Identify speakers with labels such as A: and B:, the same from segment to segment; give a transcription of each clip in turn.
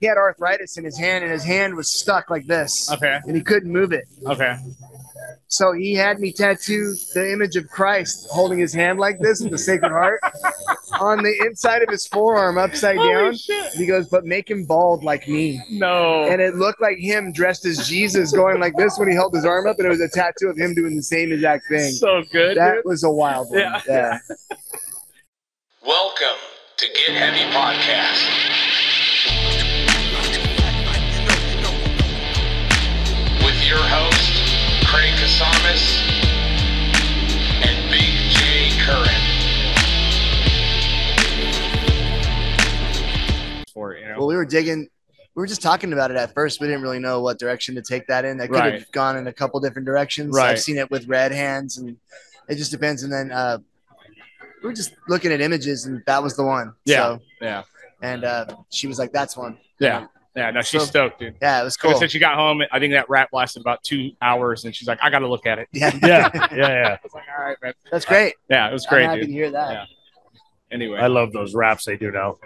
A: he had arthritis in his hand, and his hand was stuck like this,
B: Okay.
A: and he couldn't move it.
B: Okay.
A: So he had me tattoo the image of Christ holding his hand like this with the Sacred Heart on the inside of his forearm, upside down.
B: shit.
A: He goes, but make him bald like me.
B: No.
A: And it looked like him dressed as Jesus going like this when he held his arm up, and it was a tattoo of him doing the same exact thing.
B: so good.
A: That
B: dude.
A: was a wild one.
B: Yeah.
A: yeah.
C: Welcome to Get Heavy Podcast. With your host, Craig Casamas and Big J Curran.
B: for it, you know?
A: Well, we were digging. We were just talking about it at first. We didn't really know what direction to take that in. That could have
B: Right.
A: gone in a couple different directions.
B: Right.
A: I've seen it with red hands, and it just depends. And then uh, we were just looking at images, and that was the one.
B: Yeah.
A: So,
B: Yeah.
A: and uh, she was like, "That's one."
B: Yeah. Yeah. No, she's
A: So-
B: stoked, dude.
A: Yeah, it was
B: Cool.
A: cool.
B: Since she got home, I think that rap lasted about two hours, and she's like, "I got to look at it."
A: Yeah,
D: yeah, yeah, yeah.
B: I was like, "All right, man."
A: that's great.
B: Yeah, it was
A: I'm
B: great,
A: happy to
B: dude.
A: hear that.
B: Yeah. Anyway,
D: I love those raps they do now.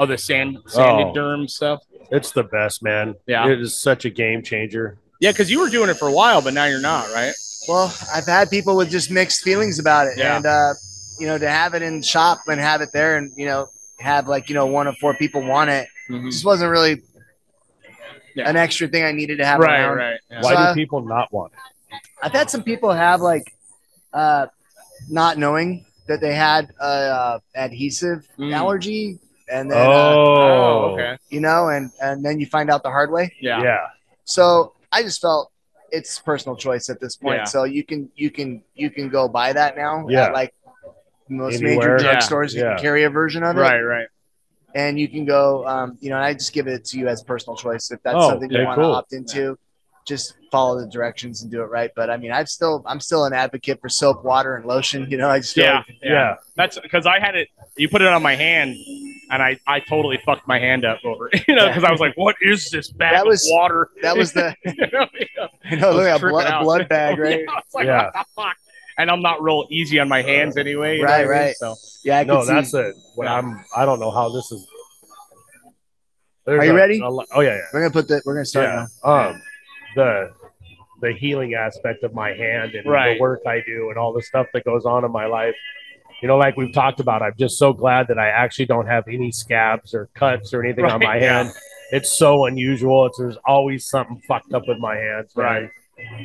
B: oh, the sand, sanded
D: Oh.
B: derm stuff.
D: It's the best, man.
B: Yeah.
D: it is such a game changer.
B: Yeah, because you were doing it for a while, but now you're not, right?
A: Well, I've had people with just mixed feelings about it,
B: Yeah.
A: and uh, you know, to have it in shop and have it there, and you know, have like you know one of four people want it,
B: Mm-hmm.
A: just wasn't really
B: Yeah.
A: an extra thing I needed to have
B: Right,
A: around.
B: right. yeah.
D: Why
A: So I-
D: do people not want it?
A: I've had some people have like uh, not knowing that they had uh, uh, adhesive
B: Mm.
A: allergy, and then uh,
D: oh,
B: Oh, okay.
A: you know, and and then you find out the hard way.
B: Yeah.
D: Yeah.
B: yeah.
A: So I just felt it's personal choice at this point.
B: Yeah.
A: So you can you can you can go buy that now.
D: Yeah.
A: at, like most
D: Anywhere.
A: major
B: Yeah,
A: drugstores, you
D: yeah.
A: can carry a version of it,
B: Right, right.
A: and you can go. Um, you know, and I just give it to you as personal choice if that's
D: Oh,
A: something you
D: yeah,
A: want to
D: cool.
A: opt into. Just follow the directions and do it right. But I mean, I've still I'm still an advocate for soap, water, and lotion. You know, I just feel
B: Yeah,
A: like-
B: yeah. That's because I had it. You put it on my hand, and I, I totally fucked my hand up over it. You know,
A: Yeah.
B: because I was like, "What is this bag
A: That
B: of
A: was-
B: water?"
A: that was the
B: You know, yeah.
A: you know
B: I was
A: look, a,
B: tripping
A: blood, a
B: out.
A: blood bag right.
B: Yeah, I was like,
D: Yeah.
B: "What the fuck?" And I'm not real easy on my hands anyway. you know
A: Right,
B: what I mean?
A: right.
B: So
A: Yeah, I can
D: No,
A: see.
D: that's it. What
B: Yeah.
D: I'm. I don't know how this is. There's
A: Are you
D: a-
A: ready?
D: a lo- oh yeah, yeah.
A: we're gonna put that. We're gonna start now.
D: Um, the the healing aspect of my hand and
B: Right.
D: the work I do and all the stuff that goes on in my life. You know, like we've talked about, I'm just so glad that I actually don't have any scabs or cuts or anything on
B: Right,
D: my
B: yeah.
D: hand. It's so unusual. It's, there's always something fucked up with my hands, man.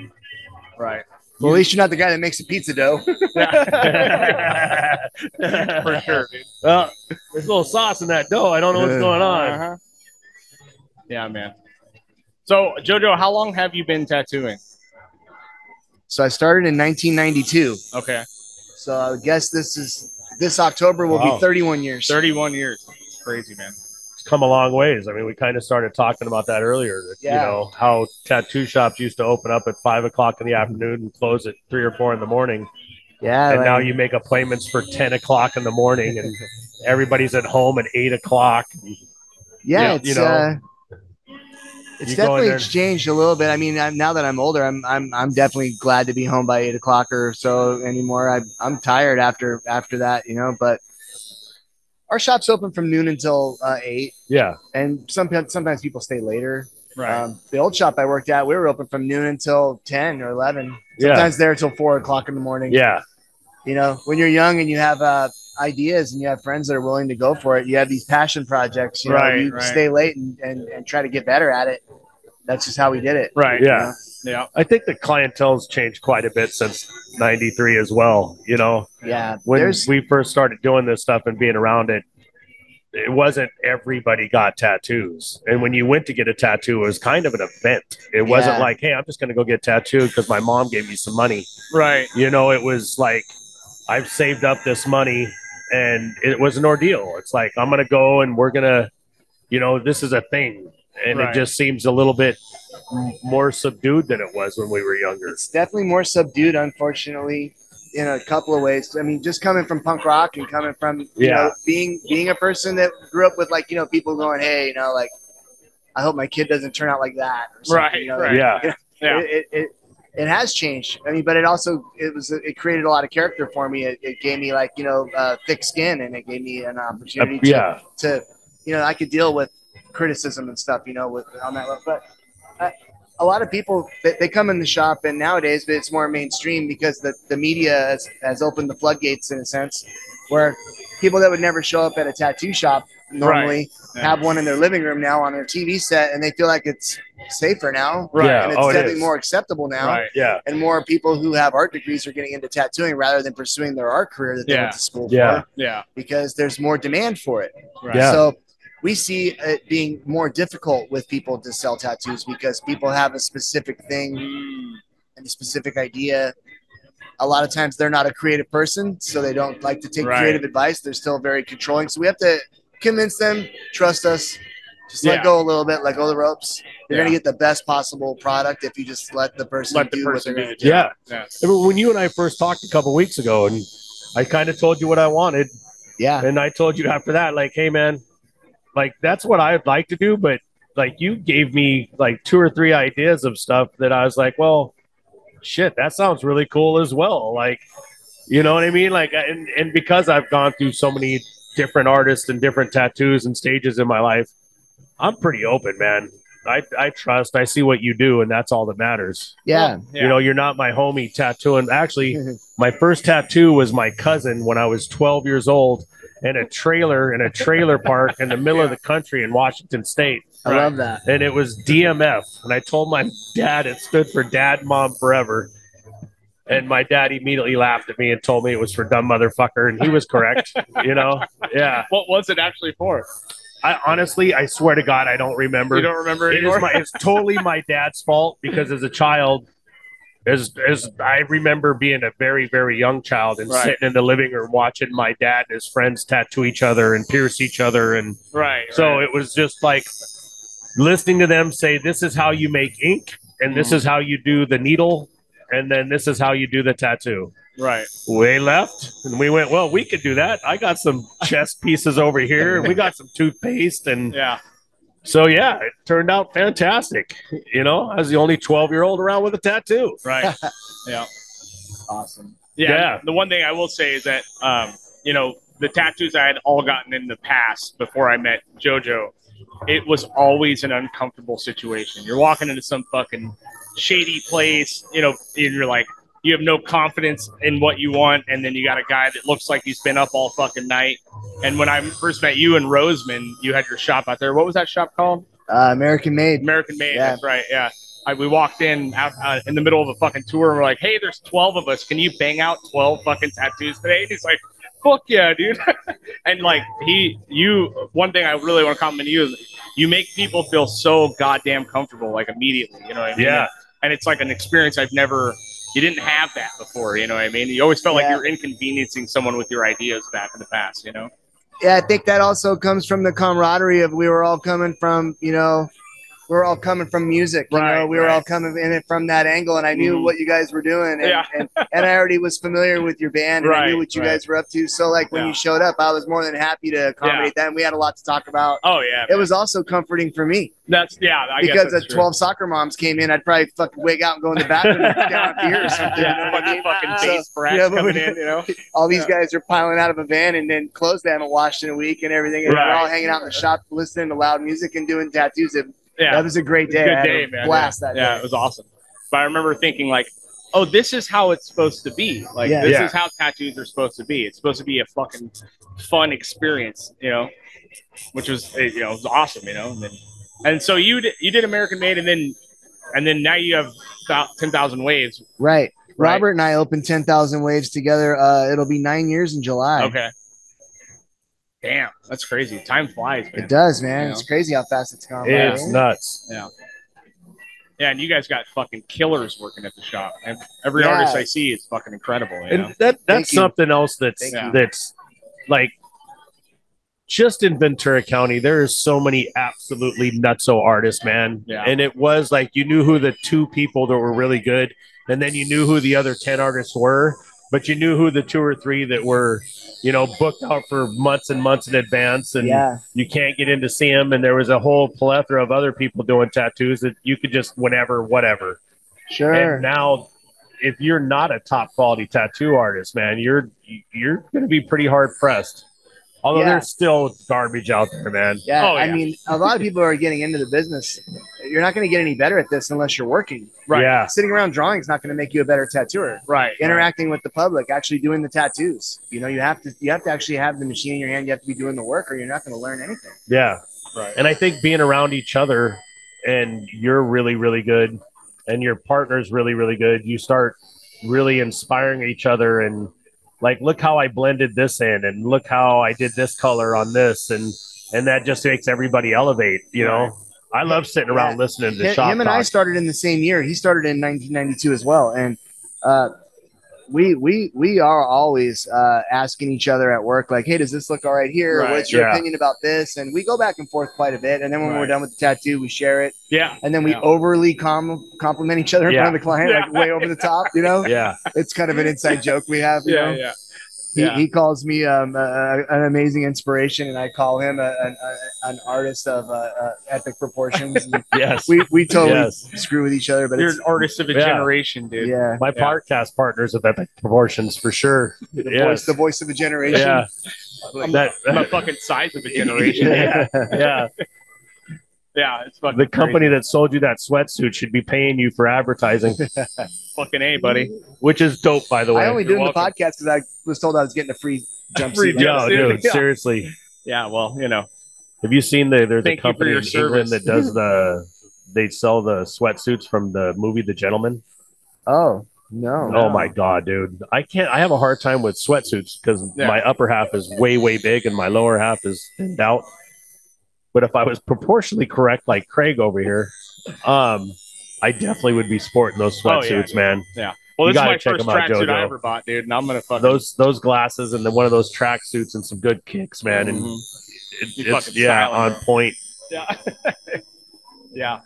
B: right.
A: Well, at least you're not the guy that makes the pizza dough.
B: Yeah. For sure. dude.
D: Well, there's a little sauce in that dough. I don't know what's going on.
B: Uh-huh. Yeah, man. So Jojo, how long have you been tattooing?
A: So I started in 1992.
B: Okay,
A: So I would guess this is this October will
D: Wow.
A: be 31 years.
B: 31 years. Crazy, man.
D: It's come a long ways. I mean, we kind of started talking about that earlier. that,
A: Yeah.
D: You know, how tattoo shops used to open up at five o'clock in the
A: Mm-hmm.
D: afternoon and close at three or four in the morning.
A: Yeah.
D: and
A: like-
D: now you make appointments for 10 o'clock in the morning and everybody's at home at 8 o'clock
A: yeah,
D: yeah,
A: it's
D: you know,
A: uh, it's
D: you go in
A: definitely
D: there-
A: changed a little bit. I mean, I'm, now that I'm older, I'm I'm I'm definitely glad to be home by eight o'clock or so anymore. I I'm tired after after that, you know. But our shop's open from noon until uh, eight,
D: yeah
A: and sometimes sometimes people stay later.
B: Right.
A: Um, the old shop I worked at, we were open from noon until ten or eleven.
D: Yeah.
A: Sometimes there till four o'clock in the morning.
D: yeah
A: you know when you're young and you have uh, ideas and you have friends that are willing to go for it you have these passion projects you know
B: Right,
A: you
B: right.
A: stay late and, and, and try to get better at it that's just how we did it
B: right.
D: yeah
B: Yeah.
D: i think the clientele's changed quite a bit since 93 as well you know
A: yeah
D: when
A: there's
D: we first started doing this stuff and being around it it wasn't everybody got tattoos and when you went to get a tattoo it was kind of an event it wasn't
A: Yeah.
D: like hey i'm just going to go get tattooed because my mom gave me some money
B: Right.
D: you know it was like i've saved up this money and it was an ordeal it's like i'm gonna go and we're gonna you know this is a thing and
B: Right.
D: it just seems a little bit m- more subdued than it was when we were younger
A: it's definitely more subdued unfortunately in a couple of ways i mean just coming from punk rock and coming from you
D: Yeah.
A: know being being a person that grew up with like you know people going hey you know like i hope my kid doesn't turn out like that or something,
B: Right,
A: you know,
B: right.
D: yeah
B: Yeah.
A: It, it, it, it has changed. I mean, but it also it was it created a lot of character for me. It, it gave me like you know uh, thick skin, and it gave me an
D: Uh,
A: opportunity to,
D: yeah
A: to you know I could deal with criticism and stuff, you know, with on that level. But uh, a lot of people they, they come in the shop, and nowadays, but it's more mainstream because the the media has, has opened the floodgates in a sense, where people that would never show up at a tattoo shop normally
B: Yeah.
A: have one in their living room now on their TV set, and they feel like it's safer now,
B: Right.
D: Yeah.
A: and it's
D: oh, it
A: definitely
D: is.
A: more acceptable now.
B: Right.
D: Yeah.
A: And more people who have art degrees are getting into tattooing rather than pursuing their art career that they
B: Yeah.
A: went to school
D: Yeah.
A: for
B: Yeah.
A: because there's more demand for it.
B: Right.
D: Yeah.
A: So we see it being more difficult with people to sell tattoos because people have a specific thing and a specific idea. A lot of times they're not a creative person, so they don't like to take
B: Right.
A: creative advice. They're still very controlling. So we have to convince them, trust us, just let
B: Yeah.
A: go a little bit, let go of the ropes. You're
B: Yeah.
A: going to get the best possible product if you just let the person
B: Let the
A: do
B: person
A: what they're going
B: do
A: to
B: the
A: do.
D: Yeah.
B: Yeah.
D: I mean, When you and I first talked a couple weeks ago, and I kind of told you what I wanted,
A: Yeah.
D: and I told you after that, like, hey, man, like that's what I'd like to do, but like you gave me like two or three ideas of stuff that I was like, well, shit, that sounds really cool as well. Like, you know what I mean? Like, and, and because I've gone through so many different artists and different tattoos and stages in my life, I'm pretty open, man. I, I trust, I see what you do, and that's all that matters.
A: Yeah.
B: Yeah.
D: You know, you're not my homie tattooing. Actually, my first tattoo was my cousin when I was 12 years old in a trailer in a trailer park in the middle of the country in Washington State.
A: I love that.
D: And it was DMF. And I told my dad it stood for Dad Mom Forever. And my dad immediately laughed at me and told me it was for dumb motherfucker. And he was correct. you know? Yeah.
B: What was it actually for?
D: I honestly, I swear to God, I don't remember.
B: You don't remember
D: It
B: anymore?
D: is my, it's totally my dad's fault because as a child, as, as I remember being a very, very young child and
B: Right.
D: sitting in the living room watching my dad and his friends tattoo each other and pierce each other. And
B: right.
D: so
B: right.
D: it was just like listening to them say, This is how you make ink, and
B: Mm.
D: this is how you do the needle, and then this is how you do the tattoo.
B: right.
D: They left and we went, Well, we could do that. I got some chess pieces over here, and we got some toothpaste and
B: Yeah.
D: so yeah, it turned out fantastic. You know, I was the only 12 year old around with a tattoo.
B: Right.
A: Awesome.
B: Yeah.
D: Yeah.
B: The one thing I will say is that, um, you know, the tattoos I had all gotten in the past before I met JoJo, it was always an uncomfortable situation. You're walking into some fucking shady place, you know, and you're like, you have no confidence in what you want, and then you got a guy that looks like he's been up all fucking night. And when I first met you in Roseman, you had your shop out there. What was that shop called?
A: Uh, American Made.
B: American Made.
A: Yeah.
B: That's right. Yeah. I, we walked in out, uh, in the middle of a fucking tour and we're like, hey, there's 12 of us. Can you bang out 12 fucking tattoos today? And he's like, fuck yeah, dude. and like, he, you, one thing I really want to compliment you is you make people feel so goddamn comfortable, like immediately. You know what I mean?
D: Yeah.
B: And it's like an experience I've never, you didn't have that before. You know what I mean? You always felt like
A: Yeah.
B: you're inconveniencing someone with your ideas back in the past, you know?
A: yeah, I think that also comes from the camaraderie of we were all coming from, you know, we are all coming from music. You
B: Right,
A: know, we were
B: right.
A: all coming in it from that angle, and I knew
B: Mhm.
A: what you guys were doing, and,
B: Yeah.
A: and, and I already was familiar with your band, and I
B: Right,
A: knew what you
B: right.
A: guys were up to. So, like when
B: Yeah.
A: you showed up, I was more than happy to accommodate that, and we had a lot to talk about.
B: Oh, yeah.
A: It was also comforting for me
B: That's, yeah. I guess
A: because
B: that's
A: if
B: true.
A: 12 soccer moms came in, I'd probably fucking wig out and go in the bathroom and down a beer or something.
B: Yeah,
A: you know what I
B: fucking-
A: mean?
B: fucking
A: So,
B: face brats
A: yeah, but
B: coming
A: we-
B: in, you know?
A: all these
B: Yeah.
A: guys are piling out of a van and then clothes they haven't washed in a week and everything. And
B: Right.
A: we're all hanging out in the shop listening to loud music and doing tattoos. It,
B: Yeah.
A: That was a great day.
B: Good
A: I had
B: day,
A: a
B: man.
A: Blast that
B: yeah,
A: day.
B: it was awesome. But I remember thinking like, oh, this is how it's supposed to be. Like
A: Yeah.
B: this
D: Yeah.
B: is how tattoos are supposed to be. It's supposed to be a fucking fun experience, you know, which was eh, you know it was awesome, you know. And then, and so you did, you did American Made, and then and then now you have ten thousand waves.
A: Right.
B: Right.
A: Robert and I opened 10,000 Waves together. Uh, it'll be nine years in July.
B: Okay. Damn, that's crazy. Time flies, man.
A: It does, man.
B: Yeah.
A: It's crazy how fast it's gone. by.
D: It's nuts.
B: Yeah, and you guys got fucking killers working at the shop. And every
A: Yeah.
B: artist I see is fucking incredible. You know?
D: And that that's
A: Thank you.
D: something else that's
B: Thank you.
D: that's like just in Ventura County, there is so many absolutely nutso artists, man.
B: Yeah.
D: And it was like you knew who the two people that were really good, and then you knew who the other ten artists were, but you knew who the two or three that were, you know, booked out for months and months in advance, and
A: Yeah.
D: you can't get in to see them. And there was a whole plethora of other people doing tattoos that you could just whenever, whatever.
A: Sure.
D: And now, if you're not a top quality tattoo artist, man, you're you're going to be pretty hard pressed. Although
A: Yeah.
D: there's still garbage out there, man.
A: Yeah,
B: Oh,
A: I
B: yeah.
A: mean, a lot of people are getting into the business. You're not going to get any better at this unless you're working.
B: Right.
D: Yeah.
A: Sitting around drawing is not going to make you a better tattooer.
B: Right.
A: Interacting with the public, actually doing the tattoos. You know, you have to you have to actually have the machine in your hand. You have to be doing the work, or you're not going to learn anything.
D: Yeah.
B: Right.
D: And I think being around each other and you're really, really good and your partner's really, really good, you start really inspiring each other and like, look how I blended this in and look how I did this color on this. And, and that just makes everybody elevate, you know? I love sitting around
A: Yeah.
D: listening to
A: Him,
D: shop
A: him and I
D: talk.
A: started in the same year. He started in 1992 as well, and uh, we we we are always uh, asking each other at work, like, "Hey, does this look all right here?
B: Right.
A: What's your
D: Yeah.
A: opinion about this?" And we go back and forth quite a bit. And then when we're
B: Right.
A: done with the tattoo, we share it,
B: Yeah.
A: and then we
B: Yeah.
A: overly com- compliment each other in
D: Yeah.
A: front of the client, like
B: Yeah.
A: way over the top. You know,
D: yeah.
A: it's kind of an inside joke we have. You know?
B: Yeah. Yeah. Yeah.
A: He, he calls me um, uh, an amazing inspiration, and I call him a, an, a, an artist of uh, uh, epic proportions.
D: Yes.
A: we we totally
D: yes.
A: screw with each other, but
B: You're
A: it's
B: an artist of a
D: Yeah.
B: generation, dude.
A: yeah,
D: My
B: Yeah.
D: podcast partners of epic proportions for sure.
A: the voice,
D: Yes.
A: the voice of a generation.
D: Yeah.
B: Like,
D: That,
B: I'm the fucking size of a generation. yeah.
D: yeah. Yeah.
B: yeah. It's fucking
D: The company that sold you that sweatsuit should be paying you for advertising,
B: crazy. fucking A, buddy.
D: which is dope, by the way.
A: I only do
B: You're
A: the
B: welcome.
A: podcast because I was told I was getting a free jumpsuit.
B: Free jump-
D: no, dude,
B: Yeah.
D: seriously.
B: Yeah. Well, you know.
D: Have you seen the there's
B: Thank
D: a
B: you for
D: company
B: your
D: in England
B: service.
D: that does the they sell the sweatsuits from the movie The Gentleman?
A: oh no!
D: Oh my god, dude. I can't I have a hard time with sweatsuits because
B: Yeah.
D: my upper half is way, way big and my lower half is thinned out. But if I was proportionally correct like Craig over here, um, I definitely would be sporting those
B: Oh, yeah,
D: sweatsuits,
B: yeah.
D: man.
B: Well,
D: You
B: this is
D: gotta
B: my
D: check
B: first
D: 'em out,
B: tracksuit
D: Jojo.
B: I ever bought, dude, and I'm gonna fuck
D: Uh, those those glasses and then one of those track suits and some good kicks, man.
B: Mm-hmm.
D: And it,
B: You
D: it's
B: fucking
D: yeah,
B: styling,
D: on
B: bro.
D: point.
B: Yeah. yeah.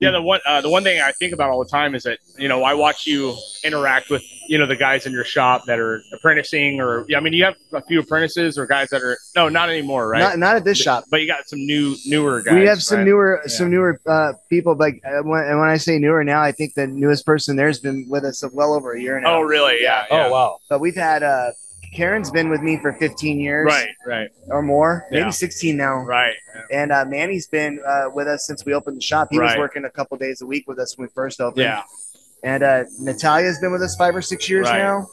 B: Yeah, the one uh, the one thing I think about all the time is that you know I watch you interact with you know the guys in your shop that are apprenticing or I mean you have a few apprentices or guys that are no not anymore right
A: Not not at this shop.
B: but you got some new newer guys
A: we have some
B: right?
A: newer
B: Yeah.
A: some newer uh, people, like uh, when, and when I say newer now, I think the newest person there's been with us well over a year now.
B: oh really yeah, yeah.
D: wow.
A: But we've had uh, Karen's been with me for 15 years,
B: right right
A: or more,
B: Yeah.
A: maybe 16 now.
B: right
A: And uh, Manny's been uh, with us since we opened the shop. He was
B: Right.
A: working a couple days a week with us when we first opened.
B: yeah
A: And uh, Natalia's been with us five or six years
B: Right.
A: now.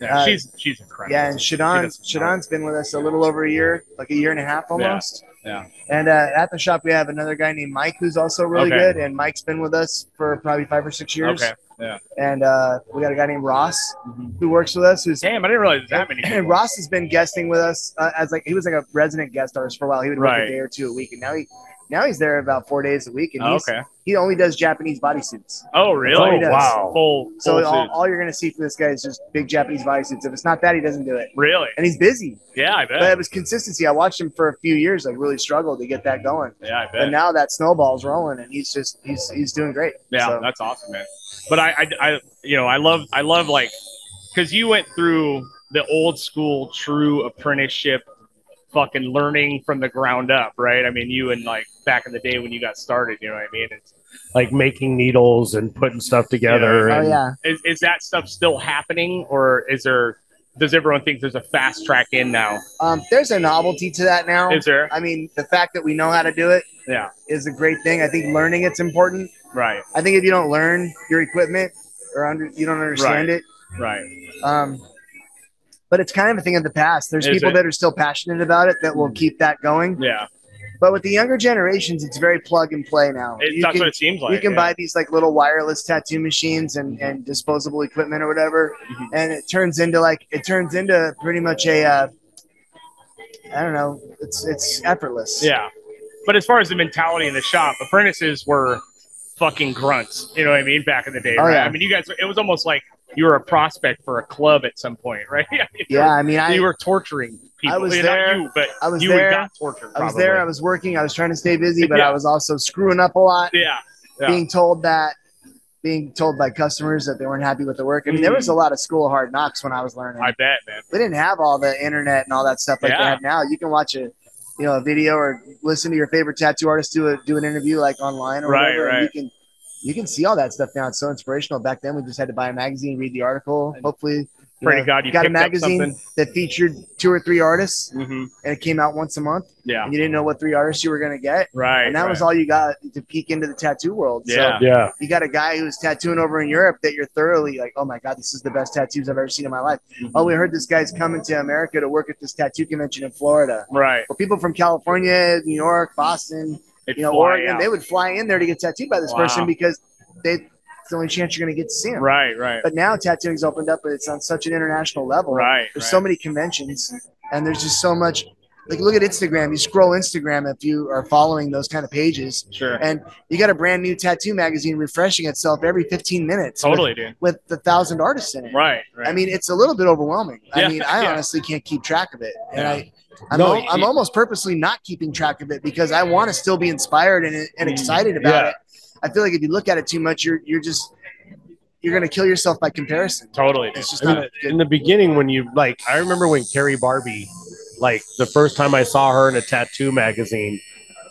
B: yeah
A: Uh,
B: she's she's incredible
A: Yeah, and Shadon
B: She does-
A: Shadon's been with us a little over a year, like a year and a half almost.
B: Yeah,
A: And uh, at the shop, we have another guy named Mike who's also really
B: Okay.
A: good. And Mike's been with us for probably five or six years.
B: okay Mm-hmm.
A: And uh, we got a guy named Ross who works with us. Who's
B: damn I didn't realize that many people.
A: and Ross has been guesting with us uh, as like he was like a resident guest artist for a while. He would work
B: Right.
A: a day or two a week, and now he now he's there about four days a week, and
B: Oh,
A: he's,
B: okay
A: he only does Japanese bodysuits.
B: oh
A: all he
B: really
A: does.
D: wow.
B: full
A: So
B: full
A: all,
B: suits.
A: all you're gonna see for this guy is just big Japanese bodysuits. If it's not that, he doesn't do it,
B: really
A: and he's busy.
B: yeah I
A: But
B: bet
A: it was consistency. I watched him for a few years, like really struggled to get that going.
B: yeah I bet
A: But now that snowball's rolling, and he's just he's he's doing great.
B: Yeah,
A: So-
B: that's awesome, man. But I, I, I you know, I love, I love like, because you went through the old school, true apprenticeship, fucking learning from the ground up, right? I mean, you and like back in the day when you got started, you know what I mean? It's,
D: Like making needles and putting stuff together.
A: oh
D: and-
A: yeah,
B: is, is that stuff still happening, or is there? Does everyone think there's a fast track in now?
A: um, there's a novelty to that now.
B: Is there?
A: I mean, the fact that we know how to do it
B: Yeah.
A: is a great thing. I think learning it's important.
B: Right,
A: I think if you don't learn your equipment or under, you don't understand
B: right,
A: it. Um, but it's kind of a thing of the past. There's
B: Is
A: people
B: it? Hmm.
A: that are still passionate about it that will keep that going.
B: yeah.
A: But with the younger generations, it's very plug and play now.
B: It,
A: you
B: that's
A: can,
B: what it seems like.
A: you can
B: yeah.
A: buy these like little wireless tattoo machines and, and disposable equipment or whatever,
B: Mhm.
A: and it turns into like it turns into pretty much a uh, I don't know. It's it's effortless.
B: Yeah. But as far as the mentality in the shop, apprentices were fucking grunts. You know what I mean? Back in the day,
A: Oh,
B: right?
A: yeah.
B: I mean, you guys, it was almost like you were a prospect for a club at some point, right?
A: yeah. I mean, I
B: you were torturing people.
A: was
B: Yeah,
A: there.
B: Not you, but
A: I was
B: you
A: there.
B: got tortured.
A: I was
B: probably.
A: there. I was working. I was trying to stay busy, but
B: Yeah.
A: I was also screwing up a lot.
B: Yeah. Yeah.
A: Being told that, being told by customers that they weren't happy with the work. I mean, there was a lot of school hard knocks when I was learning.
B: Mm-hmm. I bet, man.
A: we didn't have all the internet and all that stuff like they
B: Yeah.
A: have now. You can watch a, you know, a video or listen to your favorite tattoo artist do a do an interview like online or
B: Right,
A: whatever. and
B: right.
A: You can. You can see all that stuff now. It's so inspirational. Back then, we just had to buy a magazine, read the article. Hopefully,
B: Pray
A: Yeah.
B: to God you
A: got a
B: picked up
A: magazine that featured two or three artists,
B: something. Mhm.
A: and it came out once a month,
B: Yeah.
A: and you didn't know what three artists you were gonna get,
B: Right.
A: and that was
B: right.
A: all you got to peek into the tattoo world.
B: Yeah.
A: So
D: Yeah.
A: you got a guy who's tattooing over in Europe that you're thoroughly like, oh my god, this is the best tattoos I've ever seen in my life.
B: Mhm.
A: Oh, we heard this guy's coming to America to work at this tattoo convention in Florida.
B: Right.
A: Well, people from California, New York, Boston,
B: It'd
A: you know,
B: fly
A: Oregon,
B: out.
A: they would fly in there to get tattooed by this
B: Wow.
A: person because they, it's the only chance you're going to get to see them.
B: Right. Right.
A: But now tattooing's opened up, but it's on such an international level.
B: Right.
A: There's
B: right.
A: so many conventions, and there's just so much. Like, look at Instagram. You scroll Instagram if you are following those kind of pages,
B: Sure.
A: and you got a brand new tattoo magazine refreshing itself every 15 minutes. with-
B: Totally, dude.
A: With, the thousand artists in it.
B: Right. Right.
A: I mean, it's a little bit overwhelming.
B: Yeah,
A: I mean, I
B: yeah.
A: honestly can't keep track of it, and
B: Yeah.
A: I, I'm,
D: No,
A: al-
B: you-
A: I'm almost purposely not keeping track of it because I want to still be inspired and, and
B: Mm,
A: excited about
D: yeah.
A: it. I feel like if you look at it too much, you're you're just you're gonna kill yourself by comparison.
B: totally. Dude.
A: It's just
D: I
A: not
D: mean,
A: good.
D: in the beginning when you like i remember when carrie barbie like the first time i saw her in a tattoo magazine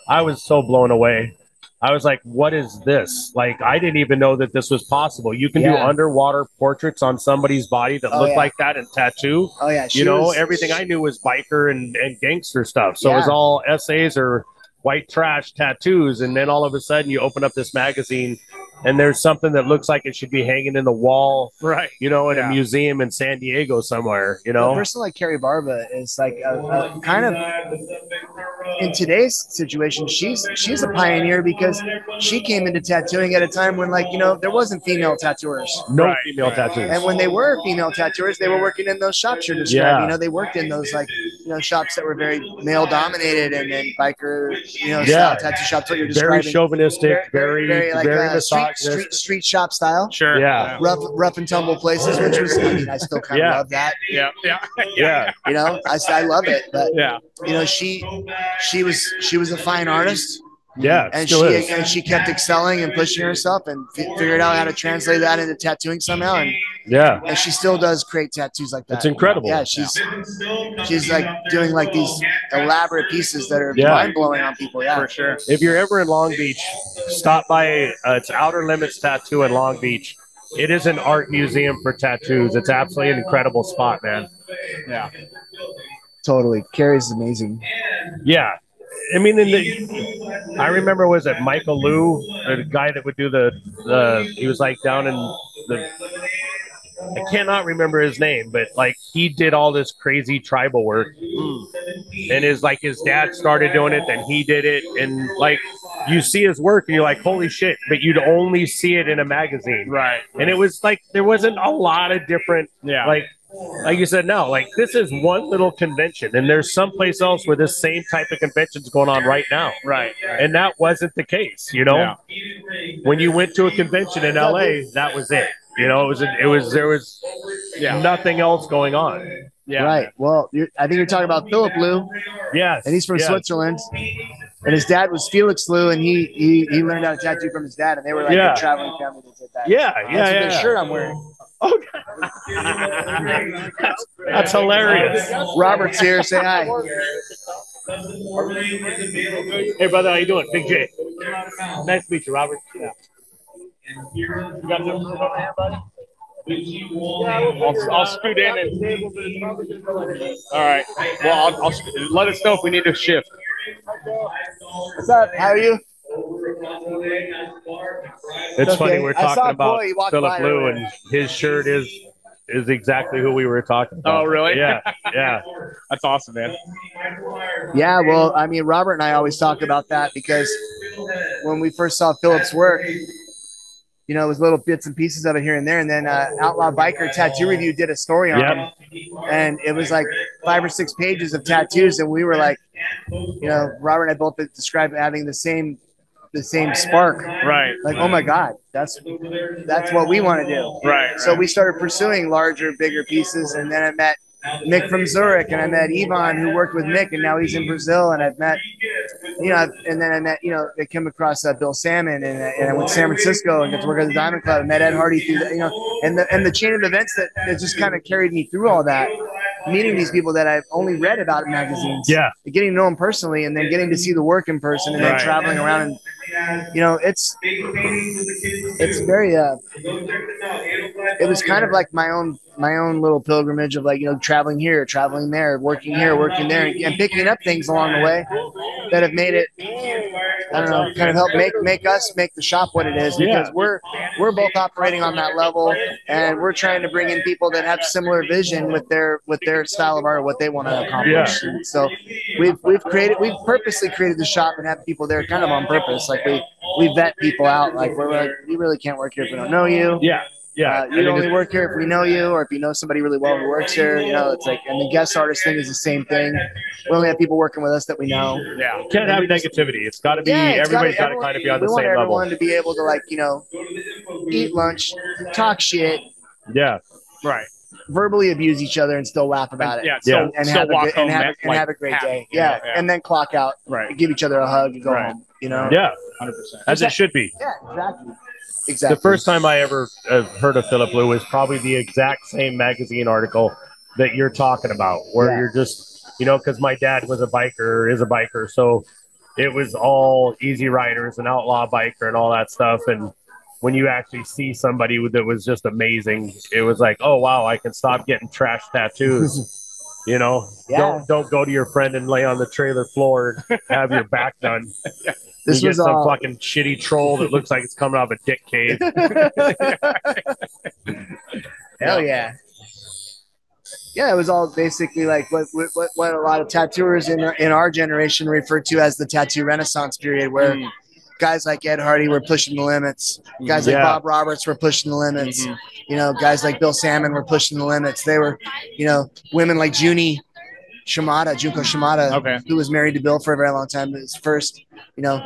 D: i was so blown away i was like what is this like i didn't even know that this was possible you can do
A: Yeah.
D: underwater portraits on somebody's body that
A: Oh,
D: look
A: yeah.
D: like that and tattoo
A: Oh yeah, she
D: you know
A: was-
D: everything i knew was biker and, and gangster stuff so it was
A: Yeah.
D: all essays or white trash tattoos and then all of a sudden you open up this magazine and there's something that looks like it should be hanging in the wall
B: Right.
D: you know, in
B: Yeah.
D: a museum in San Diego somewhere, you
A: A
D: know?
A: person like Carrie Barba is like a, a kind of in today's situation, she's she's a pioneer because she came into tattooing at a time when like you know there wasn't female tattooers.
D: No
B: Right,
D: female
B: right.
D: tattoos.
A: And when they were female tattooers, they were working in those shops you're describing.
D: Yeah.
A: You know, they worked in those like you know shops that were very male dominated and then biker you know
D: Yeah.
A: style tattoo shops. What you're
D: very
A: describing,
D: chauvinistic, very, very,
A: uh, street,
D: misogynist.
A: street street shop style,
B: Sure.
D: Yeah.
A: rough rough and tumble places, which was I mean I still kind of
D: Yeah.
A: love that.
B: Yeah. Yeah.
D: yeah.
A: You know, I, I love it, but
B: Yeah.
A: you know she she was she was a fine artist
D: Yeah.
A: and
D: still
A: she
D: is.
A: and she kept excelling and pushing herself and fi- figured out how to translate that into tattooing somehow and,
D: yeah.
A: and she still does create tattoos like that
D: It's incredible.
A: yeah she's she's like doing like these elaborate pieces that are
D: Yeah.
A: mind-blowing on people yeah
B: For sure.
D: If you're ever in Long Beach, stop by uh, it's Outer Limits Tattoo in Long Beach. It is an art museum for tattoos. It's absolutely an incredible spot, man.
B: Yeah.
A: totally carrie's amazing
D: Yeah. I mean, in the, I remember was it Michael Lou, the guy that would do the, the he was like down in the I cannot remember his name, but like he did all this crazy tribal work, and his like his dad started doing it, then he did it, and like you see his work and you're like, holy shit! But you'd only see it in a magazine,
B: Right.
D: and it was like there wasn't a lot of different
B: Yeah.
D: like like you said no like this is one little convention and there's someplace else where this same type of convention's going on right now
B: right. Right.
D: and that wasn't the case you know
B: Yeah.
D: when you went to a convention in la that was it you know it was it was there was
B: Yeah.
D: nothing else going on
B: Yeah.
A: right well you're, i think you're talking about philip lou
D: yes
A: and he's from
D: yes.
A: Switzerland. And his dad was Felix Lou, and he he, he learned how to tattoo from his dad, and they were like
D: Yeah.
A: a traveling family that did that.
D: yeah
A: That's
D: yeah,
A: a good
D: yeah.
A: shirt I'm wearing.
D: that's, that's hilarious
A: Robert's here. Say hi.
D: hey brother how you doing big j nice to meet you robert yeah. You got something over here, buddy?
B: I'll, I'll scoot in and. All right. Well, I'll, I'll sc- let us know if we need to shift.
A: What's up? How are you?
D: It's
A: Okay.
D: funny we're
A: I saw
D: talking about
A: Boy walk by
D: Philip Lou
A: earlier.
D: and his shirt is is exactly who we were talking
B: Oh,
D: about.
B: really?
D: Yeah, yeah,
B: That's awesome, man.
A: Yeah, well, I mean, Robert and I always talk about that because when we first saw Philip's work, you know, it was little bits and pieces of it here and there. And then uh, Outlaw Biker Tattoo Review did a story on
D: Yep.
A: him, and it was like five or six pages of tattoos, and we were like, you know, Robert and I both described having the same, the same spark.
B: Right.
A: Like, oh my God, that's that's what we want to do.
B: Right.
A: So we started pursuing larger, bigger pieces, and then I met Mick from Zurich, and I met Ivan, who worked with Mick, and now he's in Brazil. And I've met, you know, I've, and then I met, you know, I came across uh, Bill Salmon, and, I- and I went to San Francisco and got to work at the Diamond Club. and met Ed Hardy through, the, you know, and the and the chain of events that, that just kind of carried me through all that. Meeting these people that I've only read about in magazines,
D: yeah.
A: getting to know them personally, and then getting to see the work in person, and then
B: Right.
A: traveling around, and you know, it's it's very uh, it was kind of like my own my own little pilgrimage of like you know traveling here, traveling there, working here, working there, and, and picking up things along the way that have made it. I don't know, kind of help make make us make the shop what it is because
D: Yeah.
A: we're we're both operating on that level, and we're trying to bring in people that have similar vision with their with their style of art, what they want to accomplish. So we've we've created we've purposely created the shop and have people there kind of on purpose. Like we we vet people out. Like we're like you really can't work here if we don't know you.
D: Yeah. Yeah.
A: Uh,
D: I mean,
A: you only
D: it's-
A: work here if we know you, or if you know somebody really well who works here. You know, it's like, and the guest artist thing is the same thing. We only have people working with us that we know.
D: yeah. Can't have negativity. It's got to be,
A: it's gotta-
D: everybody's got to
A: everyone-
D: kind of be on the
A: we want
D: same
A: everyone
D: level.
A: to be able to like, you know, eat lunch, talk shit,
D: Yeah.
B: Right.
A: verbally abuse each other, and still laugh about it,
B: Yeah. So,
D: Yeah.
A: and
B: so
A: have a
B: walk
A: good-
B: home
A: and have,
B: back,
A: and
B: like,
A: have a great
B: happy,
A: day.
B: you know?
A: Yeah, and then clock out,
B: Right.
A: give each other a hug, and go
B: Right.
A: home. You know.
D: Yeah.
B: 100%.
D: As it should be.
A: Yeah, exactly. Exactly.
D: The first time I ever uh, heard of Philip Lou was probably the exact same magazine article that you're talking about, where
A: Yeah.
D: you're just, you know, because my dad was a biker, is a biker, so it was all easy riders and outlaw biker and all that stuff. And when you actually see somebody with- that was just amazing, it was like, oh wow, I can stop getting trash tattoos. You know,
A: Yeah.
D: don't don't go to your friend and lay on the trailer floor, and have your back done.
A: This
D: you
A: was
D: get some
A: uh,
D: fucking shitty troll that looks like it's coming out of a dick cave.
A: Hell yeah. Yeah, it was all basically like what what, what- what a lot of tattooers in in our generation refer to as the tattoo renaissance period, where
B: Mm,
A: guys like Ed Hardy were pushing the limits, guys
D: Yeah.
A: like Bob Roberts were pushing the limits,
B: mhm.
A: you know, guys like Bill Salmon were pushing the limits. They were, you know, women like Junie Shimada, Junko Shimada,
B: Okay.
A: who was married to Bill for a very long time, his first, you know,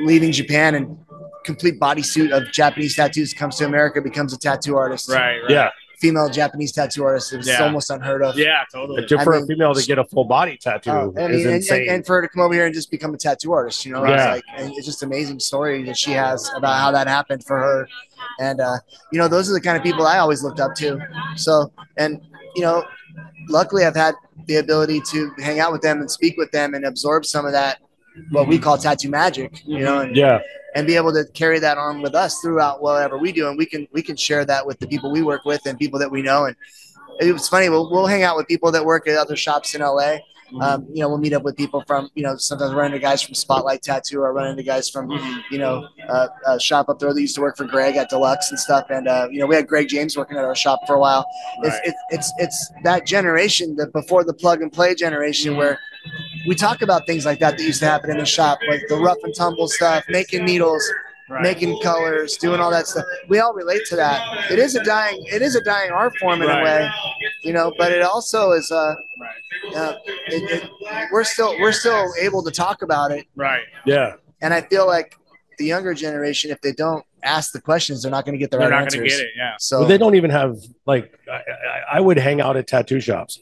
A: leaving Japan and complete bodysuit of Japanese tattoos comes to America, becomes a tattoo artist
B: Right. Right.
D: Yeah,
A: female Japanese tattoo artist. It was
B: Yeah.
A: almost unheard of.
B: Yeah. Totally.
D: to,
A: I
D: for
A: mean-
D: a female to get a full body tattoo
A: Oh, I
D: is
A: mean, and,
D: insane.
A: and, and for her to come over here and just become a tattoo artist, you know, it's
D: Yeah.
A: like and it's just an amazing story that she has about how that happened for her, and uh, you know, those are the kind of people I always looked up to. So, and you know, luckily I've had the ability to hang out with them and speak with them and absorb some of that what we call tattoo magic, you know, and,
D: Mm-hmm. yeah,
A: and be able to carry that on with us throughout whatever we do and we can we can share that with the people we work with and people that we know and it was funny we'll, we'll hang out with people that work at other shops in la um, you know we'll meet up with people from you know sometimes run into guys from spotlight tattoo or run into guys from
B: Mhm.
A: you know uh, a shop up there that used to work for greg at deluxe and stuff and uh, you know we had greg james working at our shop for a while it's,
B: Right.
A: it's it's it's that generation that before the plug and play generation where we talk about things like that that used to happen in the shop, like the rough and tumble stuff, making needles,
B: Right.
A: making colors, doing all that stuff. We all relate to that. It is a dying, it is a dying art form in
B: Right.
A: a way, you know. But it also is, uh,
B: Right.
A: uh it, it, we're still we're still able to talk about it,
B: Right.
D: yeah,
A: and I feel like the younger generation, if they don't ask the questions, they're not going to get the
B: They're
A: right
B: not
A: answers.
B: going to get it. Yeah.
A: So
D: But they don't even have like I, I, I would hang out at tattoo shops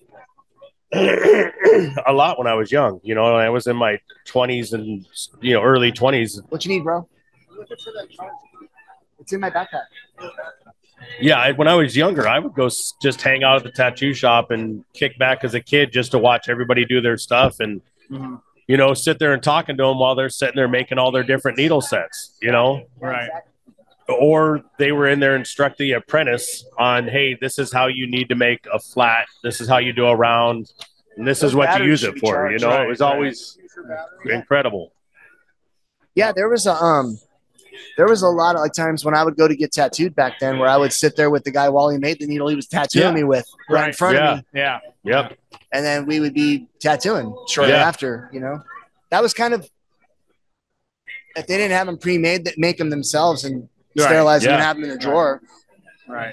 D: a lot when I was young. You know, when I was in my twenties and you know early twenties.
A: what you need, bro? It's in my backpack.
D: Yeah, I, when I was younger, I would go s- just hang out at the tattoo shop and kick back as a kid just to watch everybody do their stuff and
B: Mhm.
D: you know sit there and talking to them while they're sitting there making all their different needle sets. You know,
B: Right.
D: or they were in there instruct the apprentice on hey this is how you need to make a flat this is how you do a round and this
A: Those
D: is what you
A: batteries
D: use
A: should
D: it
A: be
D: for
A: charged,
D: you know
B: right,
D: it was
B: right.
D: always incredible
A: Yeah, there was a um, there was a lot of like times when I would go to get tattooed back then, where I would sit there with the guy while he made the needle he was tattooing
D: Yeah.
A: me with right, in
B: Right,
A: front
D: yeah.
A: of me,
B: Yeah.
D: yep
A: and then we would be tattooing shortly
D: Yeah.
A: after. You know, that was kind of if they didn't have them pre-made, that make them themselves and
B: Right,
A: sterilize them and
D: yeah.
A: have them in a drawer.
B: Right.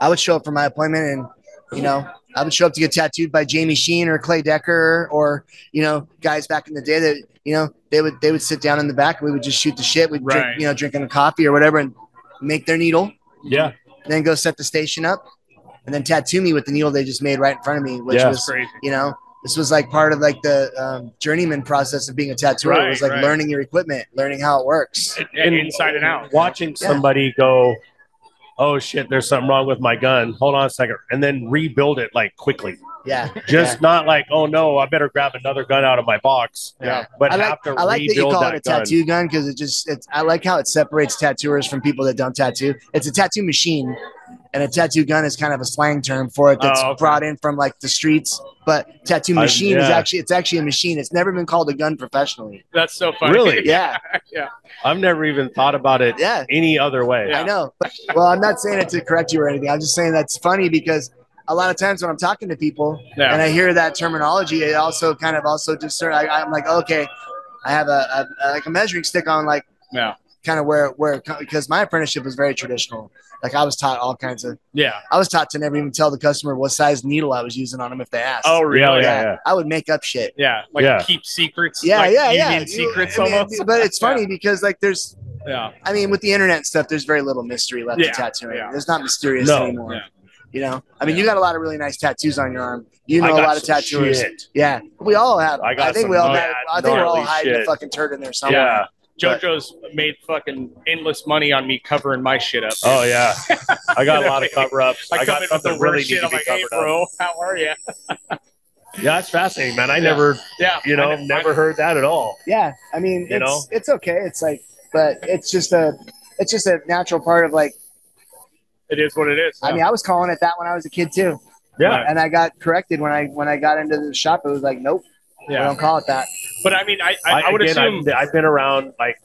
A: I would show up for my appointment, and you know, I would show up to get tattooed by Jamie Sheen or Clay Decker or you know guys back in the day that you know they would they would sit down in the back and we would just shoot the shit. We'd
B: Right.
A: drink, you know drinking a coffee or whatever and make their needle,
D: yeah
A: then go set the station up, and then tattoo me with the needle they just made right in front of me, which
D: Yeah.
B: That's
A: was
B: crazy.
A: you know this was like part of like the um, journeyman process of being a tattooer. it was
B: Right,
A: like
B: right.
A: learning your equipment, learning how it works.
B: Yeah, inside and out.
D: watching
A: Yeah.
D: somebody go oh shit there's something wrong with my gun hold on a second and then rebuild it like quickly
A: Yeah,
D: just not like oh no i better grab another gun out of my box
A: yeah.
D: but
A: I
D: have
A: like,
D: to
A: I like that you
D: rebuild
A: call
D: that
A: it a
D: gun.
A: tattoo gun because it just it's I like how it separates tattooers from people that don't tattoo. It's a tattoo machine and a tattoo gun is kind of a slang term for it that's
D: Oh, okay.
A: brought in from like the streets. But tattoo
D: I-
A: machine is
D: yeah.
A: actually it's actually a machine. It's never been called a gun professionally.
B: That's so funny.
D: Really?
A: Yeah,
D: I've never even thought about it
A: yeah,
D: any other way.
A: I know. But, well, I'm not saying it to correct you or anything. I'm just saying that's funny because a lot of times when I'm talking to people
B: Yeah.
A: and I hear that terminology, it also kind of also discern. I, I'm like, okay, I have a, a like a measuring stick on like
B: Yeah.
A: kind of where where because my apprenticeship was very traditional. Like I was taught all kinds of.
B: Yeah.
A: I was taught to never even tell the customer what size needle I was using on them if they asked.
B: Oh, really?
D: Yeah,
B: Yeah.
D: yeah, yeah.
A: I would make up shit.
B: Like
D: Yeah.
B: keep secrets.
A: Yeah,
B: like,
A: yeah,
B: you
A: yeah.
B: mean secrets
A: I mean,
B: almost.
A: But it's funny because like there's,
B: Yeah.
A: I mean, with the internet and stuff, there's very little mystery left to
B: Yeah,
A: tattooing.
B: yeah.
A: There's not mysterious
D: No,
A: anymore.
B: yeah.
A: You know, I mean,
B: Yeah.
A: you got a lot of really nice tattoos on your arm. You
D: I
A: know a
D: got
A: lot of
D: some
A: tattooers.
D: shit.
A: Yeah, we all have.
D: I
A: I,
D: got
A: think
D: some
A: we all.
D: bad,
A: Have, I think we're all
D: gnarly
A: hiding a
D: shit.
A: fucking turd in there somewhere.
D: Yeah.
B: JoJo's made fucking endless money on me covering my shit up.
D: Oh yeah. I got a lot of cover ups.
B: I,
D: I,
B: come in
D: got
B: with the
D: something really
B: worst
D: need
B: shit.
D: to
B: I'm
D: be
B: like, hey,
D: covered up.
B: bro, how are you?
D: Yeah, that's fascinating, man. I
B: Yeah.
D: never,
B: Yeah.
D: you know,
B: I kn-
D: never heard that at all.
A: yeah i mean
D: You
A: it's
D: know?
A: it's okay it's like but it's just a it's just a natural part of like
B: It is what it is.
A: i mean i was calling it that when i was a kid too
D: Yeah.
A: and i got corrected when i when i got into the shop it was like nope we
B: yeah.
A: don't call it that
B: But I mean, I, I, I, would
D: again,
B: assume.
D: I've, I've been around like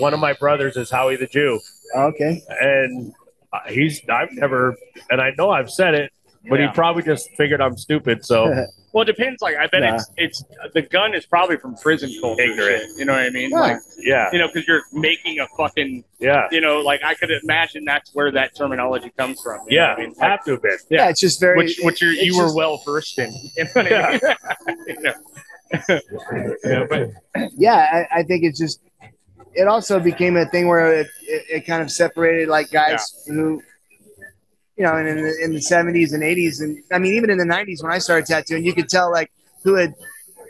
D: one of my brothers is Howie the Jew,
A: okay
D: and uh, he's I've never, and I know I've said it, but
B: Yeah.
D: he probably just figured I'm stupid. So
B: well, it depends. Like, I bet
A: Nah.
B: it's it's the gun is probably from prison culture.
D: Ignorant.
B: shit, you know what I mean?
A: Yeah.
B: Like,
D: yeah,
B: you know, because you're making a fucking,
D: yeah,
B: you know, like I could imagine that's where that terminology comes from. you know
D: yeah.
B: what I mean, Like,
D: Have to have been.
A: yeah,
B: Yeah.
A: it's just very
B: which which you're,
A: it's
B: you were
A: just-
B: well versed in. You know what I mean? You know? Yeah, but-
A: yeah I, I think it's just it also became a thing where it, it, it kind of separated like guys who you know and in the, in the 70s and 80s and i mean even in the 90s when i started tattooing you could tell like who had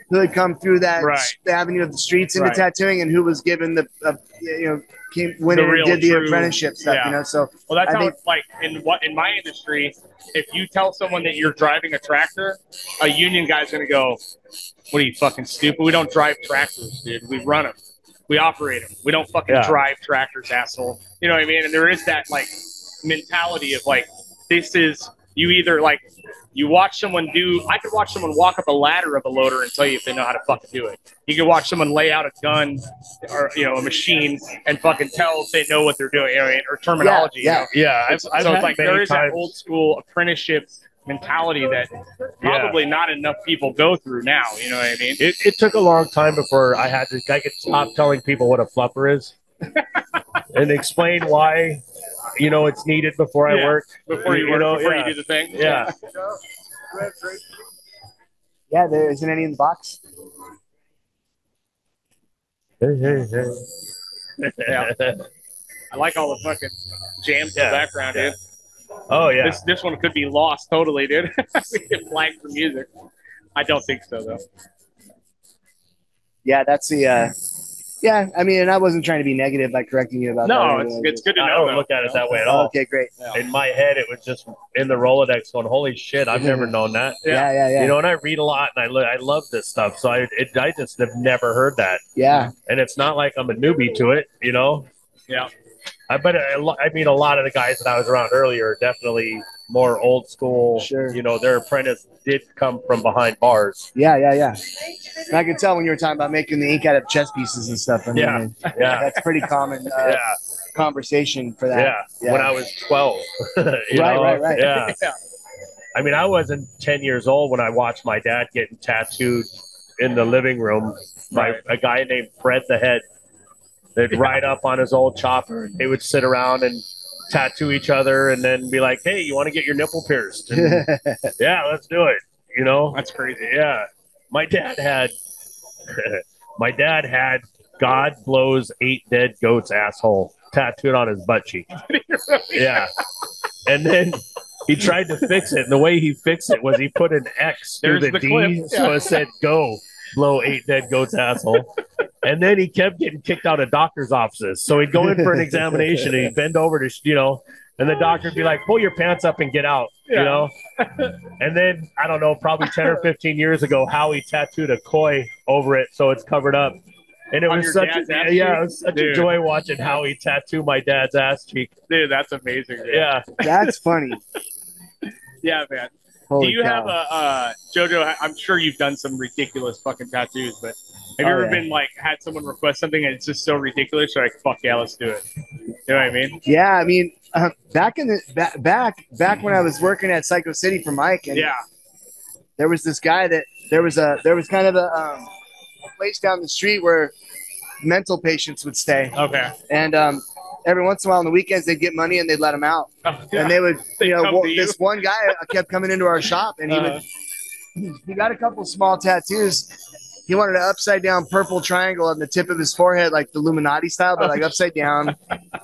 A: who had come through that
B: Right.
A: the avenue of the streets into
B: Right.
A: tattooing and who was given the uh, you know came when
B: The
A: and
B: real
A: did the
B: true-
A: apprenticeship stuff
B: yeah.
A: you know so
B: Well, that's
A: I
B: how
A: think-
B: it's like in what in my industry. If you tell someone that you're driving a tractor, a union guy's gonna go, "What are you fucking stupid? We don't drive tractors, dude. We run them, we operate them. We don't fucking
D: Yeah.
B: drive tractors, asshole." You know what I mean? And there is that like mentality of like, this is you either like you watch someone do. I could watch someone walk up a ladder of a loader and tell you if they know how to fucking do it. You could watch someone lay out a gun or you know a machine and fucking tell if they know what they're doing you know, or terminology.
A: yeah.
B: You know?
D: Yeah, I've,
B: It's-
D: I've
B: so
D: had
B: it's like
D: many
B: there is
D: times-
B: that old school apprenticeship mentality that
D: Yeah.
B: probably not enough people go through now. You know what I mean?
D: It, it took a long time before I had to. I could stop telling people what a fluffer is, and explain why, you know, it's needed before I
B: Yeah.
D: work.
B: Before you,
D: You
B: work,
D: know,
B: before
D: yeah.
B: you do the thing.
D: Yeah,
A: yeah there isn't any in the box
B: Yeah. I like all the fucking jams in
D: Yeah.
B: the background, dude.
D: oh yeah,
B: This this one could be lost totally, dude. We get flagged for music. I don't think so though.
A: yeah that's the uh yeah i mean and i wasn't trying to be negative by correcting you about that
B: No,
A: or
B: it's,
A: anything.
B: it's good to
D: I
B: know.
D: don't
B: though,
D: look at
B: you know?
D: it that way at
A: oh,
D: all.
A: okay great
D: In my head, it was just in the Rolodex going, "Holy shit, I've never known that."
A: yeah
B: Yeah.
A: yeah yeah
D: You know, and I read a lot, and I lo- I love this stuff, so I it, I just have never heard that,
A: yeah
D: and it's not like I'm a newbie to it, you know.
B: Yeah.
D: I bet I, lo- I mean a lot of the guys that I was around earlier are definitely more old school.
A: Sure.
D: You know, their apprentice did come from behind bars.
A: Yeah, yeah, yeah. And I could tell when you were talking about making the ink out of chess pieces and stuff. I mean,
D: Yeah, Yeah.
A: that's pretty common uh,
D: Yeah,
A: conversation for that.
D: yeah,
A: Yeah.
D: When I was twelve, you
A: Right,
D: know?
A: right, right.
D: Yeah.
B: Yeah.
D: I mean, I wasn't ten years old when I watched my dad getting tattooed in the living room by
B: Right.
D: a guy named Fred the Head. They'd ride up on his old chopper. and They would sit around and tattoo each other, and then be like, "Hey, you want to get your nipple pierced?" And, yeah, let's do it. You know,
B: That's crazy.
D: yeah. My dad had, my dad had God blows eight dead goats asshole tattooed on his butt cheek. yeah, and then he tried to fix it, and the way he fixed it was he put an X through
B: There's the
D: the, D,
B: clip.
D: so it said "Go blow eight dead goats asshole." And then he kept getting kicked out of doctor's offices. So he'd go in for an examination and he'd bend over to, you know, and the doctor would be like, pull your pants up and get out, you
B: Oh, Yeah.
D: know? And then I don't know, probably 10 or 15 years ago, Howie tattooed a koi over it so it's covered up. And it
B: On
D: was
B: your
D: such
B: dad's ass
D: a, yeah,
B: cheek?
D: it was such a
B: Dude.
D: joy watching how he tattoo my dad's ass cheek.
B: Dude, that's amazing. man.
D: Yeah.
A: That's funny.
B: Yeah, man.
A: Holy
B: do you
A: cow.
B: have a uh, JoJo? I- I'm sure you've done some ridiculous fucking tattoos, but have you
A: Oh,
B: ever
A: yeah.
B: been like had someone request something and it's just so ridiculous? You're like, fuck yeah, let's do it. You know what I mean?
A: Yeah, I mean, uh, back in the ba- back back when I was working at Psycho City for Mike, and
B: Yeah,
A: there was this guy that there was a there was kind of a, um, a place down the street where mental patients would stay,
B: okay.
A: and um, every once in a while on the weekends they'd get money and they'd let them out,
B: Oh,
A: and they would
B: They'd
A: you know
B: come
A: wa-
B: to you.
A: this one guy kept coming into our shop and he
B: Uh-huh.
A: would he got a couple small tattoos. He wanted an upside down purple triangle on the tip of his forehead, like the Illuminati style, but like upside down.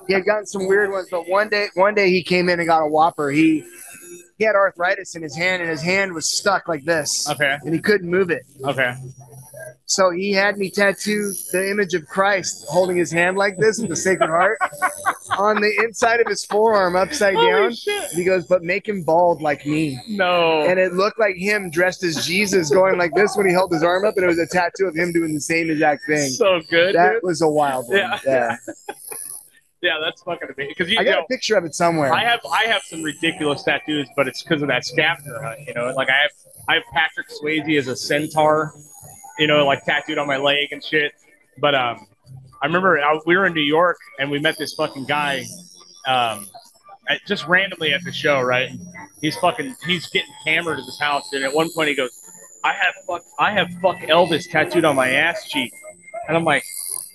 A: He had gotten some weird ones, but one day, one day he came in and got a whopper. He he had arthritis in his hand, and his hand was stuck like this,
B: okay,
A: and he couldn't move it.
B: okay.
A: So he had me tattoo the image of Christ holding his hand like this with the Sacred Heart on the inside of his forearm, upside down.
B: Holy shit!
A: He goes, but make him bald like me.
B: No.
A: And it looked like him dressed as Jesus going like this when he held his arm up, and it was a tattoo of him doing the same exact thing.
B: so good,
A: That
B: dude.
A: was a wild one.
B: Yeah.
A: Yeah.
B: Yeah, that's fucking amazing. Because you
A: I got
B: know,
A: a picture of it somewhere.
B: I have I have some ridiculous tattoos, but it's because of that scavenger hunt. You know, like I have I have Patrick Swayze as a centaur. You know, like tattooed on my leg and shit. But um, I remember I, we were in New York and we met this fucking guy, um, at, just randomly at the show. Right? He's fucking he's getting hammered at his house, and at one point he goes, "I have fuck I have fuck Elvis tattooed on my ass cheek," and I'm like.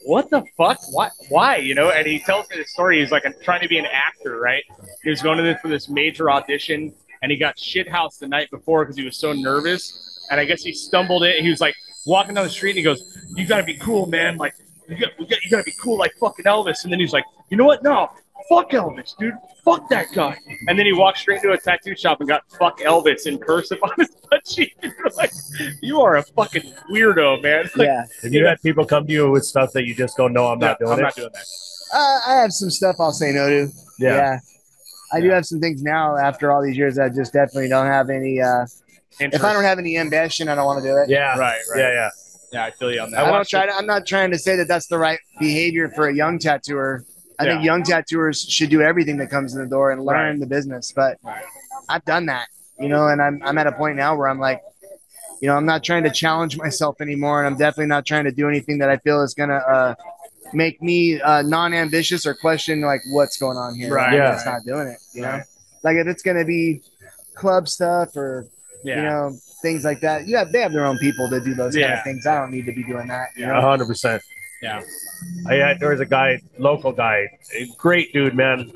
B: What the fuck? Why? Why? You know, and he tells me the story. He's like, I'm trying to be an actor, right? He was going to this for this major audition, and he got shithoused the night before because he was so nervous. And I guess he stumbled in. He was like walking down the street, and he goes, "You gotta be cool, man. Like you got, we got, you gotta be cool, like fucking Elvis." And then he's like, "You know what? No, fuck Elvis, dude. Fuck that guy." And then he walked straight into a tattoo shop and got "fuck Elvis" in cursive on his butt cheek. You're like, you are a fucking weirdo, man. Like,
A: yeah.
D: Have you had people come to you with stuff that you just go, no, I'm not
B: no,
D: doing
B: I'm
D: it?
B: not doing that.
A: Uh, I have some stuff I'll say no to. Yeah. I do have some things now after all these years that I just definitely don't have any. Uh, if I don't have any ambition, I don't want to do it.
D: Yeah.
B: right, right,
D: Yeah.
B: yeah,
D: Yeah.
B: I feel you on that.
A: I, don't
B: watched
A: try to, I'm not trying to say that that's the right behavior for a young tattooer. I think
B: Yeah.
A: young tattooers should do everything that comes in the door and learn
B: Right.
A: the business. But
B: Right.
A: I've done that, you know, and I'm, I'm at a point now where I'm like, you know, I'm not trying to challenge myself anymore. And I'm definitely not trying to do anything that I feel is going to uh, make me uh, non ambitious or question like what's going on here.
B: Right.
D: Yeah.
A: That's not doing it, you know?
B: Right.
A: Like if it's going to be club stuff or
B: Yeah.
A: you know things like that you have they have their own people that do those kind
B: Yeah.
A: of things i don't need to be doing that you
D: A
B: Uh-huh.
A: know
D: hundred percent.
B: Yeah.
D: I had, there was a guy, local guy, a great dude, man.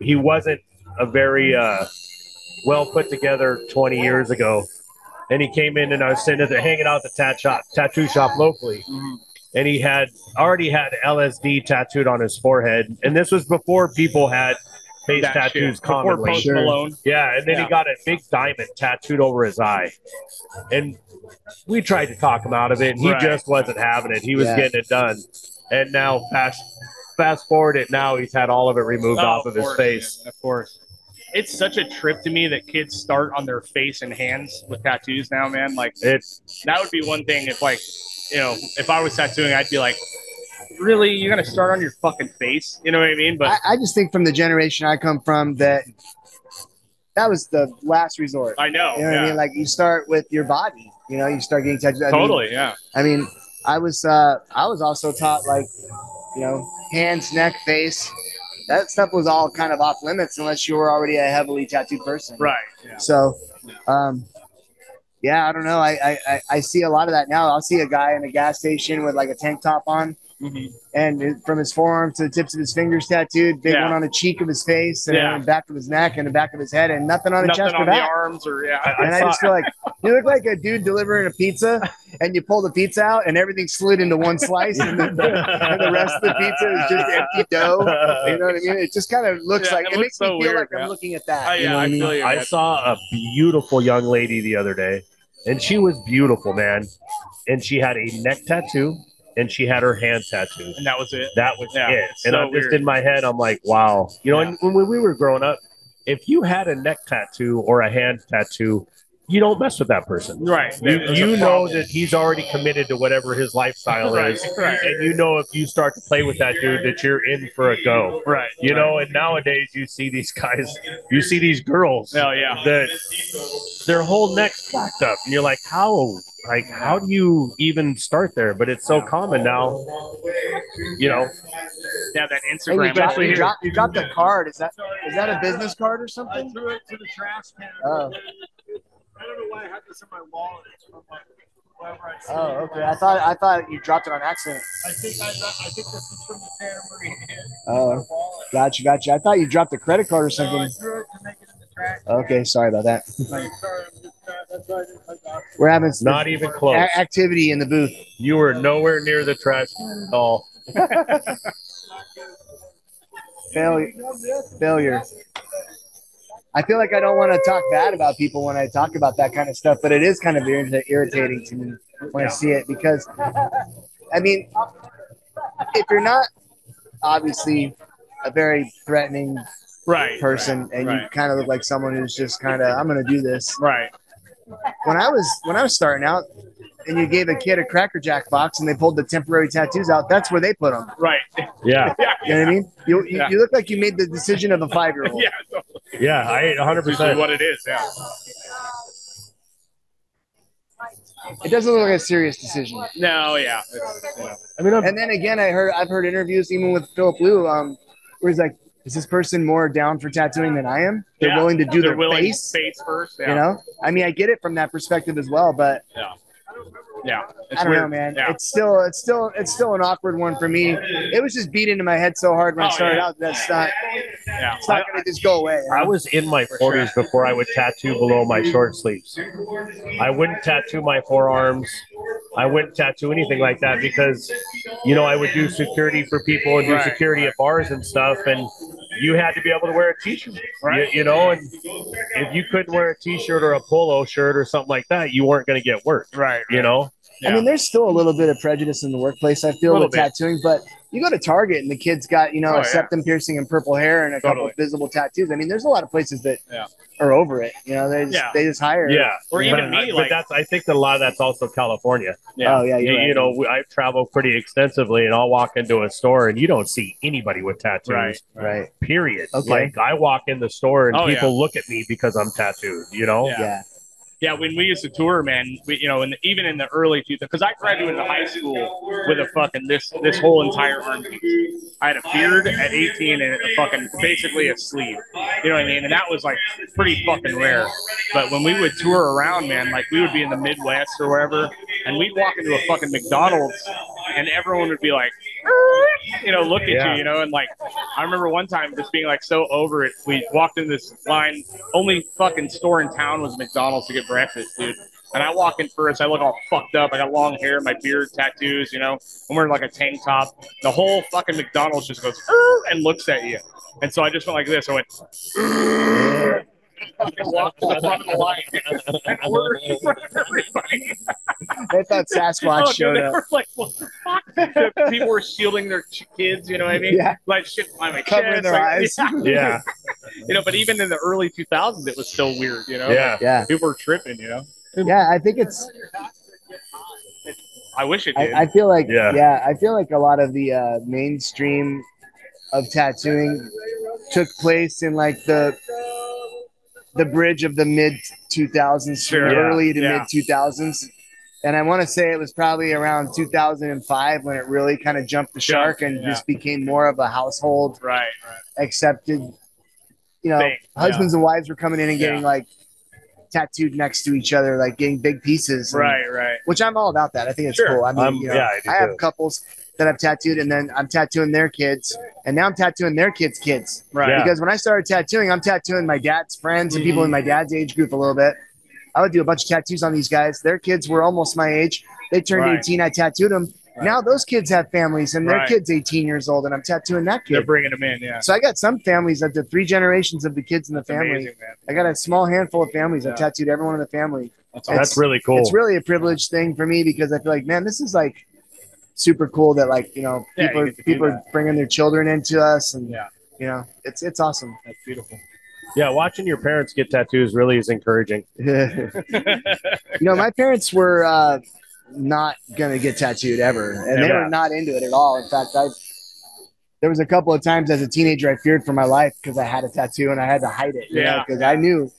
D: He wasn't a very uh, well put together 20 years ago, and he came in and I was sitting at the hanging out at the tat shop, tattoo shop locally,
B: Mhm.
D: and he had already had LSD tattooed on his forehead, and this was before people had face
B: that shit
D: tattoos
B: before
D: commonly.
B: Post
A: Sure.
B: Malone.
D: Yeah, and then
B: Yeah.
D: he got a big diamond tattooed over his eye. And we tried to talk him out of it, and he
B: Right.
D: just wasn't having it. He was
A: Yeah.
D: getting it done. And now fast fast forward it now he's had all of it removed
B: Oh,
D: off of his
B: course,
D: face.
B: man, of course. It's such a trip to me that kids start on their face and hands with tattoos now, man. Like
D: It's
B: that would be one thing if like, you know, if I was tattooing, I'd be like, Really, you're gonna start on your fucking face? You know what I mean? But
A: I, I just think from the generation i come from that that was the last resort
B: I, know.
A: you know what i
B: Yeah,
A: mean like you start with your body you know you start getting tattooed I mean-
B: totally, yeah.
A: i mean i was uh i was also taught like you know hands neck face that stuff was all kind of off limits unless you were already a heavily tattooed person
B: Right. Yeah.
A: So, um, yeah, I don't know. I, I, I- I see a lot of that now. I'll see a guy in a gas station with like a tank top on
B: Mhm.
A: and it- from his forearm to the tips of his fingers tattooed, big
B: Yeah.
A: one on the cheek of his face and
B: Yeah.
A: on the back of his neck and the back of his head and nothing on his
B: Nothing
A: chest or
B: on the
A: back.
B: arms or yeah.
D: I-
A: And I just feel like you look like a dude delivering a pizza and you pull the pizza out and everything slid into one slice and the, and the rest of the pizza is just empty dough. You know what I mean? It just kind of looks
B: Yeah,
A: like
B: it
A: it, makes
B: looks
A: me
B: so
A: feel
B: weird,
A: like
B: yeah.
A: I'm looking at that.
B: Oh,
A: you
B: yeah,
A: know what
B: I
A: I mean?
B: feel you.
D: Mm-hmm. I
B: man.
D: saw a beautiful young lady the other day, and she was beautiful, man. And she had a neck tattoo and she had her hand tattooed.
B: and that was it.
D: That was
B: Yeah,
D: it.
B: it's
D: And
B: so
D: I'm just
B: weird.
D: in my head, I'm like, wow. You know,
B: Yeah.
D: and when we were growing up, if you had a neck tattoo or a hand tattoo, you don't mess with that person.
B: Right.
D: You,
B: There's a
D: you know
B: problem.
D: that he's already committed to whatever his lifestyle
B: Right.
D: is.
B: Right.
D: And you know if you start to play with that dude that you're in for a go.
B: Right.
D: You know, and nowadays you see these guys, you see these girls
B: Oh yeah.
D: that their whole neck's blacked up, and you're like, how, like, how do you even start there? But it's so common now. You know,
B: Yeah, that
A: Hey, you,
B: Instagram.
A: dropped,
B: especially
A: you,
B: here.
A: dropped, you dropped a card. Is that is that a business card or something?
E: threw it to the trash can.
A: Oh.
E: I don't know why I have this in my wallet. It's from like, whenever I see
A: Oh,
E: it.
A: okay. I thought I thought you dropped it on accident.
E: I think I, got- I think this is from the Santa Maria
A: Oh,
E: wallet.
A: gotcha, gotcha. I thought you dropped a credit card or
E: No, I
A: something.
E: threw it to make it in the trash. can.
A: Okay, sorry about that.
E: Like, sorry, I'm just not, that's why I didn't like that.
A: We're having some
D: not even
A: a-
D: close.
A: activity in the booth.
D: You were nowhere near the trash can at all.
A: Failure, failure. I feel like I don't want to talk bad about people when I talk about that kind of stuff, but it is kind of irri- irritating to me when I see it because, I mean, if you're not obviously a very threatening
B: Right.
A: person and you
B: right.
A: kind of look like someone who's just kind of I'm gonna do this.
B: Right.
A: When I was when I was starting out, and you gave a kid a Cracker Jack box and they pulled the temporary tattoos out, that's where they put them.
B: Right.
D: Yeah,
B: Yeah.
A: You know what I mean? You you,
B: Yeah.
A: you look like you made the decision of a five year old.
B: Yeah. so
D: yeah, I
B: That's usually
D: 100%.
B: what it is. Yeah.
A: It doesn't look like a serious decision.
B: No. Yeah. It's, you know.
D: I mean, I'm,
A: And then again, I heard I've heard interviews even with Philip Liu, um, where he's like, "Is this person more down for tattooing than I am? They're
B: Yeah.
A: willing to do
B: They're
A: their
B: willing
A: face."
B: first. Yeah.
A: You know, I mean, I get it from that perspective as well, but
B: Yeah. It's
A: I don't know,
B: weird.
A: man.
B: Yeah.
A: It's still, it's still, it's still an awkward one for me. It was just beat into my head so hard when I
B: Oh,
A: started
B: yeah.
A: out. That's not,
B: yeah.
A: it's not gonna just go away.
D: I was in my 40s before I would tattoo below my short sleeves. I wouldn't tattoo my forearms. I wouldn't tattoo anything like that because, you know, I would do security for people and do
B: Right.
D: security at bars and stuff. And you had to be able to wear a t shirt, right? You, you know, and if you couldn't wear a t shirt or a polo shirt or something like that, you weren't going to get work,
B: Right.
D: you know?
A: I mean, there's still a little bit of prejudice in the workplace. I feel
B: Little
A: with
B: bit.
A: tattooing, but you go to Target and the kid's got you know
B: Oh,
A: a
B: yeah.
A: septum piercing and purple hair and a couple
B: Totally.
A: of visible tattoos. I mean, there's a lot of places that
B: Yeah.
A: are over it. You know, they just,
B: Yeah.
A: they just hire.
D: Yeah.
B: Or
D: But-
B: even me,
D: but
B: like-
D: that's, I think that a lot of that's also California.
B: Yeah.
A: Oh yeah,
D: you,
A: you're
D: you
A: right.
D: know, we- I've traveled pretty extensively, and I'll walk into a store and you don't see anybody with tattoos.
B: Right.
A: right.
D: Period.
A: Okay.
D: Like I walk in the store and
B: Oh,
D: people look at me because I'm tattooed. You know.
B: Yeah.
A: Yeah.
B: Yeah, when we used to tour, man, we, you know, and even in the early 2000s, because I graduated high school with a fucking this this whole entire arm piece. I had a beard at 18 and a fucking basically a sleeve. You know what I mean? And that was like pretty fucking rare. But when we would tour around, man, like we would be in the Midwest or wherever, and we'd walk into a fucking McDonald's, and everyone would be like, you know, look at
D: Yeah.
B: you, you know, and like I remember one time just being like so over it. We walked in this line, only fucking store in town was McDonald's to get breakfast, dude. And I walk in first, I look all fucked up. I got long hair, my beard, tattoos, you know. I'm wearing like a tank top. The whole fucking McDonald's just goes "Err," and looks at you. And so I just went like this. I went. "Err," and I walked to the front of the line and ordered in front of everybody.
A: They thought Sasquatch
B: Oh, dude,
A: showed
B: they
A: up.
B: were like, what the fuck? People were shielding their ch- kids, you know what I mean?
A: Yeah.
B: Like shit on my
A: Covering
B: chest,
A: their
B: like-
A: eyes.
B: yeah
D: Yeah.
B: you know, but even in the early 2000s, it was still weird, you know?
D: Yeah.
A: Yeah.
B: People were tripping, you know?
A: Yeah. I think it's.
B: I wish it did.
A: I, I feel like.
D: Yeah.
A: Yeah. I feel like a lot of the uh, mainstream of tattooing took place in like the the bridge of the mid 2000s,
B: Sure.
D: Yeah.
A: early to
B: Yeah.
A: mid 2000s. And I want to say it was probably around 2005 when it really kind of jumped the
B: Jumped,
A: shark and
B: yeah.
A: just became more of a household
B: right, right.
A: accepted. You know,
B: Thing, yeah.
A: husbands and wives were coming in and getting
B: Yeah.
A: like tattooed next to each other, like getting big pieces. and-
B: Right, right.
A: which I'm all about that. I think it's
B: Sure.
A: cool. I mean,
D: Um,
A: you know,
D: yeah, I do
A: I, have
D: too.
A: couples that I've tattooed, and then I'm tattooing their kids, and now I'm tattooing their kids' kids.
B: Right.
D: Yeah.
A: Because when I started tattooing, I'm tattooing my dad's friends and people in my dad's age group a little bit. I would do a bunch of tattoos on these guys. Their kids were almost my age. They turned
B: Right.
A: 18. I tattooed them.
B: Right.
A: Now those kids have families, and their
B: Right.
A: kid's 18 years old, and I'm tattooing that
B: They're
A: kid.
B: bringing them in, yeah.
A: So I got some families that the three generations of the kids in the
B: It's
A: family.
B: amazing, man.
A: I got a small handful of families.
B: Yeah.
A: I've tattooed everyone in the family
B: That's awesome.
A: It's-
D: That's really cool.
A: it's really a privileged thing for me because I feel like, man, this is like super cool that like you know
B: Yeah,
A: people
B: you
A: are,
B: get to do
A: people are bringing their children into us and
B: Yeah.
A: you know it's it's awesome.
B: That's beautiful.
D: Yeah, watching your parents get tattoos really is encouraging.
A: you know, my parents were uh, not gonna get tattooed ever, and they
D: Yeah.
A: were not into it at all. In fact, I there was a couple of times as a teenager I feared for my life because I had a tattoo and I had to hide it. you know,
B: Yeah.
A: 'cause I knew.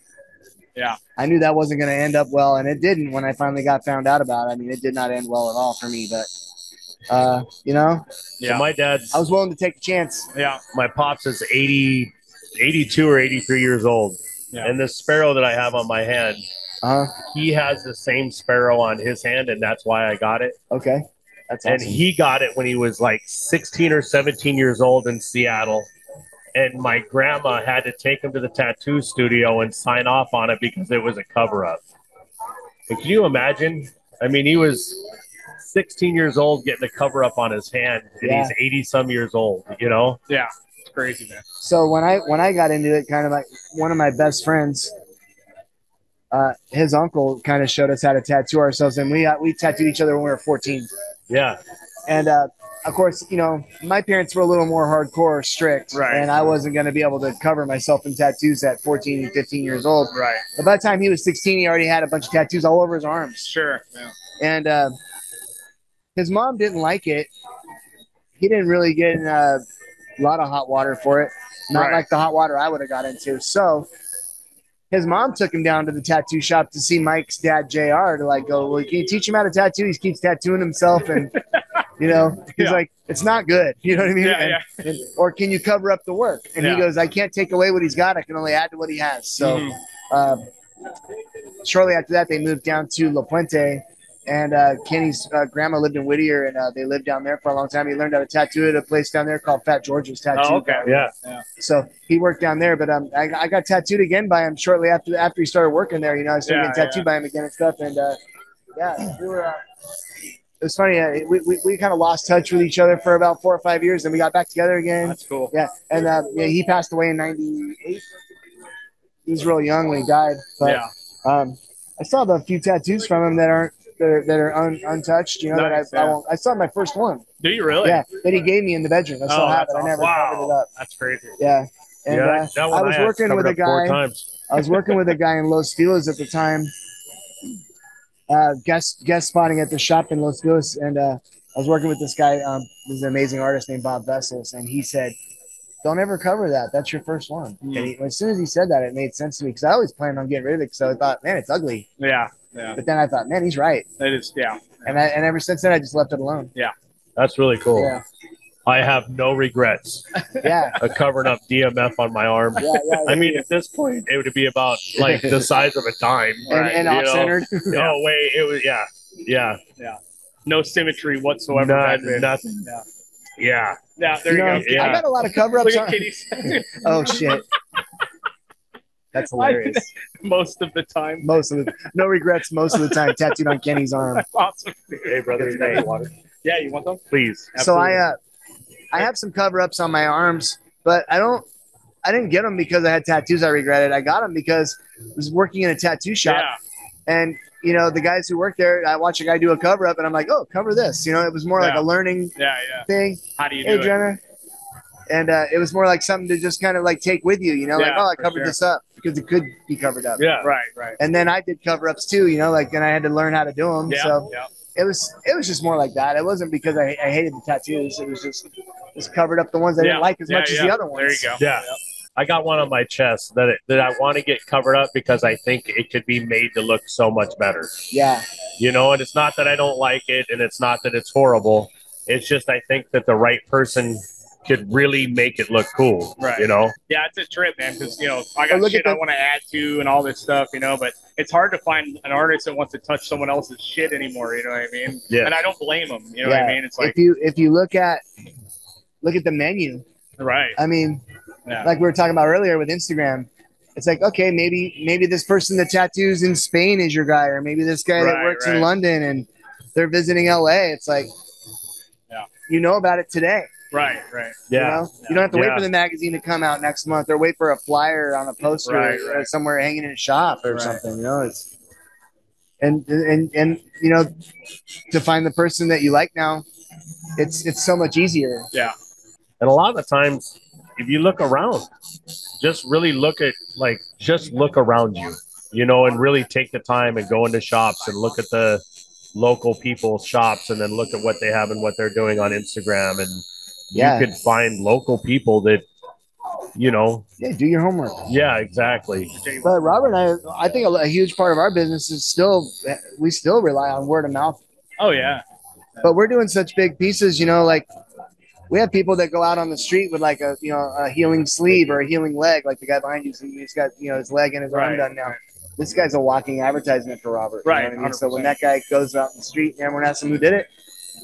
B: Yeah.
A: I knew that wasn't gonna end up well, and it didn't. When I finally got found out about, it. I mean, it did not end well at all for me. But uh, you know,
D: Yeah, my dad's
A: I was willing to take a chance.
B: Yeah.
D: my pops is 80, 82 or 83 years old.
B: Yeah.
D: And this sparrow that I have on my hand,
A: Uh,
D: he has the same sparrow on his hand, and that's why I got it.
A: okay, that's awesome.
D: And he got it when he was like 16 or 17 years old in Seattle. And my grandma had to take him to the tattoo studio and sign off on it because it was a cover up. And can you imagine? I mean, he was 16 years old getting a cover up on his hand, and
A: Yeah.
D: he's 80 some years old, you know?
B: Yeah. It's crazy, man.
A: so when I when I got into it, kind of like one of my best friends, uh, his uncle kind of showed us how to tattoo ourselves, and we uh, we tattooed each other when we were 14.
D: Yeah.
A: And uh, of course, you know, my parents were a little more hardcore, strict,
B: Right.
A: and I wasn't going to be able to cover myself in tattoos at 14 and 15 years old.
B: Right.
A: But by the time he was 16, he already had a bunch of tattoos all over his arms,
B: Sure. Yeah.
A: and uh, his mom didn't like it. He didn't really get in a lot of hot water for it, not
B: Right.
A: like the hot water I would have got into. So his mom took him down to the tattoo shop to see Mike's dad, Jr. To like go, well, can you teach him how to tattoo? He keeps tattooing himself, and you know, he's
B: Yeah.
A: like, it's not good. You know what I mean?
B: Yeah,
A: And-
B: yeah.
A: and- or can you cover up the work? And
B: Yeah.
A: he goes, I can't take away what he's got. I can only add to what he has. So.
B: Mhm.
A: Um, shortly after that, they moved down to La Puente, and uh, Kenny's uh, grandma lived in Whittier, and uh, they lived down there for a long time. He learned how to tattoo at a place down there called Fat George's Tattoo.
B: Oh, okay.
D: Yeah.
A: So he worked down there, but um, I, I got tattooed again by him shortly after after he started working there. You know, I started
B: Yeah,
A: getting tattooed by him again and stuff, and uh, yeah, we were. Uh, it was funny. Uh, we we, we kind of lost touch with each other for about four or five years, and we got back together again.
B: That's cool.
A: Yeah, and uh, yeah, he passed away in '98. He was real young when he died, but
B: yeah.
A: um, I still have a few tattoos from him that aren't that are, that are un, untouched. You know,
B: Nice,
A: that I,
B: yeah.
A: I won't. I still have my first one.
B: Do you really?
A: Yeah, that he gave me in the bedroom. I still
B: Oh,
A: have
B: that's
A: it. I never
B: awesome.
A: covered it up.
B: That's crazy.
A: Yeah, and
D: yeah,
A: uh,
D: that, that one
A: I was
D: had
A: working
D: covered
A: with a
D: up Four
A: guy-
D: times.
A: I was working with a guy in Los Feliz at the time, uh, guest guest spotting at the shop in Los Feliz, and uh, I was working with this guy. Um, this an amazing artist named Bob Vessels, and he said, "Don't ever cover that. That's your first one."
B: Mm.
A: And he, as soon as he said that, it made sense to me because I always planned on getting rid of it because I thought, "Man, it's ugly."
B: Yeah. Yeah.
A: But then I thought, "Man, he's right,"
B: That is. Yeah.
A: and I, and ever since then, I just left it alone.
D: That's really cool.
A: Yeah,
D: I have no regrets
A: yeah,
D: of covering up DMF on my arm.
A: yeah, yeah.
D: I mean, at this point, it would be about like the size of a dime.
A: and,
B: right,
A: and
D: you know.
A: off-centered.
D: No way, it was yeah, yeah,
B: No symmetry whatsoever.
D: None-
B: That's it.
D: nothing.
B: Yeah.
D: Yeah,
B: Yeah. There you,
A: know,
B: go.
D: Yeah.
A: I got a lot of cover-ups.
B: Look at
A: on-
B: Kitty's
A: Oh shit, that's hilarious.
B: most of the time.
A: most of the no regrets most of the time tattooed on kenny's arm
B: Awesome.
D: hey brother, hey, water,
B: Yeah. You want them?
D: please.
A: so i uh i have some cover-ups on my arms but i don't i didn't get them because i had tattoos i regretted i got them because i was working in a tattoo shop
B: Yeah.
A: and you know the guys who work there i watch a guy do a cover-up and i'm like oh cover this you know it was more like
B: Yeah.
A: a learning
B: Yeah. Yeah.
A: thing
B: How do you do
A: hey
B: it?
A: Jenner. and uh, it was more like something to just kind of like take with you you know like
B: Yeah,
A: oh i
B: for
A: covered
B: sure.
A: this up because it could be covered up
D: Yeah,
B: Right. Right.
A: and then i did cover-ups too you know like then i had to learn how to do them
B: Yeah.
A: so
B: Yeah.
A: it was it was just more like that. It wasn't because I, I hated the tattoos. It was just just covered up the ones I
B: Yeah,
A: didn't like as
B: yeah,
A: much as
B: yeah.
A: the other ones.
B: There you go.
D: yeah. I got one on my chest that it, that I want to get covered up because I think it could be made to look so much better.
A: Yeah,
D: You know, and it's not that I don't like it, and it's not that it's horrible. It's just I think that the right person could really make it look cool.
B: Right.
D: You know.
B: Yeah, it's a trip, man. Because you know, I got
A: Well, look
B: shit
A: at
B: I
A: the-
B: want to add to and all this stuff, you know. But it's hard to find an artist that wants to touch someone else's shit anymore. You know what I mean?
D: Yeah.
B: And I don't blame them. You know what I
A: Yeah.
B: mean? It's like
A: if you if you look at look at the menu,
B: right.
A: I mean,
B: Yeah.
A: like we were talking about earlier with Instagram, it's like okay, maybe maybe this person that tattoos in Spain is your guy, or maybe this guy
B: Right,
A: that works
B: right.
A: in London and they're visiting LA. It's like,
B: Yeah.
A: you know about it today.
B: Right. Right.
A: You,
D: Yeah.
A: know? you don't have to wait
D: Yeah.
A: for the magazine to come out next month or wait for a flyer on a poster
B: Right,
A: or
B: right.
A: somewhere hanging in a shop or
B: Right.
A: something. You know, it's and and and you know to find the person that you like now, it's it's so much easier.
D: And a lot of the times, if you look around, just really look at like just look around you, you know, and really take the time and go into shops and look at the local people's shops and then look at what they have and what they're doing on Instagram and
A: Yeah.
D: you could find local people that you know,
A: Yeah, do your homework.
D: yeah, exactly.
A: But Robert and I, I think a, a huge part of our business is still we still rely on word of mouth.
B: Oh yeah,
A: But we're doing such big pieces, you know, like we have people that go out on the street with like a you know a healing sleeve or a healing leg, like the guy behind you. He's got you know his leg and his
B: Right.
A: arm done now. This guy's a walking advertisement for Robert. you know
B: Right,
A: what I mean? So when
B: 100%.
A: that guy goes out in the street and everyone asks him who did it,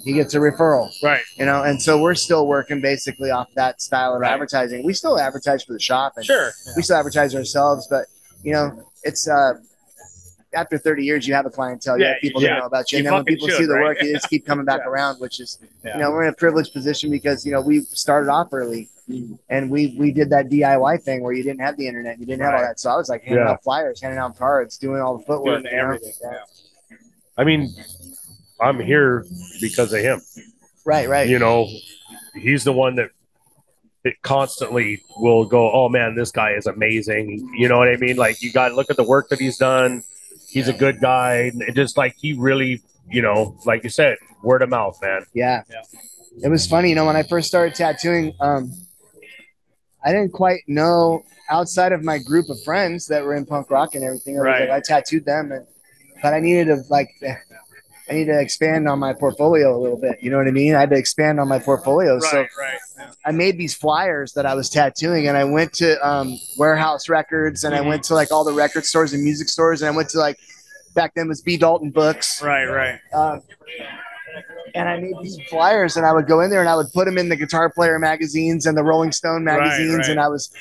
A: he gets a referral.
B: right.
A: You know, and so we're still working basically off that style of
B: Right.
A: advertising. We still advertise for the shop and
B: Sure.
A: we still advertise ourselves, but you know, it's uh, after 30 years, you have a clientele, you
B: Yeah,
A: have people
B: yeah.
A: that know about you, and
B: You
A: then when
B: fucking
A: people
B: should,
A: see the
B: right?
A: work, they just keep coming back
B: Yeah.
A: around, which is,
B: Yeah.
A: you know, we're in a privileged position because you know we started off early, and we we did that DIY thing where you didn't have the internet, you didn't have all
B: Right.
A: that, so I was like handing
D: Yeah.
A: out flyers, handing out cards, doing all the footwork,
B: Doing
A: you know?
B: everything, yeah.
D: I mean, I'm here because of him.
A: right, right,
D: you know, he's the one that it constantly will go, oh man, this guy is amazing. You know what I mean? Like you got to look at the work that he's done. He's a good guy. And it just like he really, you know, like you said, word of mouth, man.
A: Yeah.
B: Yeah.
A: It was funny, you know, when I first started tattooing, um, I didn't quite know outside of my group of friends that were in punk rock and everything. I, was
B: Right.
A: like, I tattooed them, and, but I needed to like, I need to expand on my portfolio a little bit. You know what I mean? I had to expand on my portfolio.
B: Right,
A: So
B: right.
A: I made these flyers that I was tattooing, and I went to um, warehouse records, and
B: Mhm.
A: I went to like all the record stores and music stores, and I went to like back then it was B Dalton Books,
B: Right, right.
A: um, and I made these flyers, and I would go in there and I would put them in the Guitar Player magazines and the Rolling Stone
B: Right,
A: magazines,
B: right.
A: and I was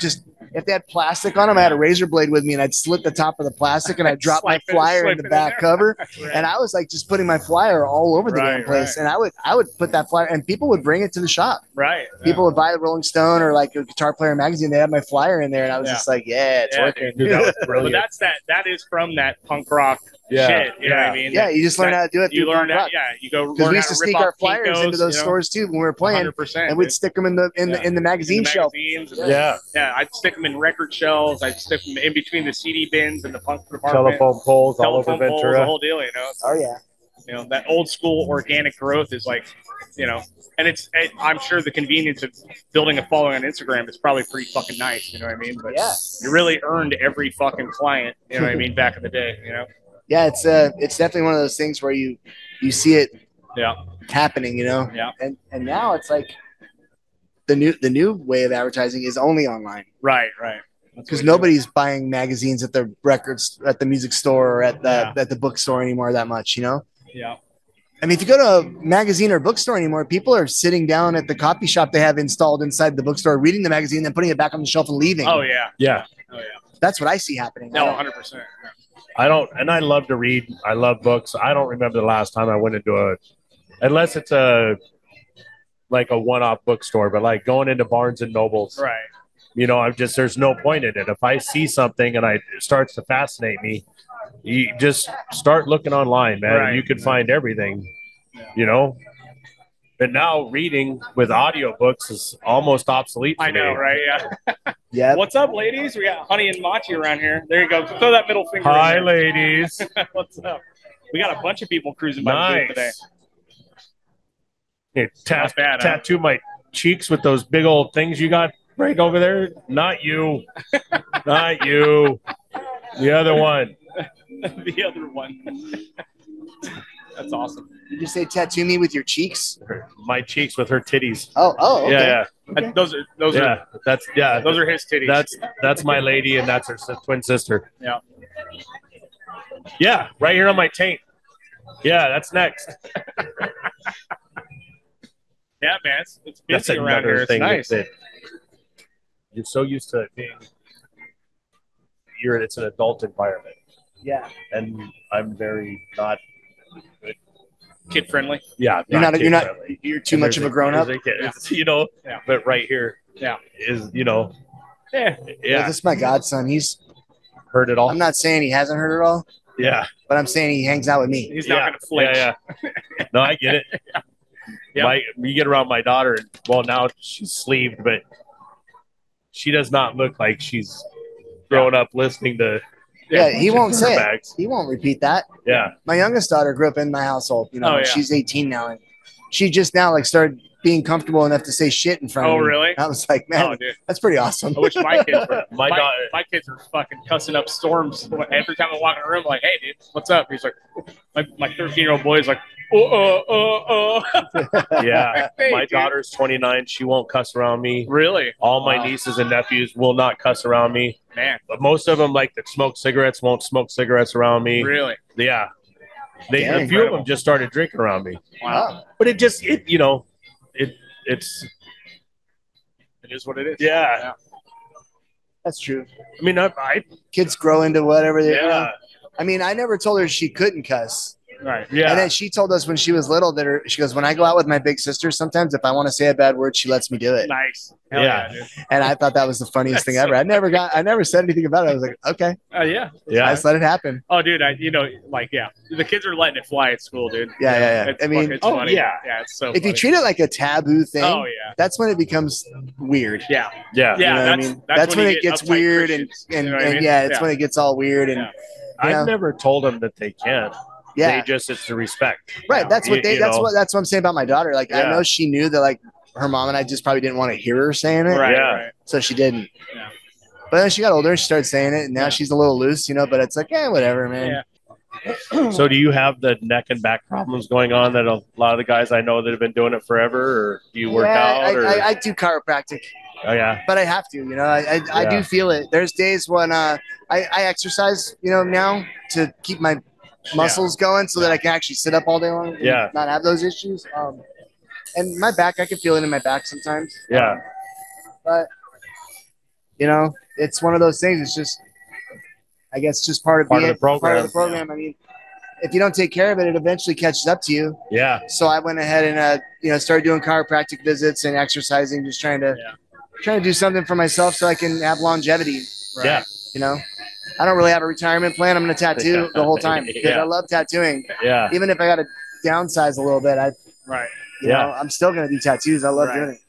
A: just if they had plastic on them, I had a razor blade with me, and I'd slit the top of the plastic, and I'd drop my
B: Swipe it-
A: flyer
B: swipe
A: in the
B: it
A: back
B: there.
A: cover, and I was like just putting my flyer all over the
B: Right,
A: damn place, and I would I would put that flyer, and people would bring it to the shop.
B: right.
A: People would buy the Rolling Stone or like a Guitar Player magazine. They had my flyer in there, and I was
B: Yeah.
A: just like, yeah, it's
B: Yeah,
A: working.
D: Dude, that was
B: But
D: brilliant.
B: that's that. That is from that punk rock shit. You know what I mean?
A: Yeah, you just learn how to do it.
B: You
A: through
B: learn
A: punk
B: how.
A: rock.
B: Yeah, you go.
A: Because
B: learn
A: we
B: how
A: used to
B: rip
A: sneak
B: off
A: our flyers
B: Kinkos,
A: into those
B: you know?
A: stores too when we were playing,
B: 100%,
A: and we'd
B: dude.
A: stick them in the in the
B: Yeah.
A: in the
B: In the
A: magazine shelf.
B: magazines and-
D: yeah.
B: Yeah, I'd stick them in record shelves. I'd stick them in between the CD bins and the punk department.
D: Telephone poles all over
B: telephone poles, the
D: Ventura.
B: whole deal. You know,
A: Oh yeah,
B: you know that old school organic growth is like, you know, and it's. It, I'm sure the convenience of building a following on Instagram is probably pretty fucking nice. You know what I mean? But
A: yeah,
B: you really earned every fucking client. You know what I mean? Back in the day, you know.
A: yeah. It's uh, it's definitely one of those things where you you see it
B: Yeah.
A: happening, you know.
B: Yeah.
A: And and now it's like the new the new way of advertising is only online
B: Right, right. That's
A: because
B: what you do.
A: nobody's buying magazines at the records at the music store or at the at the bookstore anymore that much, you know.
B: Yeah.
A: I mean, if you go to a magazine or bookstore anymore, people are sitting down at the copy shop they have installed inside the bookstore, reading the magazine, then putting it back on the shelf and leaving.
B: Oh yeah.
D: Yeah.
B: Oh yeah.
A: That's what I see happening. I
B: No,
A: don't-
B: hundred percent.
D: I don't, and I love to read. I love books. I don't remember the last time I went into a, unless it's a, like a one-off bookstore, but like going into Barnes and Nobles,
B: Right.
D: you know i'm just there's no point in it if i see something and I, it starts to fascinate me you just start looking online man
B: Right.
D: you can find everything you know but now reading with audiobooks is almost obsolete to
B: I know,
D: me.
B: right? Yeah.
A: Yeah.
B: What's up, ladies? We got Honey and Machi around here. There you go. Throw that middle finger. in
D: hi
B: there.
D: ladies
B: What's up? We got a bunch of people cruising by the booth today.
D: nice Hey, ta-
B: Not bad, huh?
D: tattoo my cheeks with those big old things you got right over there not you not you the other one
B: the other one. That's awesome.
A: Did you say tattoo me with your cheeks?
D: my cheeks with her titties
A: Oh, oh, okay.
D: Yeah, yeah,
B: Uh, Those are those
D: yeah. That's yeah.
B: are those are his titties.
D: that's that's my lady, and that's her si- twin sister.
B: Yeah.
D: Yeah, right here on my taint. Yeah, that's next.
B: yeah, man. It's, it's busy
D: That's
B: around here.
D: another
B: It's
D: thing
B: nice.
D: that you're so used to it being. You're it's an adult environment,
A: Yeah.
D: and I'm very not.
B: Kid friendly.
D: Yeah,
A: You're not- you're not-
D: kid-friendly.
A: You're too
D: And
A: much
D: there's
A: of a grown up.
D: there's a kid- it's, you know,
B: Yeah.
D: but right here,
B: Yeah.
D: is you know,
B: Yeah.
A: Yeah.
D: yeah,
A: This is my godson. He's.
D: heard it all.
A: I'm not saying he hasn't heard it all,
D: yeah,
A: but I'm saying he hangs out with me.
B: He's not
D: Yeah,
B: gonna flinch.
D: Yeah, yeah. No, I get it.
B: Yeah.
D: My, you get around my daughter, and well, now she's sleeved, but she does not look like she's grown up listening to.
A: Yeah, he won't say it.
D: bags.
A: He won't repeat that.
D: Yeah,
A: My youngest daughter grew up in my household. You know,
B: Oh, yeah.
A: she's 18 now, and she just now like started being comfortable enough to say shit in front
B: Oh,
A: of me.
B: really?
A: I was like, man,
B: Oh, dude.
A: that's pretty awesome.
B: I wish my kids were.
D: my,
B: my,
D: daughter.
B: my kids are fucking cussing up storms every time I walk in the room. Like, hey, dude, what's up? He's like, my my thirteen year old boy is like, oh, oh, oh, oh.
D: Yeah,
B: Hey,
D: my
B: dude.
D: daughter's 29. She won't cuss around me.
B: Really,
D: All my
B: Wow.
D: nieces and nephews will not cuss around me.
B: man,
D: But most of them, like that smoke cigarettes, won't smoke cigarettes around me.
B: really.
D: Yeah, they,
A: Yeah,
D: a few of
B: incredible.
D: them just started drinking around me.
A: Wow.
D: But it just, it you know, it it's
B: It is what it is.
D: yeah.
A: That's true.
D: I mean, I, I
A: Kids grow into whatever they. you know?
D: yeah,
A: I mean, I never told her she couldn't cuss.
B: Right.
D: yeah.
A: And then she told us when she was little that her, she goes, when I go out with my big sister, sometimes if I want to say a bad word, she lets me do it.
B: Nice.
D: Yeah.
B: dude.
A: And I thought that was the funniest thing ever. I never got, I never said anything about it. I was like, okay,
B: Uh, yeah.
A: I
D: yeah.
A: just let it happen.
B: Oh, dude, I you know like yeah, the kids are letting it fly at school, dude.
A: Yeah, yeah, yeah.
B: It's
A: I mean-
B: fucking- it's
D: Oh,
B: funny.
D: yeah.
B: yeah. It's so.
A: If you
B: funny.
A: treat it like a taboo thing,
B: Oh yeah.
A: that's when it becomes weird.
B: Yeah.
D: yeah,
B: Yeah,
A: what I
B: that's-
A: mean?
B: that's when
A: when,
B: you
A: it
B: get
A: gets
B: uptight
A: weird and,
B: Christians,
A: and,
B: you know what I
A: and
B: mean?
A: yeah, it's
B: Yeah.
A: when it gets all weird and Yeah.
D: I've never told them that they can't.
A: yeah,
D: They just it's the respect.
A: right. That's
D: You-
A: what they.
D: you
A: that's
D: know.
A: what that's what I'm saying about my daughter. Like I
D: Yeah.
A: know she knew that like her mom and I just probably didn't want to hear her saying it,
B: Right.
D: Yeah.
B: Right.
A: so she didn't.
B: Yeah.
A: But then she got older, she started saying it, and now
B: Yeah.
A: she's a little loose, you know. But it's like, yeah, whatever, man.
B: Yeah.
D: So do you have the neck and back problems going on that a lot of the guys I know that have been doing it forever, or do you work
A: Yeah,
D: out?
A: I,
D: or
A: I, I do chiropractic,
D: oh yeah,
A: but I have to, you know. I, I, I do
D: Yeah.
A: feel it. There's days when uh, I, I exercise, you know, now to keep my muscles going so that I can actually sit up all day long. and
D: Yeah.
A: Not have those issues. Um, and my back, I can feel it in my back sometimes.
D: yeah,
A: You know, it's one of those things. It's just, I guess, just part of
D: Part of
A: being
D: the program,
A: Part of the program. I mean, if you don't take care of it, it eventually catches up to you.
D: yeah.
A: So I went ahead and uh, you know started doing chiropractic visits and exercising, just trying to
B: Yeah.
A: trying to do something for myself so I can have longevity.
B: Right.
D: Yeah.
A: You know, I don't really have a retirement plan. I'm going to tattoo the whole time because
D: Yeah.
A: I love tattooing.
D: Yeah.
A: Even if I got to downsize a little bit, I
B: Right.
A: you
D: Yeah.
A: know I'm still going to do tattoos. I love
B: Right.
A: doing it.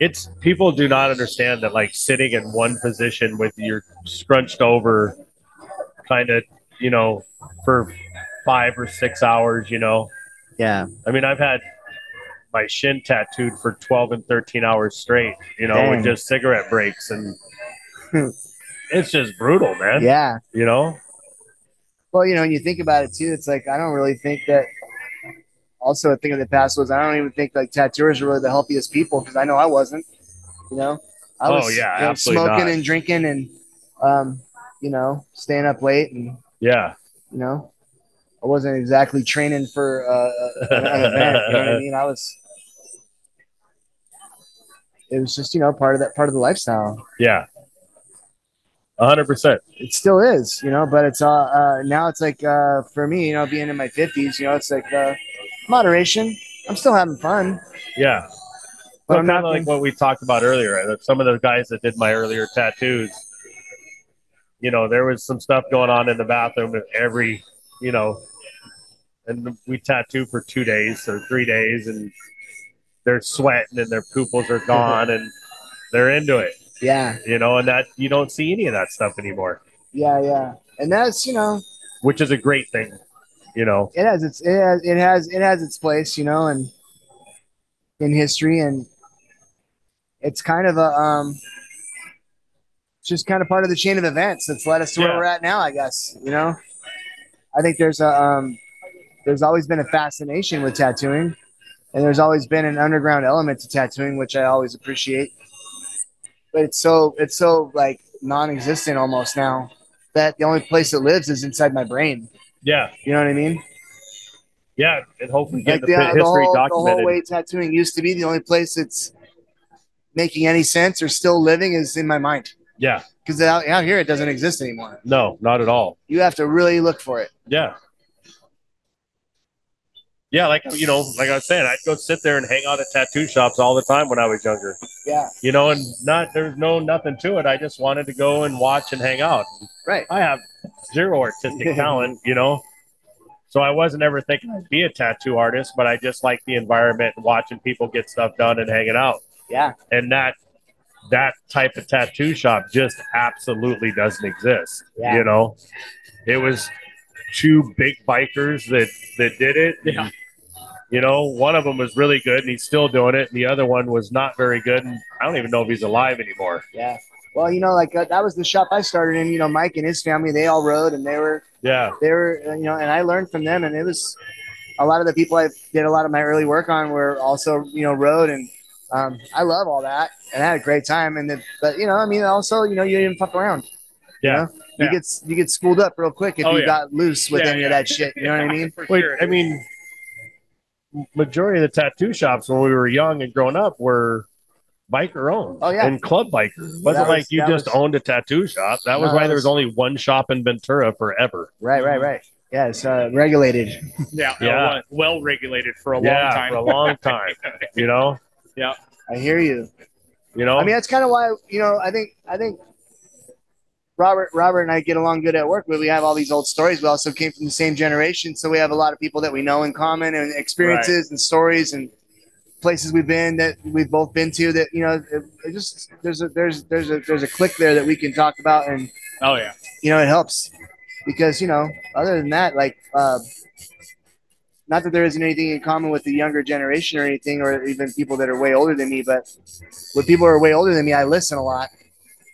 D: It's people do not understand that like sitting in one position with your scrunched over kind of, you know, for five or six hours, you know.
A: Yeah.
D: I mean, I've had my shin tattooed for 12 and 13 hours straight, you know,
A: Dang. Hmm.
D: with just cigarette breaks and it's just brutal, man.
A: Yeah.
D: You know?
A: Well, you know, when you think about it too, it's like I don't really think that. Also, a thing of the past was I don't even think like tattooers are really the healthiest people because I know I wasn't. You know, I
D: Oh,
A: was
D: yeah,
A: you know,
D: absolutely
A: smoking
D: not.
A: and drinking and, um, you know, staying up late and
D: Yeah.
A: you know, I wasn't exactly training for uh, an an event. You know what I mean? I was. It was just you know part of that part of the lifestyle.
D: Yeah. 100%.
A: it still is, you know, but it's uh, uh now it's like uh for me, you know, being in my fifties, you know, it's like uh moderation. I'm still having fun,
D: Yeah.
A: but
D: Well,
A: I'm
D: kind
A: not
D: of like
A: like
D: what we talked about earlier. that Some of the guys that did my earlier tattoos, you know, there was some stuff going on in the bathroom with every, you know, and we tattoo for two days or three days, and they're sweating and their pupils are gone, and they're into it,
A: yeah,
D: you know, and that you don't see any of that stuff anymore,
A: yeah, yeah. And that's you know,
D: which is a great thing, you know.
A: it has its it has it has it has its place, you know, and in history and it's kind of a um just kind of part of the chain of events that's led us to where
D: Yeah.
A: we're at now, I guess, you know. I think there's a um there's always been a fascination with tattooing and there's always been an underground element to tattooing which I always appreciate. But it's so it's so like non-existent almost now that the only place it lives is inside my brain.
D: Yeah,
A: You know what I mean?
D: yeah, and hopefully get
A: like
D: the,
A: the, the
D: history
A: whole, the
D: documented.
A: whole way tattooing used to be the only place it's making any sense or still living is in my mind
D: yeah,
A: because out, out here it doesn't exist anymore
D: no, not at all.
A: you have to really look for it
D: Yeah. Yeah, like you know, like I was saying, I'd go sit there and hang out at tattoo shops all the time when I was younger.
A: yeah
D: You know, and not there's no nothing to it. I just wanted to go and watch and hang out.
A: right
D: I have zero artistic talent, you know. So I wasn't ever thinking I'd be a tattoo artist, but I just like the environment and watching people get stuff done and hanging out.
A: yeah
D: And that that type of tattoo shop just absolutely doesn't exist.
F: Yeah.
D: You know, it was two big bikers that that did it.
B: Yeah.
D: You know, one of them was really good and he's still doing it, and the other one was not very good. And I don't even know if he's alive anymore.
A: Yeah. Well, you know, like uh, that was the shop I started in. You know, Mike and his family, they all rode and they were
D: Yeah.
A: they were uh, you know and i learned from them and it was a lot of the people i did a lot of my early work on were also you know road and um, i love all that and i had a great time and the, but you know i mean also you know you didn't fuck around
D: Yeah.
B: Yeah.
A: you get you get schooled up real quick if
B: Oh,
A: you
B: yeah.
A: got loose with
B: Yeah,
A: any of
B: yeah.
A: that shit you know what i mean
B: For
D: Wait,
B: sure.
D: I mean, majority of the tattoo shops when we were young and growing up were biker owned.
A: Oh, yeah.
D: and club bikers. Wasn't
A: That
D: like
A: was-
D: you
A: that
D: just
A: was-
D: owned a tattoo shop. That was
A: No,
D: why
A: that
D: there
A: was-
D: was only one shop in Ventura forever.
A: right right right yeah it's uh, regulated
B: yeah,
D: Yeah.
B: well regulated for a
D: yeah,
B: long time.
D: for a long time. you know,
A: i hear you
D: you know.
A: I mean, that's kind of why you know. I think I think Robert Robert and I get along good at work, but we have all these old stories. We also came from the same generation, so we have a lot of people that we know in common and experiences and stories and places we've been that we've both been to. That you know, it, it just there's a there's there's a there's a click there that we can talk about, and
B: oh yeah,
A: you know, it helps because you know, other than that, like. Uh, not that there isn't anything in common with the younger generation or anything, or even people that are way older than me, but with people who are way older than me, I listen a lot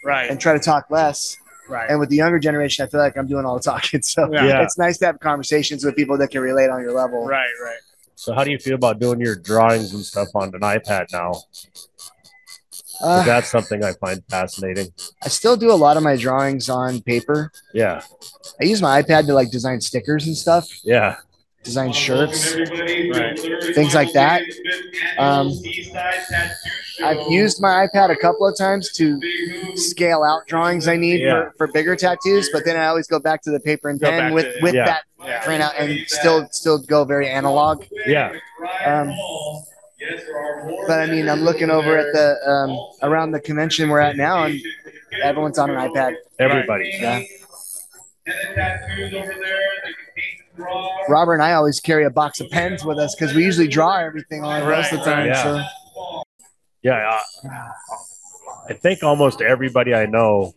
B: right,
A: and try to talk less.
B: right.
A: And with the younger generation, I feel like I'm doing all the talking. So
B: Yeah.
D: Yeah.
A: it's nice to have conversations with people that can relate on your level.
B: Right, right.
D: so, how do you feel about doing your drawings and stuff on an iPad now? 'Cause
A: Uh,
D: that's something I find fascinating.
A: I still do a lot of my drawings on paper.
D: Yeah,
A: I use my iPad to like design stickers and stuff,
D: yeah,
A: design shirts,
B: Right.
A: things like that. Um, I've used my iPad a couple of times to scale out drawings I need
D: Yeah.
A: for, for bigger tattoos, but then I always go back to the paper and
B: Go back
A: pen
B: to
A: with,
B: it.
A: with
D: Yeah.
A: that
B: Yeah.
A: printout and still still go very analog.
D: yeah.
A: Um, but I mean, I'm looking over at the um, around the convention we're at now, and everyone's on an iPad.
D: Everybody.
A: Yeah. Robert and I always carry a box of pens with us because we usually draw everything on most of the time.
D: right. Yeah.
A: So
D: Yeah, I, I think almost everybody I know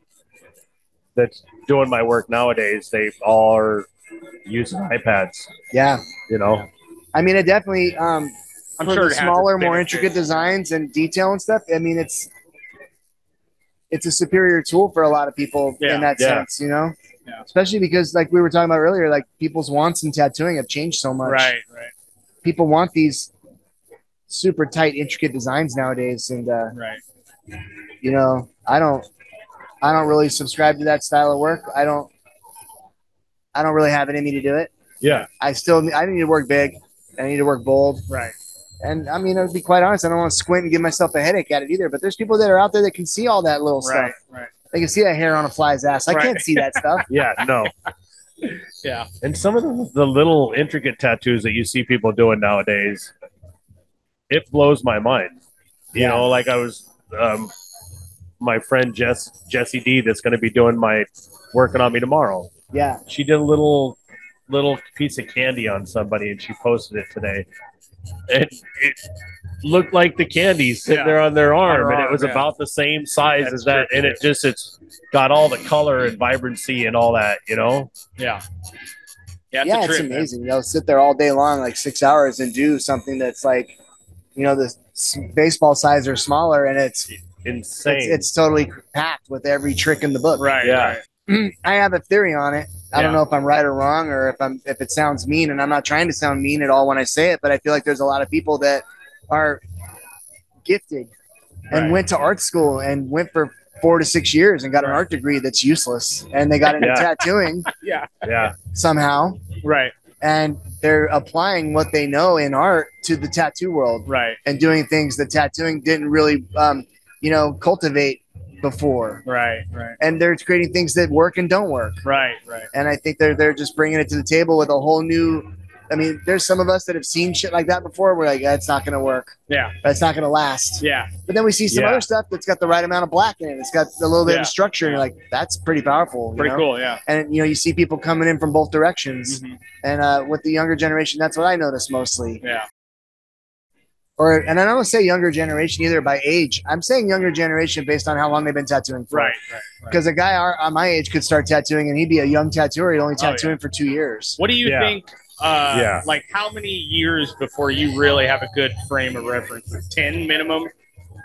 D: that's doing my work nowadays, they all are using iPads.
A: yeah,
D: You know,
A: I mean, it definitely um,
B: I'm
A: for
B: sure
A: the
B: it has
A: smaller,
B: its
A: more
B: benefits.
A: intricate designs and detail and stuff. I mean, it's it's a superior tool for a lot of people
B: Yeah,
A: in that
D: yeah.
A: sense, you know.
B: Yeah.
A: Especially because, like we were talking about earlier, like people's wants in tattooing have changed so much.
B: Right, right,
A: People want these super tight, intricate designs nowadays, and uh,
B: right.
A: you know, I don't, I don't really subscribe to that style of work. I don't, I don't really have it in me to do it.
D: yeah,
A: I still, I need to work big. I need to work bold.
B: Right.
A: And I mean, to be quite honest, I don't want to squint and give myself a headache at it either. But there's people that are out there that can see all that little
B: Right,
A: stuff.
B: right.
A: They can see a hair on a fly's ass. I
B: Right.
A: can't see that stuff.
D: yeah, no,
B: Yeah.
D: And some of the, the little intricate tattoos that you see people doing nowadays, it blows my mind. You
A: Yeah.
D: know, like I was, um, my friend Jess Jesse D, that's going to be doing my working on me tomorrow.
A: Yeah,
D: she did a little little piece of candy on somebody and she posted it today and it looked like the candy sitting
B: Yeah.
D: there on their arm
B: her
D: and it
B: arm,
D: was
B: yeah.
D: about the same size
B: That's
D: as that and it just it's got all the color and vibrancy and all that you know
B: Yeah. Yeah, it's,
A: yeah,
B: a
A: it's
B: trip, man.
A: amazing. They'll sit there all day long, like six hours, and do something that's like, you know, the s- baseball size or smaller, and it's
D: insane
A: it's, it's totally packed with every trick in the book.
B: Right,
D: Yeah.
B: right.
A: I have a theory on it. I don't
B: Yeah.
A: know if I'm right or wrong or if I'm if it sounds mean and I'm not trying to sound mean at all when I say it, but I feel like there's a lot of people that are gifted and
B: Right.
A: went to art school and went for 4 to 6 years and got an
B: Right.
A: art degree that's useless and they got into
D: Yeah.
A: tattooing
B: Yeah,
D: yeah
A: somehow
B: right,
A: and they're applying what they know in art to the tattoo world
B: right,
A: and doing things that tattooing didn't really um, you know cultivate before
B: right, right,
A: and they're creating things that work and don't work
B: right, right.
A: and I think they're they're just bringing it to the table with a whole new. I mean, there's some of us that have seen shit like that before. We're like, that's not going to work.
B: Yeah.
A: that's not going to last.
B: Yeah,
A: But then we see some
D: Yeah.
A: other stuff that's got the right amount of black in it. It's got a little bit
B: Yeah.
A: of structure, and you're like, that's pretty powerful. you
B: pretty
A: know?
B: cool. Yeah.
A: And you know, you see people coming in from both directions,
B: Mhm.
A: and uh, with the younger generation, that's what I notice mostly.
B: Yeah.
A: or and I don't say younger generation either by age. I'm saying younger generation based on how long they've been tattooing for.
B: Right, right, right.
A: Because a guy our, on my age could start tattooing and he'd be a young tattooer. He'd only
B: Oh, yeah.
A: tattooing for two years.
B: What do you
D: Yeah.
B: think? Uh,
D: Yeah.
B: Like, how many years before you really have a good frame of reference? Ten minimum,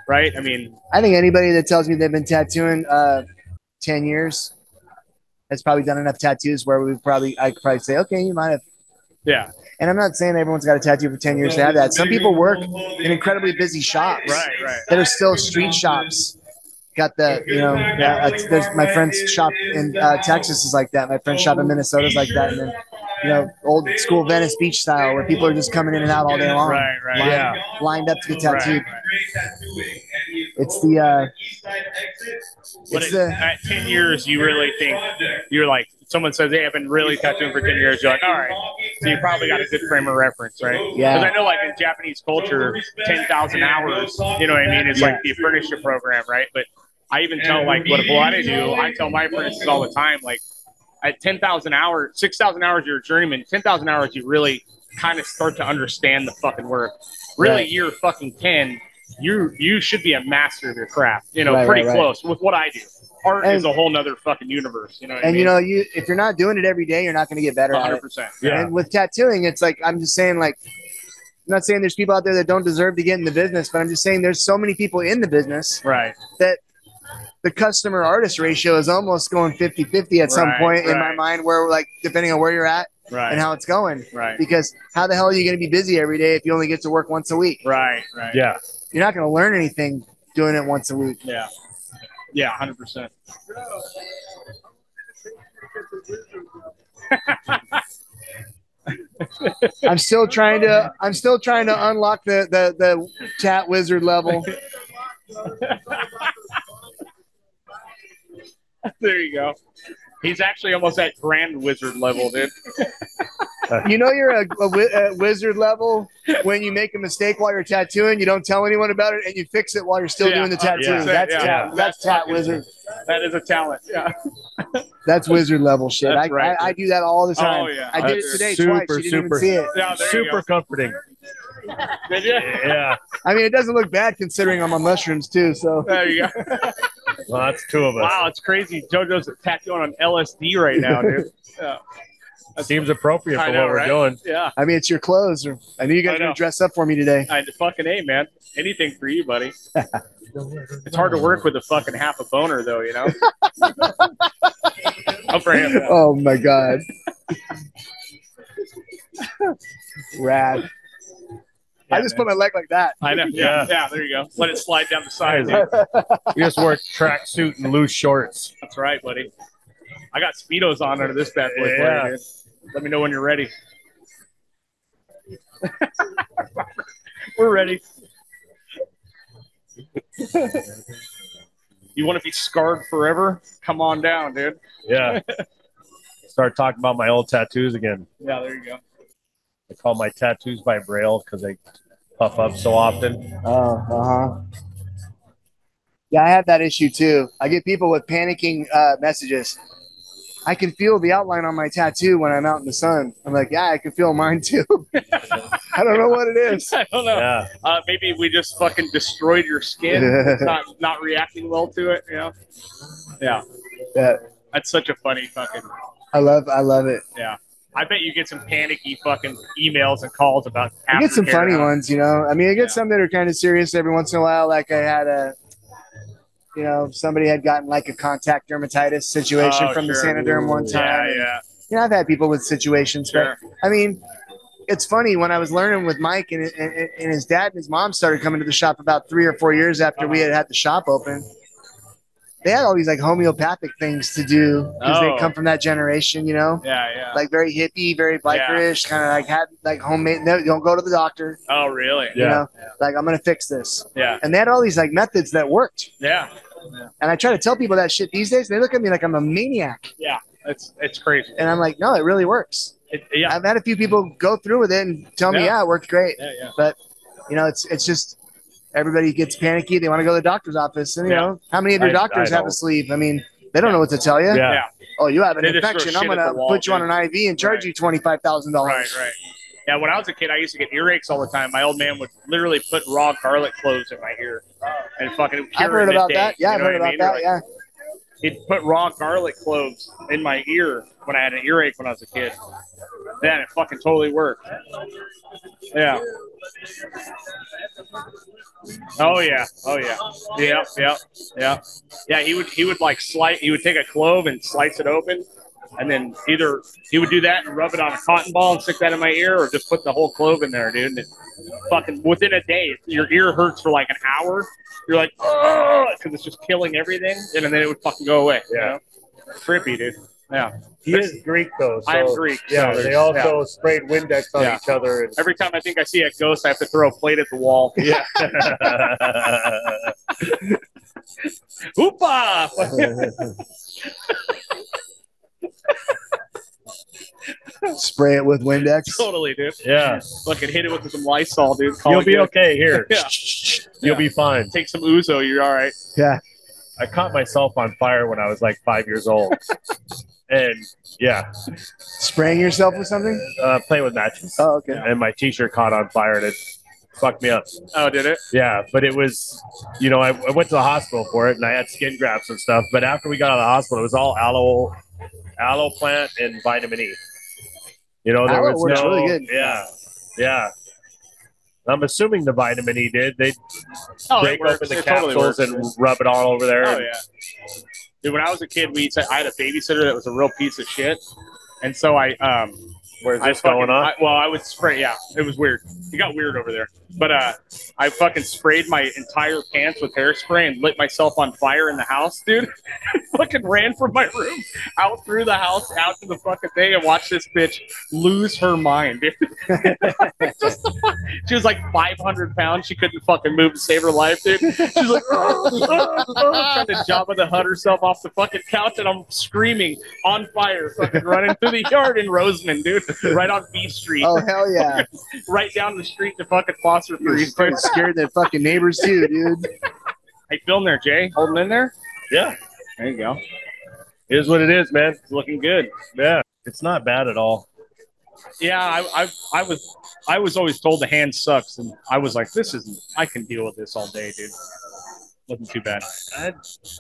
B: right? I mean,
A: I think anybody that tells me they've been tattooing uh, ten years has probably done enough tattoos where we probably I could probably say, okay, you might have.
B: yeah,
A: And I'm not saying everyone's got a tattoo for ten years to have that. Some people work in incredibly busy shops
B: right, right.
A: that are still street shops. Got the you know uh, it's- there's my friend's shop in uh, Texas is like that. My friend's shop in Minnesota is like that. And then you know old school Venice Beach style where people are just coming in and out all day long.
B: Right, right.
A: Lined,
D: Yeah.
A: lined up to get
B: Right,
A: tattooed.
B: right.
A: It's the uh,
B: But
A: It's
B: it-
A: the-
B: at 10 years, you really think you're like, someone says, Hey, I've been really tattooing for 10 years. You're like, All right. So you probably got a good frame of reference, right? Because I
A: yeah
B: know, like, in Japanese culture, 10,000 hours, you know what I mean? It's like the apprenticeship program, right? But I even tell, like, what a lot I do, I tell my apprentices all the time, like, at 10,000 hours, 6,000 hours, you're a journeyman. 10,000 hours, you really kind of start to understand the fucking work. Really,
A: Right.
B: you're fucking 10. You you should be a master of your craft, you know,
A: Right,
B: pretty
A: right, right.
B: close with what I do. Art
A: And-
B: is a whole nother fucking universe, you know what I
A: and
B: mean?
A: you know you if you're not doing it every day you're not going to get better at it.
B: 100%.
D: Yeah.
A: And with tattooing, it's like I'm just saying, like, I'm not saying there's people out there that don't deserve to get in the business, but I'm just saying there's so many people in the business.
B: Right.
A: The customer artist ratio is almost going 50 50 at some
B: Right,
A: point in my
B: right.
A: mind, where like depending on where you're at
B: Right.
A: and how it's going.
B: right.
A: Because how the hell are you going to be busy every day if you only get to work once a week?
B: Right. Right.
D: Yeah.
A: You're not going to learn anything doing it once a week.
B: Yeah. Yeah, hundred percent.
A: I'm still trying to I'm still trying to unlock the the, the chat wizard level.
B: There you go. He's actually almost at Grand Wizard level, dude.
A: You know you're a, a, wi- a wizard level when you make a mistake while you're tattooing, you don't tell anyone about it, and you fix it while you're still
B: Yeah,
A: doing the tattoo.
B: 100%,
A: That's
B: yeah.
A: tat, that's tat wizard.
B: That is a talent. Oh, Yeah.
A: That's wizard level shit. I,
B: That's right.
A: I, I do that all the time.
B: Oh, yeah.
A: I did it
B: That's
A: today
D: super,
A: twice. You didn't
D: super.
A: even see it.
B: Yeah. Oh, There
D: Super
B: You
D: comforting.
B: go. Did you?
D: Yeah.
A: I mean, it doesn't look bad considering I'm on mushrooms too. So
B: There you go.
D: Well, that's two of us.
B: Wow, it's crazy. JoJo's tattooing on LSD right now, dude.
D: Seems appropriate for
B: I know,
D: what we're
B: right?
D: doing.
B: Yeah.
A: I mean, it's your clothes. Or, I knew you guys
B: I
A: were gonna
B: know.
A: dress up for me today.
B: I fucking a man. Anything for you, buddy. It's hard to work with a fucking half a boner, though. You know. Up for him.
A: Oh my god. Rad. I
B: Yeah,
A: just
B: man.
A: put my leg like that.
B: I know. Yeah.
D: Yeah.
B: Yeah. There you go. Let it slide down the side. dude.
D: You just wore a tracksuit and loose shorts.
B: That's right, buddy. I got speedos on under this bad boy. for you,
D: Yeah.
B: dude. Let me know when you're ready. We're ready. you want to be scarred forever? Come on down, dude.
D: Yeah. Start talking about my old tattoos again.
B: Yeah, there you go.
D: I call my tattoos by braille because they puff up so often.
A: Oh, uh huh. Yeah, I have that issue too. I get people with panicking uh, messages. I can feel the outline on my tattoo when I'm out in the sun. I'm like, yeah, I can feel mine too. I don't know what it is.
B: I don't know.
D: Yeah.
B: Uh, maybe we just fucking destroyed your skin. It's not not reacting well to it. You know. Yeah.
A: Yeah.
B: That's such a funny fucking.
A: I love, I love it.
B: I bet you get some panicky fucking emails and calls about.
A: I get some
B: aftercare,
A: funny
B: huh?
A: ones, you know. I mean, I get
B: Yeah.
A: some that are kind of serious every once in a while. Like I had a, you know, somebody had gotten like a contact dermatitis situation
B: Oh,
A: from the
B: sure.
A: Sanoderm one time.
B: Yeah, yeah,
A: You know, I've had people with situations, but
B: sure.
A: I mean, it's funny when I was learning with Mike and, and, and his dad and his mom started coming to the shop about three or four years after we had had the shop open. They had all these like homeopathic things to do because
B: Oh.
A: they come from that generation, you know,
B: Yeah, yeah.
A: like very hippie, very bikerish, kind of like had like homemade. No, don't go to the doctor.
B: oh, really?
A: You
D: Yeah.
A: know, like I'm gonna fix this.
B: Yeah,
A: And they had all these like methods that worked.
B: yeah,
A: And I try to tell people that shit these days. They look at me like I'm a maniac,
B: yeah. It's it's crazy.
A: and I'm like, no, it really works.
B: It, yeah,
A: I've had a few people go through with it and tell me,
B: Yeah.
A: yeah, it worked great.
B: yeah, yeah.
A: you know, it's it's just everybody gets panicky. They want to go to the doctor's office, and you
B: Yeah.
A: know, how many of your
D: I-
A: doctors
D: I
A: have
D: don't.
A: a sleeve? I mean, they don't know what to tell you.
D: Yeah.
A: Oh, you have an
B: They just throw
A: infection.
B: shit
A: I'm
B: at
A: gonna
B: the wall,
A: put you on
B: dude.
A: an IV and charge
B: Right.
A: you twenty five thousand
B: Right,
A: dollars.
B: right. Yeah, when I was a kid, I used to get earaches all the time. My old man would literally put raw garlic cloves in my ear and fucking.
A: I've
B: cure
A: heard
B: it
A: about
B: midday.
A: that. Yeah,
B: You
A: I've
B: know
A: heard
B: what I
A: about
B: mean?
A: that.
B: Like,
A: yeah.
B: He'd put raw garlic cloves in my ear when I had an earache when I was a kid. Then it fucking totally worked. Yeah. Oh yeah. Oh yeah. Yeah. Yeah. Yeah. Yeah. He would. He would like slice. He would take a clove and slice it open, and then either he would do that and rub it on a cotton ball and stick that in my ear, or just put the whole clove in there, dude. And it fucking within a day, your ear hurts for like an hour. You're like, oh, because it's just killing everything, and then it would fucking go away. Yeah. Trippy, dude. Yeah.
D: He is Greek though. So,
B: I am Greek, so
D: Yeah, they
B: there's-
D: also sprayed Windex on
B: Yeah.
D: each other. And,
B: Every time I think I see a ghost, I have to throw a plate at the wall.
D: yeah.
B: Hoopa!
A: Spray it with Windex.
B: totally, dude.
D: yeah.
B: Fucking hit it with some Lysol, dude. Call
D: You'll
B: it
D: be
B: good.
D: okay here.
B: Yeah.
D: You'll be fine.
B: Take some Uzo, you're all right.
A: Yeah.
D: I caught myself on fire when I was like five years old. and yeah,
A: Spraying yourself with something?
D: uh, playing with matches.
A: Oh, okay.
D: And my t shirt caught on fire and it fucked me up.
B: Oh, did it?
D: Yeah, but it was, you know, I, I went to the hospital for it and I had skin grafts and stuff. But after we got out of the hospital, it was all aloe, aloe plant and vitamin E. You know, there
A: Aloe
D: was
A: works
D: no,
A: really good.
D: yeah, yeah. I'm assuming the vitamin E did. They
B: Oh,
D: break
B: it works.
D: open the
B: it
D: capsules
B: totally works.
D: and rub it all over there.
B: Oh
D: and-
B: yeah. Dude, when I was a kid, we I had a babysitter that was a real piece of shit, and so I um
D: Where's
B: I
D: this
B: fucking-
D: going on?
B: I- well, I would spray. Yeah, it was weird. It got weird over there. But uh, I fucking sprayed my entire pants with hairspray and lit myself on fire in the house, dude. fucking ran from my room out through the house, out to the fucking thing, and watched this bitch lose her mind, dude. Just the fuck- she was like 500 pounds. She couldn't fucking move to save her life, dude. She's like, "Oh, trying to Jabba the Hutt herself off the fucking couch, and I'm screaming on fire, fucking running through the yard in Roseman, dude, right on B Street,
A: Oh hell yeah!
B: right down the street to fucking Foster
A: You
B: Three.
A: fucking scared the fucking neighbors too, dude.
B: Hey, film there, Jay. Holding in there.
D: Yeah,
B: There you go.
D: it is what it is, man.
B: Looking good.
D: Yeah, it's not bad at all.
B: Yeah, I, I, I was, I was always told the hand sucks, and I was like, this isn't. I can deal with this all day, dude. Wasn't too bad.
D: I,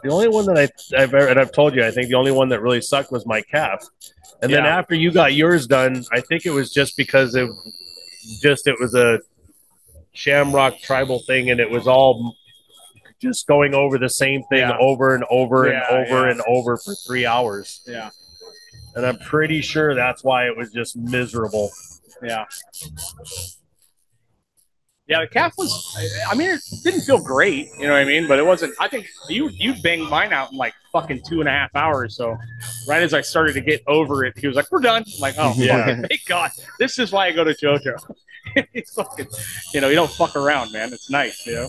D: the only one that I, I've ever, and I've told you, I think the only one that really sucked was my calf. And then
B: Yeah.
D: after you got yours done, I think it was just because it, just it was a shamrock tribal thing, and it was all just going over the same thing
B: Yeah.
D: over and over
B: Yeah,
D: and over
B: yeah.
D: and over for three hours.
B: Yeah,
D: And I'm pretty sure that's why it was just miserable.
B: yeah, yeah. The calf was. I, I mean, it didn't feel great. You know what I mean? But it wasn't. I think you you banged mine out in like fucking two and a half hours. So right as I started to get over it, he was like, "We're done." I'm like, oh,
D: Yeah.
B: fucking thank God. This is why I go to JoJo. it's fucking, you know, you don't fuck around, man. It's nice, you know.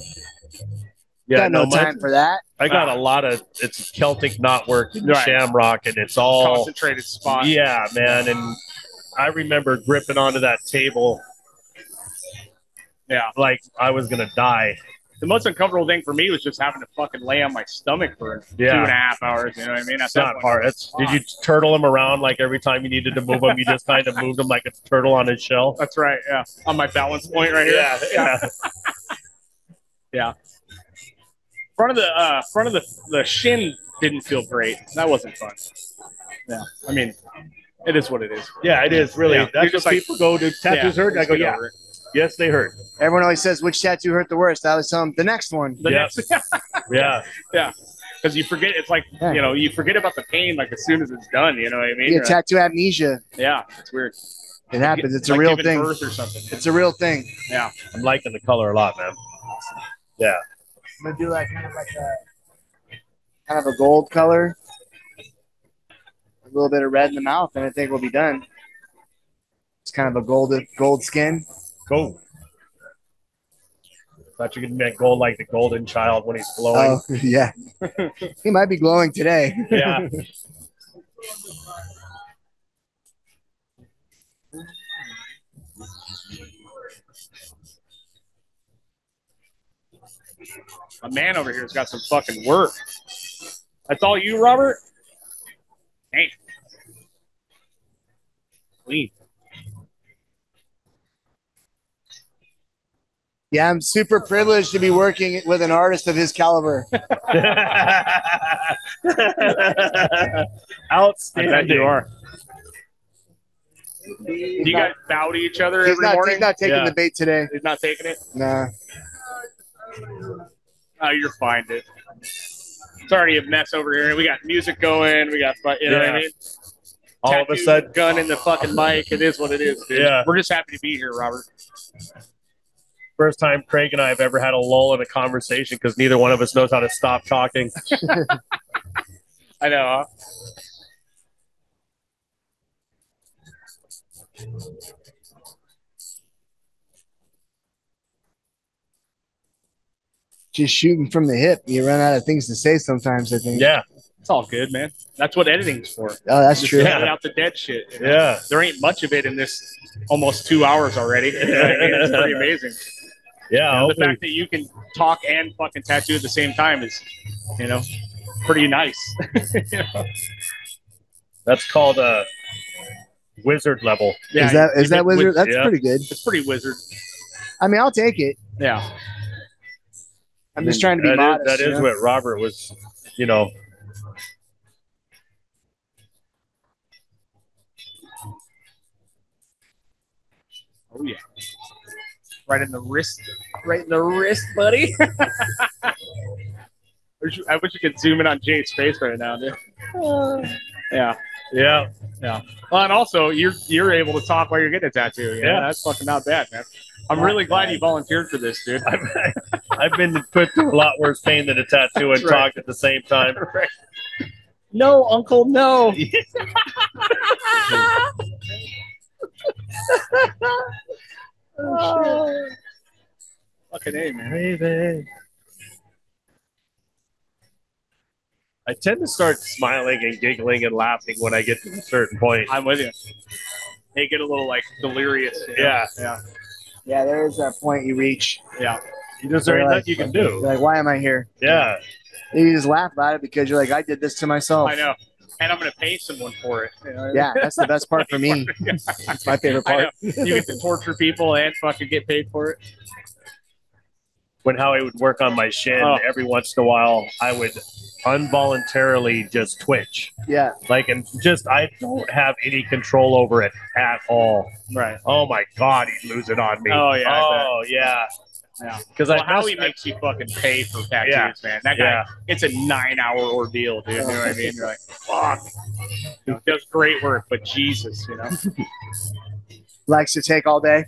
D: Yeah,
A: Got no,
D: my-
A: time for that.
D: I got a lot of it's Celtic knotwork and
B: Right.
D: shamrock, and it's all
B: Concentrated spot.
D: Oh. Yeah, man. And I remember gripping onto that table
B: yeah.
D: like I was going to die.
B: The most uncomfortable thing for me was just having to fucking lay on my stomach for
D: Yeah.
B: two and a half hours. You know what I mean? At
D: That's
B: that
D: not
B: point,
D: part. That's, did you turtle him around like every time you needed to move him? You just kind of moved him like a turtle on his shell?
B: That's right. Yeah. On my balance point right here.
D: yeah.
B: Front of the uh, front of the, the shin didn't feel great. That wasn't fun. Yeah. I mean, it is what it is.
D: Yeah, it is really.
B: Yeah. You're
D: That's
B: just
D: what
B: like-
D: people go to tattoos
B: Yeah,
D: hurt. And I
B: just
D: go,
B: get
D: yeah,
B: over it.
D: yes, they hurt.
A: Everyone always says which tattoo hurt the worst. I always tell them the next one.
B: The
D: Yeah.
B: next,
D: Yeah.
B: because you forget. It's like
A: Yeah.
B: you know, you forget about the pain like as soon as it's done. You know what I mean?
A: You get tattoo amnesia.
B: yeah. It's weird.
A: It happens. It's a
B: Like
A: real
B: giving
A: thing.
B: Birth or something.
A: It's a real thing.
D: I'm liking the color a lot, man.
A: I'm gonna do like kind of like a kind of a gold color, a little bit of red in the mouth, and I think we'll be done. It's kind of a gold gold skin.
D: Cool. Thought you could make gold like the golden child when he's glowing.
A: Oh yeah, he might be glowing today.
D: Yeah.
B: A man over here's got some fucking work. That's all you, Robert? Dang. Clean.
A: Yeah, I'm super privileged to be working with an artist of his caliber.
D: Outstanding.
B: I bet you are. Do you guys bow to each other
A: He's
B: every
A: not,
B: morning?
A: he's not taking
B: Yeah.
A: the bait today.
B: He's not taking it.
A: Nah.
B: Oh, you're fine, dude. It's already a mess over here. We got music going. We got, fu- you know what I
D: Yeah.
B: mean?
D: All of a
B: Tattoo,
D: sudden,
B: gun in the fucking mic. It is what it is, dude.
D: Yeah.
B: We're just happy to be here, Robert.
D: first time Craig and I have ever had a lull in a conversation because neither one of us knows how to stop talking.
B: I know. Huh?
A: Just shooting from the hip. You run out of things to say sometimes, I think.
D: Yeah,
B: It's all good, man. That's what editing's for.
A: Oh, that's true.
B: Cutting out the dead shit. you know?
D: yeah.
B: There ain't much of it in this almost two hours already. You know what I mean? It's pretty amazing.
D: Yeah,
B: the
D: hopefully-
B: fact that you can talk and fucking tattoo at the same time is, you know, pretty nice.
D: that's called a wizard level.
B: Yeah,
A: is that
B: you-
A: is that
B: you-
A: wizard? that's
D: yeah.
A: pretty good.
B: It's pretty wizard.
A: I mean, I'll take it.
B: Yeah.
A: I'm just trying to be
D: That is,
A: modest.
D: that
A: you
D: is
A: know?
D: what Robert was, you know.
B: Oh yeah. Right in the wrist. Right in the wrist, buddy. I wish- I wish you could zoom in on Jay's face right now, dude. Yeah.
D: Yeah,
B: Well, and also you're you're able to talk while you're getting a tattoo. you know?
D: Yeah.
B: that's fucking not bad, man. I'm really glad you volunteered for this, dude.
D: I've been put through a lot worse pain than a tattoo and
B: That's right.
D: talk at the same time.
B: No, Uncle, no. Fucking A, man.
D: I tend to start smiling and giggling and laughing when I get to a certain point.
B: I'm with you. They get a little like delirious. you know?
D: Yeah.
B: Yeah.
A: Yeah, there is that point you reach.
B: Yeah.
D: There's very
A: Right.
D: nothing you can
A: You're
D: do.
A: like, why am I here?
D: Yeah,
A: You just laugh about it because you're like, I did this to myself.
B: I know. And I'm going to pay someone for it. you know?
A: Yeah, that's the best part for me. It's my favorite
B: I
A: part.
B: know. You get to torture people and fucking get paid for it.
D: when how I would work on my shin
B: Oh.
D: every once in a while, I would involuntarily just twitch.
A: Yeah,
D: Like, and just, I don't have any control over it at all.
B: Right.
D: Oh my God, he'd lose it on me.
B: Oh, yeah, I bet.
D: Oh, yeah.
B: Yeah.
D: Because
B: Well,
D: I,
B: how
D: must,
B: he makes you fucking pay for tattoos,
D: Yeah.
B: man. That guy,
D: yeah.
B: it's a nine hour ordeal, dude. You know what I mean? You're like, fuck. He does great work, but Jesus, you know?
A: likes to take all day.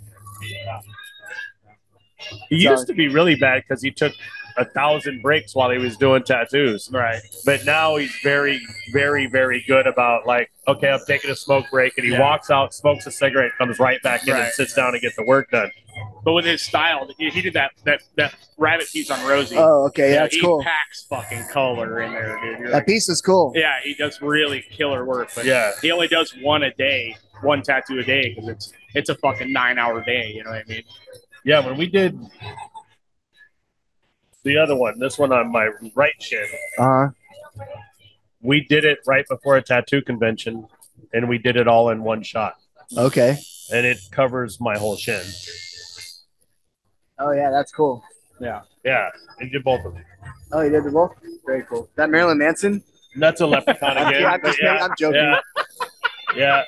D: He
A: Sorry.
D: used to be really bad because he took a thousand breaks while he was doing tattoos.
B: right.
D: But now he's very, very, very good about like, okay, I'm taking a smoke break, and he
B: Yeah.
D: walks out, smokes a cigarette, comes right back in,
B: Right.
D: and sits down and gets the work done.
B: But with his style, he he did that that, that rabbit piece on Rosie.
A: Oh, okay,
B: You know,
A: yeah, that's
B: he
A: cool.
B: packs fucking color in there, dude. You're
A: That
B: like,
A: piece is cool.
B: yeah, he does really killer work, but
D: Yeah,
B: he only does one a day, one tattoo a day, because it's it's a fucking nine hour day. You know what I mean?
D: yeah. When we did the other one, this one on my right shin,
A: Uh-huh.
D: we did it right before a tattoo convention, and we did it all in one shot,
A: Okay.
D: and it covers my whole shin.
A: Oh yeah, that's cool.
D: Yeah, and did both of them.
A: Oh, you did the both? Very cool. That Marilyn Manson?
D: That's a leprechaun
A: I'm,
D: again.
A: I'm
D: but
A: just,
D: yeah.
A: I'm joking.
D: Yeah. yeah.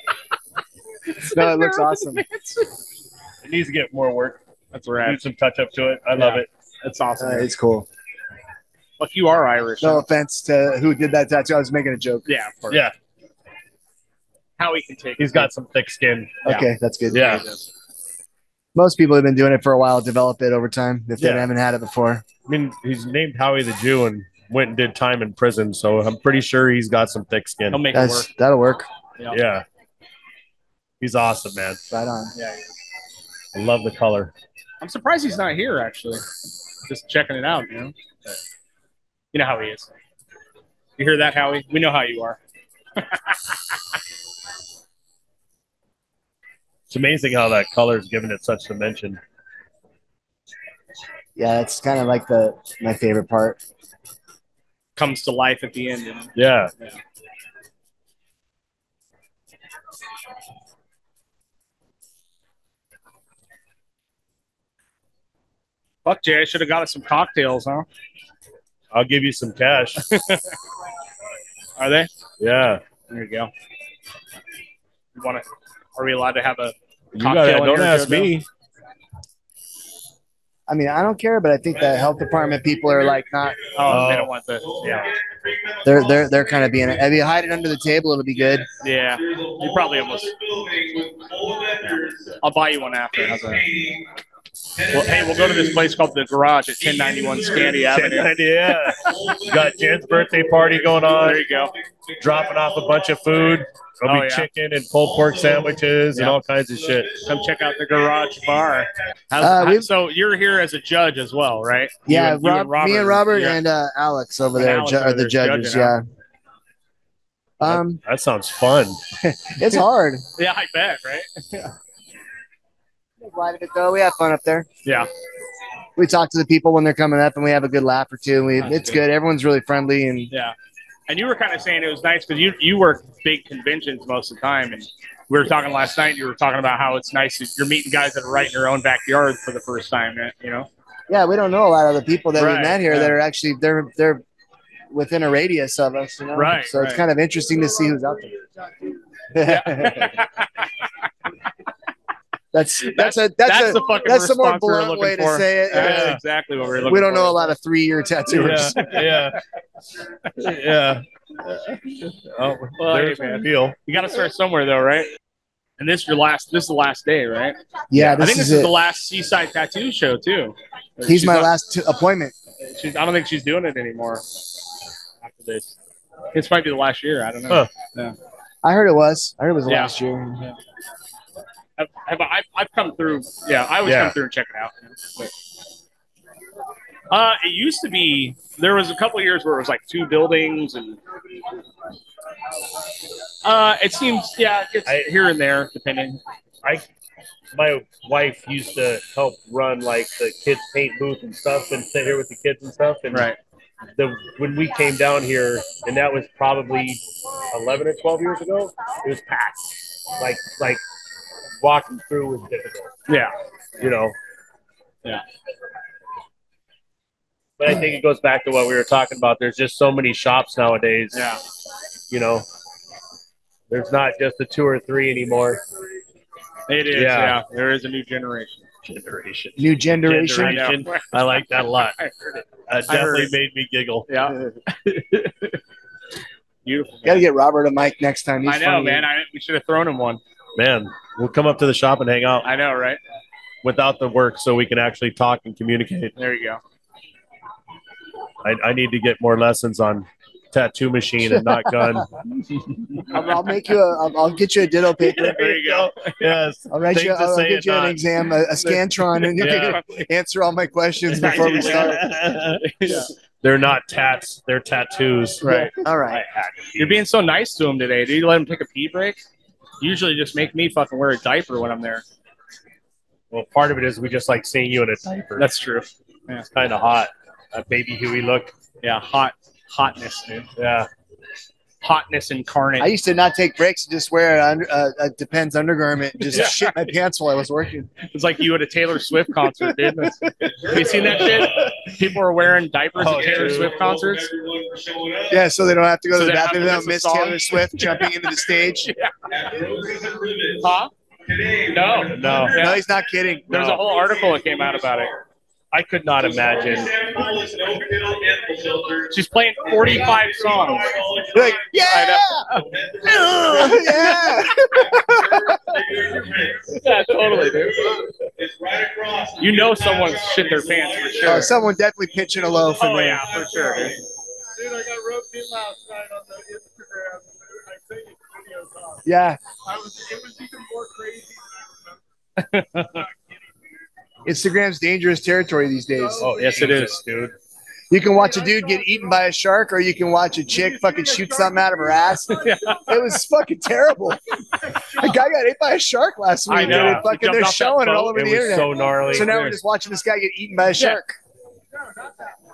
A: No, it looks awesome.
D: It needs to get more work.
B: That's
D: Do
B: rad.
D: some touch up to it. I love
B: Yeah.
D: it.
B: That's awesome.
A: Mm. Uh, it's cool.
B: Fuck, you are Irish.
A: No offense to who did that tattoo. I was making a joke.
B: Yeah, of course.
D: Yeah.
B: How he can take.
D: He's got some thick skin.
B: Yeah.
A: Okay, that's good.
D: Yeah.
A: Most people have been doing it for a while, develop it over time if they
D: Yeah.
A: haven't had it before.
D: I mean, he's named Howie the Jew and went and did time in prison. So I'm pretty sure he's got some thick
B: He'll
D: skin.
B: make it work.
A: That's that'll work.
D: Yeah. He's awesome, man.
A: Right on.
B: Yeah.
D: I love the color.
B: I'm surprised he's not here. Actually, just checking it out. You know. You know how he is. You hear that, Howie? We know how you are.
D: It's amazing how that color is given it such dimension.
A: Yeah, that's kind of like the my favorite part.
B: Comes to life at the end. You know?
D: Yeah.
B: Fuck, Jay, I should have got us some cocktails, huh?
D: I'll give you some cash.
B: Are they?
D: yeah.
B: There you go. You want to? Are we allowed to have a?
D: You
B: Cocktail
D: gotta,
B: in
D: don't
B: here,
D: ask
B: Joe,
D: me.
A: I mean, I don't care, but I think the health department people are like not.
B: Oh, they don't want the. Yeah,
A: They're they're they're kind of being. If you hide it under the table, it'll be good.
B: yeah. You probably almost. I'll buy you one after. How's that? Well, hey, we'll go to this place called the Garage at 1091 Scandy Avenue.
D: yeah. Got Jen's birthday party going
B: There
D: on,
B: you go.
D: dropping off a bunch of food. There'll
B: Oh,
D: be
B: yeah.
D: chicken and pulled pork sandwiches
B: Yeah.
D: and all kinds of shit.
B: Come check out the Garage Bar. How's,
A: Uh, we've-
B: so you're here as a judge as well, right? You
A: Yeah,
B: and- you and
A: Rob, me and Robert
B: yeah.
A: and uh, Alex over
B: And
A: there
B: Alex
A: ju-
B: over
A: are the
B: there
A: judges.
B: judging,
A: yeah. Um,
D: That sounds fun.
A: it's hard.
B: yeah, I bet, right?
A: A lot of it though. We have fun up there.
B: Yeah.
A: We talk to the people when they're coming up, and we have a good laugh or two. We,
B: That's
A: it's good. Everyone's really friendly, and
B: And you were kind of saying it was nice because you you work big conventions most of the time, and we were talking last night. You were talking about how it's nice that you're meeting guys that are right in your own backyard for the first time. eh, You know,
A: yeah, we don't know a lot of the people that
B: Right,
A: we met here
B: yeah.
A: that are actually they're they're within a radius of us. You know?
B: Right,
A: So
B: right.
A: it's kind of interesting to see who's out there. that's that's a that's,
B: that's
A: a
B: the fucking
A: that's the more
B: response we were
A: blunt
B: looking
A: way to
B: for.
A: say it,
B: Yeah, that's
D: yeah.
B: exactly what we were looking.
A: we don't
B: for.
A: know a lot of three year tattooers.
D: Yeah. Yeah. Oh,
B: Well, hey,
D: there's
B: man.
D: a deal.
B: You got to start somewhere though, right? And this your last. This is the last day, right?
A: Yeah,
B: I
A: this
B: think
A: is
B: this is the
A: it.
B: last Seaside Tattoo show too. Or
A: He's
B: she's
A: my
B: not-
A: last t- appointment.
B: She's, I don't think she's doing it anymore. After this, this might be the last year. I don't know.
D: Huh.
A: I heard it was. I heard it was
B: Yeah.
A: last year.
B: Have, have I, I've come through. Yeah, I always
D: Yeah.
B: come through and check it out. But- uh, it used to be there was a couple of years where it was like two buildings and uh, it seems yeah it's
D: I-
B: here and there depending.
D: my wife used to help run like the kids paint booth and stuff and sit here with the kids and stuff and
B: Right.
D: the when we came down here and that was probably 11 or 12 years ago it was packed like like walking through was difficult
B: Yeah.
D: you know
B: Yeah.
D: but i think it goes back to what we were talking about there's just so many shops nowadays
B: Yeah.
D: you know there's not just the two or three anymore
B: It is. Yeah.
D: Yeah.
B: There is a new generation.
D: generation
A: New generation.
D: Generation. i like that a lot
B: I heard it.
D: That
B: I heard
D: definitely made me giggle.
B: Yeah. Beautiful.
A: Got to
B: man.
A: get Robert a mic next time. He's
B: I know,
A: funny.
B: man. I, we should have thrown him one.
D: Man, we'll come up to the shop and hang out
B: I know, right?
D: without the work so we can actually talk and communicate.
B: There you go.
D: I, I need to get more lessons on tattoo machine and not gun.
A: I'll, I'll make you a. I'll, I'll get you a ditto paper.
B: There you go.
D: yes.
A: I'll write
D: Things
A: you.
D: to
A: I'll, I'll
D: say
A: get
D: and
A: you an
D: not-
A: exam, a, a scantron, and you
D: Yeah.
A: can answer all my questions before we start.
D: They're not tats, they're tattoos.
B: Right.
A: All right.
B: You're being so nice to him today. Do you let him take a pee break? Usually, just make me fucking wear a diaper when I'm there.
D: Well, part of it is we just like seeing you in a diaper.
B: That's true.
D: That's kind of hot. That baby Huey look.
B: Yeah, hot hotness, dude.
D: Yeah.
B: Hotness incarnate.
A: I used to not take breaks and just wear a, under- a, a Depends undergarment and just
B: Yeah.
A: shit my pants while I was working.
B: it's like you at a Taylor Swift concert, dude. Have you seen that shit? People are wearing diapers
D: Oh,
B: at Taylor
D: dude.
B: Swift concerts.
A: Yeah, so they don't have to go
B: So
A: to the
B: they have
A: bathroom.
B: to
A: They don't
B: miss
A: miss
B: a song?
A: Taylor Swift jumping into the stage.
B: Huh? No,
D: No.
B: Yeah.
A: No, he's not kidding.
B: There's a whole article that came out about it.
D: I could not imagine.
B: She's playing 45 songs.
A: You're like, yeah, Ugh, yeah.
B: Yeah, totally, dude.
E: It's right across.
B: You know someone shit their pants for
A: Oh,
B: sure.
A: someone definitely pitching a loaf in
B: Oh
A: there.
B: yeah, for sure, dude.
E: Dude, I got roped in last night on the Instagram. I sent you videos off.
A: Yeah,
E: I was, it was even more crazy than
A: Instagram's dangerous territory these days.
D: Oh, yes, it is, dude.
A: You can watch a dude get eaten by a shark, or you can watch a chick fucking shoot something out of her ass.
B: Yeah.
A: It was fucking terrible. A guy got ate by I showed last
B: I
A: week. dude.
B: know.
A: And
B: He
A: fucking,
B: jumped
A: they're
B: off that
A: showing it all
B: boat.
A: over
D: It
A: the
D: was
A: internet.
D: so gnarly.
A: so now we're just watching this guy get eaten by a shark.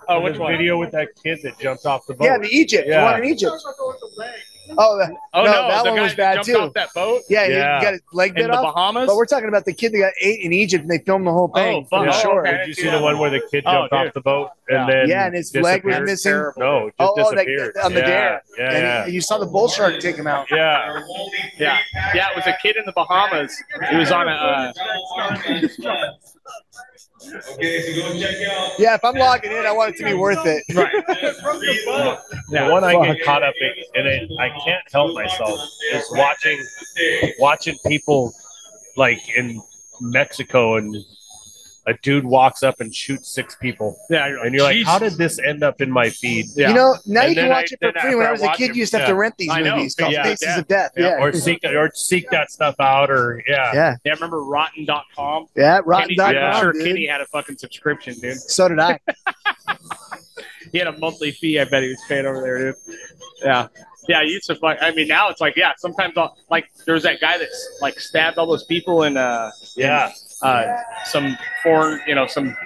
B: Oh,
D: There's
B: which
D: a
B: one?
D: video with that kid that jumped off the boat.
A: Yeah, the Egypt.
D: Yeah.
A: The one in Egypt.
E: I was.
A: Oh, that-
B: Oh
A: No,
B: no,
A: that
B: the
A: one
B: guy
A: was
B: that
A: bad,
B: jumped
A: too.
B: off that boat
A: yeah, he
G: Yeah.
A: got his leg
B: in
A: bit
B: the
A: off.
B: Bahamas.
A: But we're talking about the kid that got ate in Egypt and they filmed the whole thing.
B: fuck.
A: for
B: Oh,
A: sure.
B: okay.
D: Did you see the one where the kid
B: Oh,
D: jumped
B: dude.
D: off the boat and
B: Yeah.
D: then
A: Yeah, and his leg was
D: disappeared?
A: missing.
D: No, it
A: Oh,
D: just
A: oh, that-
D: disappeared.
A: on the
D: yeah,
A: dare.
D: Yeah,
A: And,
D: yeah.
A: and you saw the bull shark take him out.
D: yeah.
B: Yeah, yeah, it was a kid in the Bahamas. He was on a. Uh,
A: Yeah, if I'm logging in, I want it to be worth it.
B: right.
D: The one I get caught up in, and it, I can't help myself, is watching watching people like in Mexico and a dude walks up and shoots six people,
B: Yeah,
D: and you're like,
B: "Jesus."
D: how did this end up in my feed?
B: Yeah.
A: You know, now
D: And
A: you can
D: then I-
A: watch it
D: then
A: for free. When
D: after
A: I
D: I
A: was a
D: watch
A: kid,
D: it-
A: you used to have to
D: yeah.
A: rent these
B: I know.
A: movies called
D: Yeah,
A: Faces
D: yeah.
A: of Death. Yeah.
D: or seek or seek that stuff out, or yeah,
A: Yeah.
B: Yeah, remember Rotten.com?
A: Yeah. Rotten
B: Kenny,
A: Dog.
B: I'm
D: yeah.
B: sure
A: dude.
B: Kenny had a fucking subscription, dude.
A: So did I.
B: He had a monthly fee. I bet he was paying over there, dude. Yeah, yeah. I used to fuck. I mean, now it's like, yeah. Sometimes I'll like. There was that guy that's like stabbed all those people in uh,
D: yeah.
B: uh, some foreign, you know, some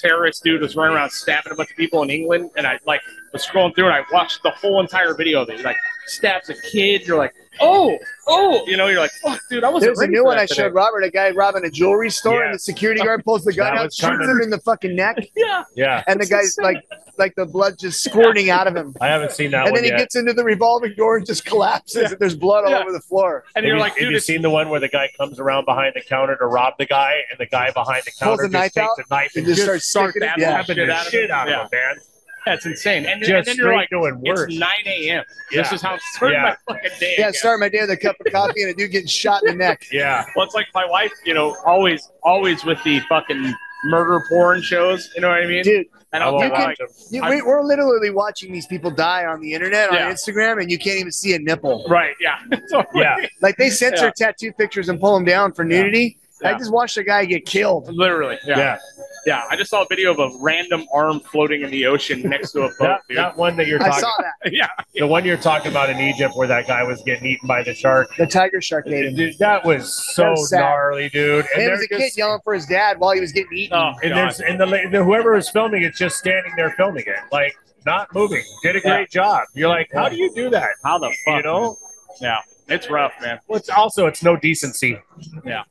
B: terrorist dude was running around stabbing a bunch of people in England. And I like was scrolling through and I watched the whole entire video of it. He, like stabs a kid. You're like, oh, oh, you know, you're like, fuck, dude, I wasn't
A: There's a
B: ready
A: new
B: for
A: one
B: that
A: I
B: today.
A: showed Robert, a guy robbing a jewelry store, and the
D: Yes.
A: security guard pulls the gun
D: That
A: out,
D: was
A: shoots
D: Carter.
A: him in the fucking neck,
B: Yeah,
D: Yeah,
A: and the
B: That's
A: guy's
B: insane.
A: like, like the blood just squirting out of him.
D: I haven't seen that
A: and
D: one
A: then he
D: yet.
A: gets into the revolving door and just collapses. And there's blood all
B: Yeah.
A: over the floor.
B: and
D: have
B: you're
D: you,
B: like,
D: have
B: dude,
D: you
B: it's
D: seen the one where the guy comes around behind the counter to rob the guy, and the guy behind the
A: Pulls
D: counter
A: the
D: just
A: knife
D: takes
A: out
D: a knife
A: and
D: and
A: just
D: just
A: starts sticking it.
B: stabbing
A: Yeah.
D: stabbing
B: shit
D: the
B: out of
D: shit
B: him.
D: out of him, man.
B: That's insane. And,
D: Just
B: and then you're
D: straight
B: like,
D: doing worse.
B: it's 9 a.m. This
D: Yeah.
B: is how I start
D: Yeah.
B: my fucking day.
A: Yeah,
B: again.
A: start my day with a cup of coffee and a dude getting shot in the neck.
D: Yeah,
B: Well, it's like my wife, you know, always, always with the fucking murder porn shows. You know what I mean?
A: Dude,
B: and
D: I
B: I'll
D: won't
B: be
D: watch
B: like,
D: him.
A: you,
B: I'm-
A: we, we're literally watching these people die on the internet, on
B: Yeah.
A: Instagram, and you can't even see a nipple.
B: right, yeah, totally.
D: Yeah.
A: Like they censor tattoo pictures and pull them down for nudity.
B: Yeah.
A: I just watched a guy get killed.
B: literally, yeah. yeah,
D: Yeah.
B: I just saw a video of a random arm floating in the ocean next to a boat,
D: That,
B: dude.
D: that one that you're
A: I
D: talking
A: saw that.
B: yeah,
D: the one you're talking about in Egypt where that guy was getting eaten by the shark.
A: The tiger shark ate him.
D: Dude, that was so
A: That was sad.
D: gnarly, dude. And
A: And
D: they're
A: was a kid
D: just
A: yelling for his dad while he was getting eaten.
B: oh,
D: and
B: God.
D: there's and the, la- the whoever was filming it's just standing there filming it, like not moving. Did a great job. You're like, how do you do that?
B: how the fuck,
D: You know?
B: yeah, it's rough, man.
D: Well, it's also it's no decency.
B: Yeah.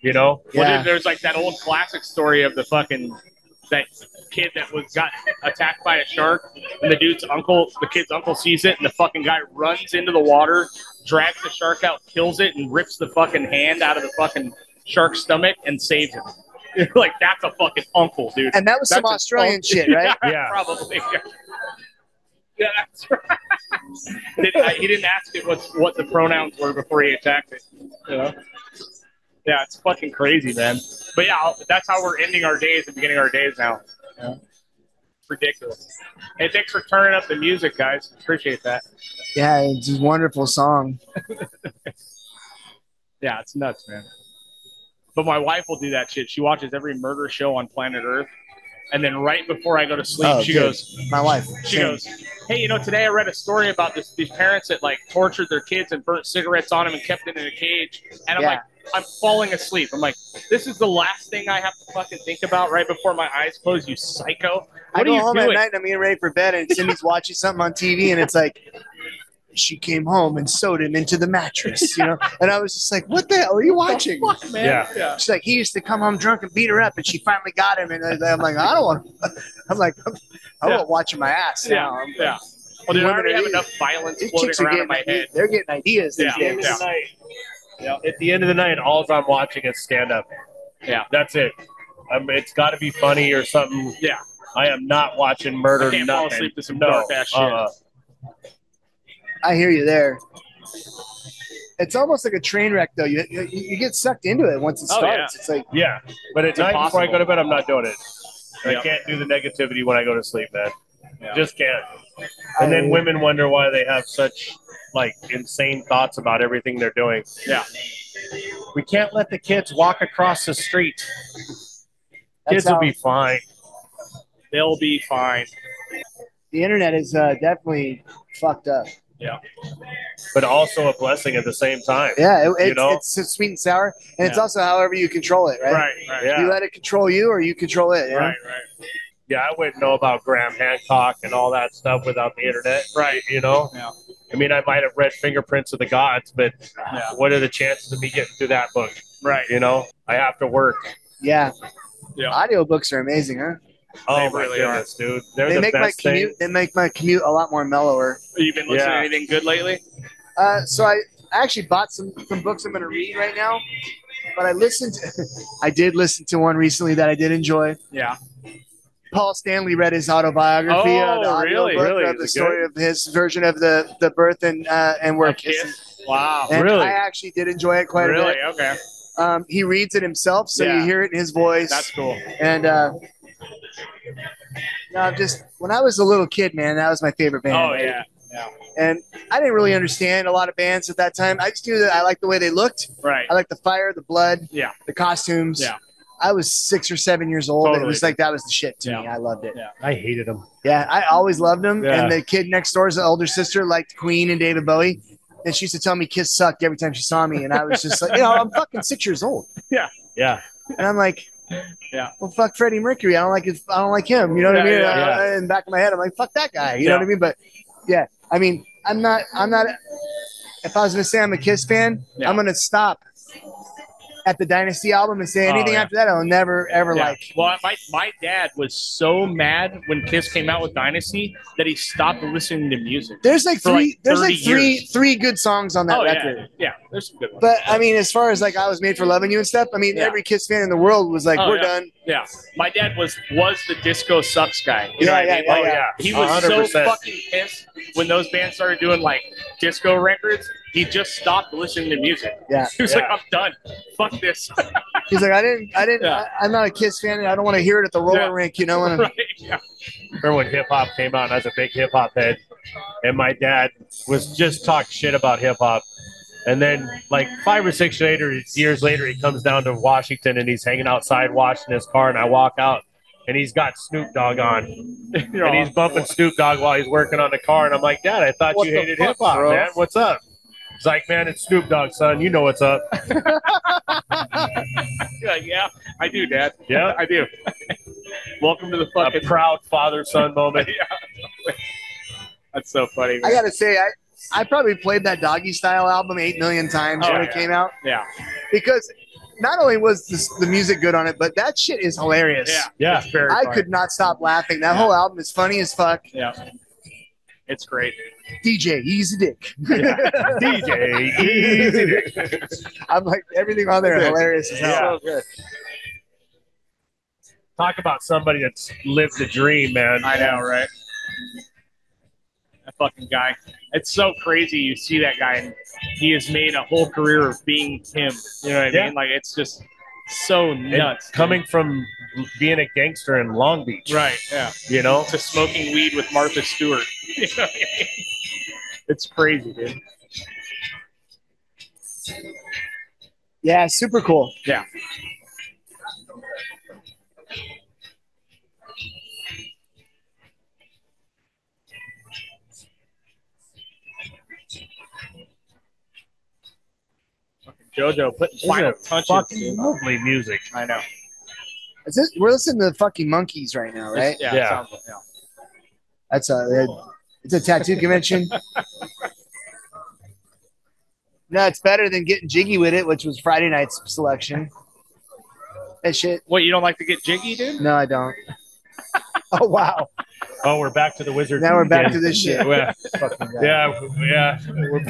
D: You know?
B: Well,
A: Yeah.
B: dude, there's like that old classic story of the fucking that kid that was got attacked by a shark, and the dude's uncle, the kid's uncle, sees it, and the fucking guy runs into the water, drags the shark out, kills it, and rips the fucking hand out of the fucking shark's stomach and saves him. You're like, that's a fucking uncle, dude.
A: And that was some
B: That's a-
A: Australian shit, right?
D: Yeah.
B: probably. Yeah, that's right. Did- I- he didn't ask it what what the pronouns were before he attacked it. You know? Yeah, it's fucking crazy, man. But yeah, I'll- that's how we're ending our days and beginning our days now. Yeah. Ridiculous. Hey, thanks for turning up the music, guys. Appreciate that.
A: Yeah, it's a wonderful song.
B: Yeah, it's nuts, man. But my wife will do that shit. She watches every murder show on planet Earth. And then right before I go to sleep,
A: Oh,
B: she
A: dude.
B: goes,
A: My wife.
B: She
A: Same.
B: goes, "Hey, you know, today I read a story about this, these parents that like tortured their kids and burnt cigarettes on them and kept them in a cage." And I'm
A: Yeah.
B: like, "I'm falling asleep." I'm like, "This is the last thing I have to fucking think about right before my eyes close." You psycho!
A: I
B: What
A: go
B: are you
A: home at
B: doing?
A: night and I'm getting ready for bed, and Cindy's watching something on TV, and it's like, she came home and sewed him into the mattress, you know? And I was just like, what the hell are you watching?
B: Fuck, man.
D: Yeah.
A: She's like, he used to come home drunk and beat her up, and she finally got him. And I- I'm like, I don't want to. I'm like, I'm
B: Yeah.
A: not watching my ass
B: Yeah.
A: now. I'm-
B: Yeah. Well, dude, I
A: Women
B: already
A: are
B: have
A: easy.
B: enough violence
A: These
B: floating
A: chicks are
B: around
A: getting,
B: in my head.
A: they're getting ideas these
B: Yeah.
A: days.
B: Yeah.
D: At the end of the night, all I'm watching is stand up.
B: Yeah.
D: That's it. Um, it's got to be funny or something.
B: Yeah.
D: I am not watching murder.
B: I can't fall
D: nothing.
B: asleep to some
D: no.
B: dark ass shit.
D: Uh-uh.
A: I hear you there. It's almost like a train wreck, though. You, you, you get sucked into it once it
B: Oh,
A: starts.
B: yeah.
A: It's like,
D: Yeah, but at
B: It's
D: night before I
B: impossible.
D: go to bed, I'm not doing it.
B: Yeah.
D: I can't do the negativity when I go to sleep, man.
B: Yeah.
D: Just can't.
A: I-
D: And then women wonder why they have such like insane thoughts about everything they're doing.
B: Yeah.
D: We can't let the kids walk across the street.
A: that's
D: kids will
A: how-
D: be fine.
B: They'll be fine.
A: the internet is uh, definitely fucked up.
D: But also a blessing at the same time.
A: Yeah, it, it's,
D: know?
A: it's so sweet and sour, and it's
B: Yeah.
A: also however you control it, right?
B: Right. Right.
D: Yeah.
A: You let it control you, or you control it. you know?
B: Right. Right.
D: Yeah, I wouldn't know about Graham Hancock and all that stuff without the internet.
B: Right.
D: You know?
B: Yeah.
D: I mean, I might have read Fingerprints of the Gods, but
B: Yeah.
D: what are the chances of me getting through that book?
B: Right.
D: You know, I have to work.
A: Yeah.
B: Yeah.
A: Audiobooks are amazing, huh?
D: Oh
B: They
D: my
B: really are.
D: goodness, dude! They're
A: they
D: the
A: make my
D: best thing.
A: commute. They make my commute a lot more mellower.
B: Have you been listening to
D: Yeah.
B: anything good lately?
A: Uh, so I I actually bought some some books I'm going to read right now, but I listened. To, I did listen to one recently that I did enjoy.
B: Yeah.
A: Paul Stanley read his autobiography.
B: Oh,
A: uh, the
B: really?
A: audiobook
D: Really?
A: Of
D: Is
A: the
D: it
A: story of his version of the the birth and uh, and where
B: Kiss?
A: kissing.
B: Wow.
A: And
D: Really?
A: I actually did enjoy it quite a
B: Really?
A: bit.
B: Okay.
A: Um, he reads it himself, so you
B: Yeah.
A: hear it in his voice.
B: That's cool.
A: and uh, no, I'm just when I was a little kid, man, that was my favorite band.
B: Oh yeah.
A: And I didn't really understand a lot of bands at that time. I just knew that I liked the way they looked.
B: Right.
A: I liked the fire, the blood,
B: Yeah.
A: the costumes.
B: Yeah.
A: I was six or seven years old. And it
B: Totally.
A: was like that was the shit to
B: Yeah.
A: me. I loved it.
B: Yeah.
H: I hated him.
A: Yeah, I always loved them.
H: Yeah.
A: And the kid next door's older sister liked Queen and David Bowie. And she used to tell me Kiss sucked every time she saw me. And I was just like, you know, I'm fucking six years old.
H: Yeah,
B: Oh,
A: And I'm like,
B: Yeah.
A: Well, fuck Freddie Mercury. I don't like his, I don't like him. You know what I
B: Yeah,
A: mean?
B: yeah,
A: Uh, In the back of my head, I'm like, fuck that guy. You know
B: Yeah.
A: what I mean? But yeah, I mean, I'm not. I'm not. If I was gonna say I'm a Kiss fan,
B: Yeah.
A: I'm gonna stop at the Dynasty album and say
B: Oh,
A: anything
B: yeah.
A: after that. I'll never ever
B: Yeah.
A: like.
B: Well, my, my dad was so mad when Kiss came out with Dynasty that he stopped listening to music.
A: There's like
B: For,
A: three.
B: like,
A: there's like
B: 30
A: three
B: years.
A: three good songs on that
B: Oh
A: record.
B: yeah, yeah. There's some good ones.
A: But I mean, as far as like I was made for loving you and stuff, I mean,
B: Yeah.
A: every Kiss fan in the world was like,
B: Oh,
A: "We're
B: yeah.
A: done."
B: yeah, my dad was was the disco sucks guy. You know
A: Yeah,
B: what
A: yeah,
B: I mean?
A: yeah,
D: Oh,
B: Like,
A: yeah.
B: He was so
D: 100%.
B: fucking pissed when those bands started doing like disco records. He just stopped listening to music.
A: Yeah.
B: he was
D: Yeah.
B: like, I'm done. Fuck this.
A: He's like, "I didn't, I didn't,
B: Yeah.
A: I, am not a Kiss fan, and I don't want to hear it at the roller
B: Yeah.
A: rink." You know, and
B: right? Yeah.
D: remember when hip hop came out and I was a big hip hop head and my dad was just talking shit about hip hop. And then like five or six later years later he comes down to Washington and he's hanging outside watching his car and I walk out and he's got Snoop Dogg on. And he's bumping Snoop Dogg while he's working on the car and I'm like, Dad, I thought
A: What
D: you
A: the
D: hated
A: fuck,
D: hip hop,
A: bro?"
D: man. What's up? He's like, man, it's Snoop Dogg, son. You know what's up.
B: Yeah, yeah, I do, Dad.
D: Yeah.
B: I do. Welcome to the
D: A
B: fucking.
D: proud father son moment.
B: That's so funny.
A: I
B: man.
A: gotta say, I I probably played that Doggy Style album eight million times
B: Oh,
A: when it
B: yeah.
A: came out
B: yeah,
A: because not only was this, the music good on it, but that shit is hilarious.
B: yeah.
D: Yeah.
B: Very
A: I
B: funny.
A: could not stop laughing. That whole album is funny as fuck.
B: It's great.
A: DJ, he's a dick.
D: DJ. Easy to
A: I'm like everything on there is hilarious as hell.
D: talk about somebody that's lived the dream, man.
B: I know, right? That fucking guy. It's so crazy. You see that guy, and he has made a whole career of being him. You know what I
D: Yeah.
B: mean? Like it's just so
D: And
B: nuts. dude.
D: coming from being a gangster in Long Beach,
B: right, yeah,
D: you know,
B: to smoking weed with Martha Stewart. You know what I mean? it's crazy, dude.
A: Yeah, super cool.
B: Yeah. Fucking JoJo putting
D: is
B: final touches.
D: fucking
B: dude.
D: lovely music.
B: I know.
A: Is this, we're listening to the fucking monkeys right now, right?
B: Yeah.
D: Yeah.
B: sounds like- yeah.
A: That's a it's a tattoo convention. no, it's better than getting jiggy with it, which was Friday night's selection. That shit.
B: What you don't like to get jiggy, dude?
A: No, I don't. Oh wow!
D: Oh, we're back to the wizard.
A: Now we're back to this shit.
D: Yeah,
A: Fucking guy.
D: yeah, yeah. We're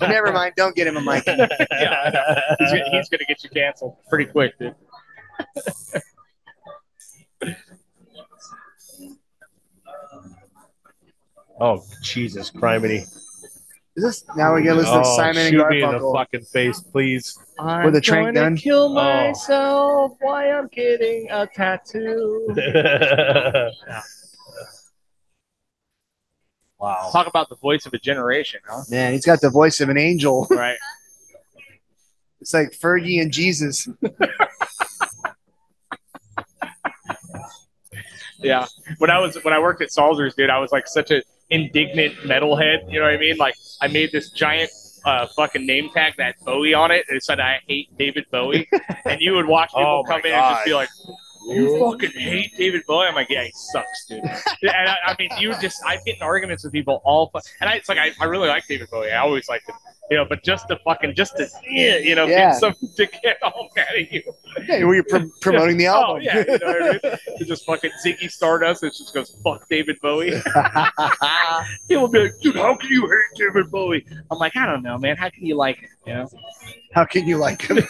A: Never mind. Don't get him a mic.
B: He's, gonna- he's gonna get you canceled pretty quick, dude.
D: oh, Jesus, criminy!
A: Is this now we're gonna listen to
D: oh,
A: Simon and
D: shoot me in the
A: Garfunkel
D: fucking face, please.
A: with a trank gun? Oh.
D: Kill myself. Why I'm getting a tattoo? Wow.
B: Talk about the voice of a generation, huh?
A: Man, he's got the voice of an angel.
B: Right.
A: It's like Fergie and Jesus.
B: Yeah. When I was when I worked at Salzer's, dude, I was like such an indignant metalhead. You know what I mean? Like I made this giant uh, fucking name tag that had Bowie on it, and it said I hate David Bowie. and you would watch people
D: Oh, my
B: come in and just be
D: God.
B: like, you fucking hate David Bowie. I'm like, yeah, he sucks, dude. Yeah, and I, I mean, you just, I get in arguments with people all, fu- and I, it's like, I, I really like David Bowie. I always liked him, you know, but just to fucking, just to, yeah, you know,
A: Yeah.
B: get some, to get all mad at you.
A: Hey, were you pro- promoting the album?
B: Oh, yeah, you know what I mean? It's just fucking Ziggy Stardust. It just goes, fuck David Bowie. People be like, dude, how can you hate David Bowie? I'm like, I don't know, man. How can you like it? You know?
A: How can you like him?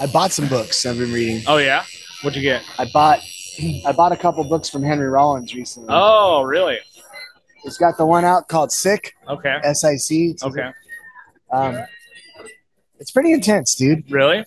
A: I bought some books I've been reading.
B: Oh, yeah? What'd you get?
A: I bought I bought a couple books from Henry Rollins recently.
B: Oh, really?
A: He's got the one out called Sick,
B: Okay.
A: S I C.
B: Okay.
A: Um, it's pretty intense, dude.
B: Really?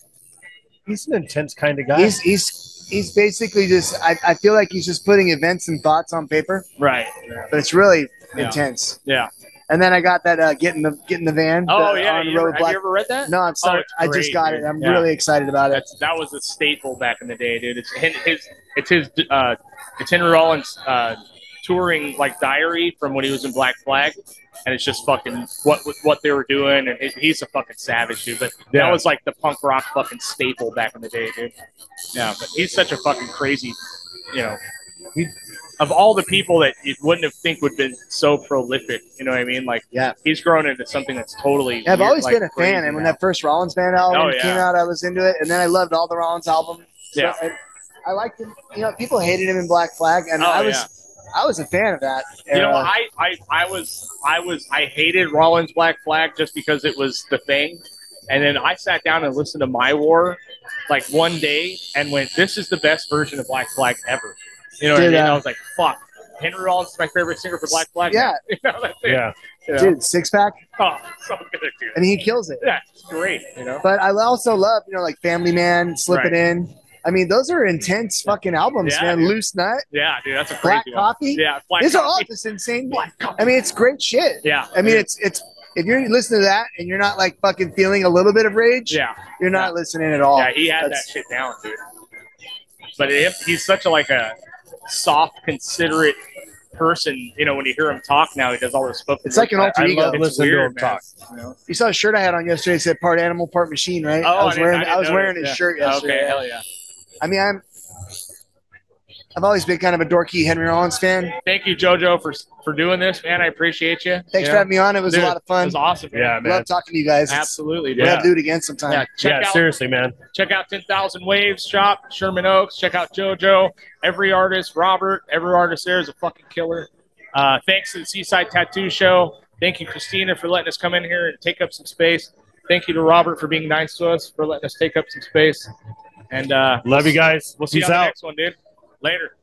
D: He's an intense kind of guy.
A: He's he's he's basically just I, I feel like he's just putting events and thoughts on paper,
B: Right.
A: but it's really
B: Yeah.
A: intense.
B: Yeah.
A: And then I got that uh, get in the get in the van.
B: Oh,
A: the
B: yeah.
A: on
B: You ever,
A: road
B: have
A: black.
B: you ever read that?
A: No, I'm sorry.
B: it's
A: I just
B: great,
A: got
B: dude.
A: it. I'm
B: Yeah.
A: really excited about it.
B: That's that was a staple back in the day, dude. It's his, his it's his uh, it's Henry Rollins uh, touring like diary from when he was in Black Flag, and it's just fucking what what they were doing, and he- he's a fucking savage dude. But that
D: Yeah.
B: was like the punk rock fucking staple back in the day, dude. Yeah, but he's such a fucking crazy, you know. He, of all the people that you wouldn't have think would have been so prolific, you know what I mean? Like,
A: Yeah.
B: he's grown into something that's totally.
A: I've
B: weird,
A: always
B: like,
A: been a fan,
B: crazy
A: and when
B: now.
A: that first Rollins band album
B: Oh, yeah.
A: came out, I was into it, and then I loved all the Rollins album. So
B: Yeah.
A: I, I liked him. You know, people hated him in Black Flag, and
B: Oh,
A: I was,
B: yeah.
A: I was a fan of that.
B: You know,
A: era.
B: I, I, I was I was I hated Rollins Black Flag just because it was the thing. And then I sat down and listened to My War like one day and went, This is the best version of Black Flag ever. You know what I
A: Did,
B: mean?
A: uh,
B: I was like, fuck. Henry Rollins is my favorite singer for Black Flag.
A: yeah,
B: You know, that's it.
D: yeah.
B: You know?
A: dude, six pack,
B: Oh, so good, dude.
A: and he kills it.
B: Yeah, it's great, you know?
A: But I also love, you know, like Family Man, Slip
B: Right.
A: It In. I mean, those are intense fucking albums,
B: Yeah,
A: man.
B: dude.
A: Loose Nut,
B: Yeah, dude, that's a crazy
A: Black
B: one.
A: Coffee.
B: Yeah, Black
A: These are all
B: Coffee.
A: just insane.
B: Black Coffee.
A: I mean, it's great shit.
B: Yeah.
A: I mean, it's it's if you're listening to that and you're not like fucking feeling a little bit of rage,
B: yeah.
A: you're not listening at all.
B: Yeah, he had that
A: Oh, That's-
B: shit down, dude. But if he's such a like a soft, considerate person, you know, when you hear him talk now, he does all this spoken.
A: It's like an
B: word.
A: alter ego.
B: love
D: It's
B: listening
D: weird, man.
B: You know?
A: You saw a shirt I had on yesterday. It said part animal, part machine, right?
B: Oh,
A: I was
B: didn't-
A: wearing
B: didn't
A: I, was
B: notice.
A: wearing his
B: Yeah.
A: shirt
B: Okay,
A: yesterday.
B: hell yeah.
A: I mean, I'm I've always been kind of a dorky Henry Rollins fan.
B: Thank you, JoJo, for for doing this, man. I appreciate you.
A: Thanks
B: you
A: for
B: know?
A: having me on. It was
B: Dude,
A: a lot of
B: It
A: fun.
B: was awesome. man.
D: Yeah, man.
A: Love talking to you guys. It's-
B: absolutely,
A: We'll
B: dude.
A: have to do it again sometime.
B: Yeah, check
D: yeah,
B: out
D: seriously, man.
B: check out Ten Thousand Waves Shop, Sherman Oaks. Check out JoJo. Every artist, Robert. Every artist there is a fucking killer. Uh, thanks to the Seaside Tattoo Show. Thank you, Christina, for letting us come in here and take up some space. Thank you to Robert for being nice to us, for letting us take up some space. And uh,
D: Love you guys.
B: we'll see
D: Peace
B: you on
D: out.
B: the next one, dude. Later.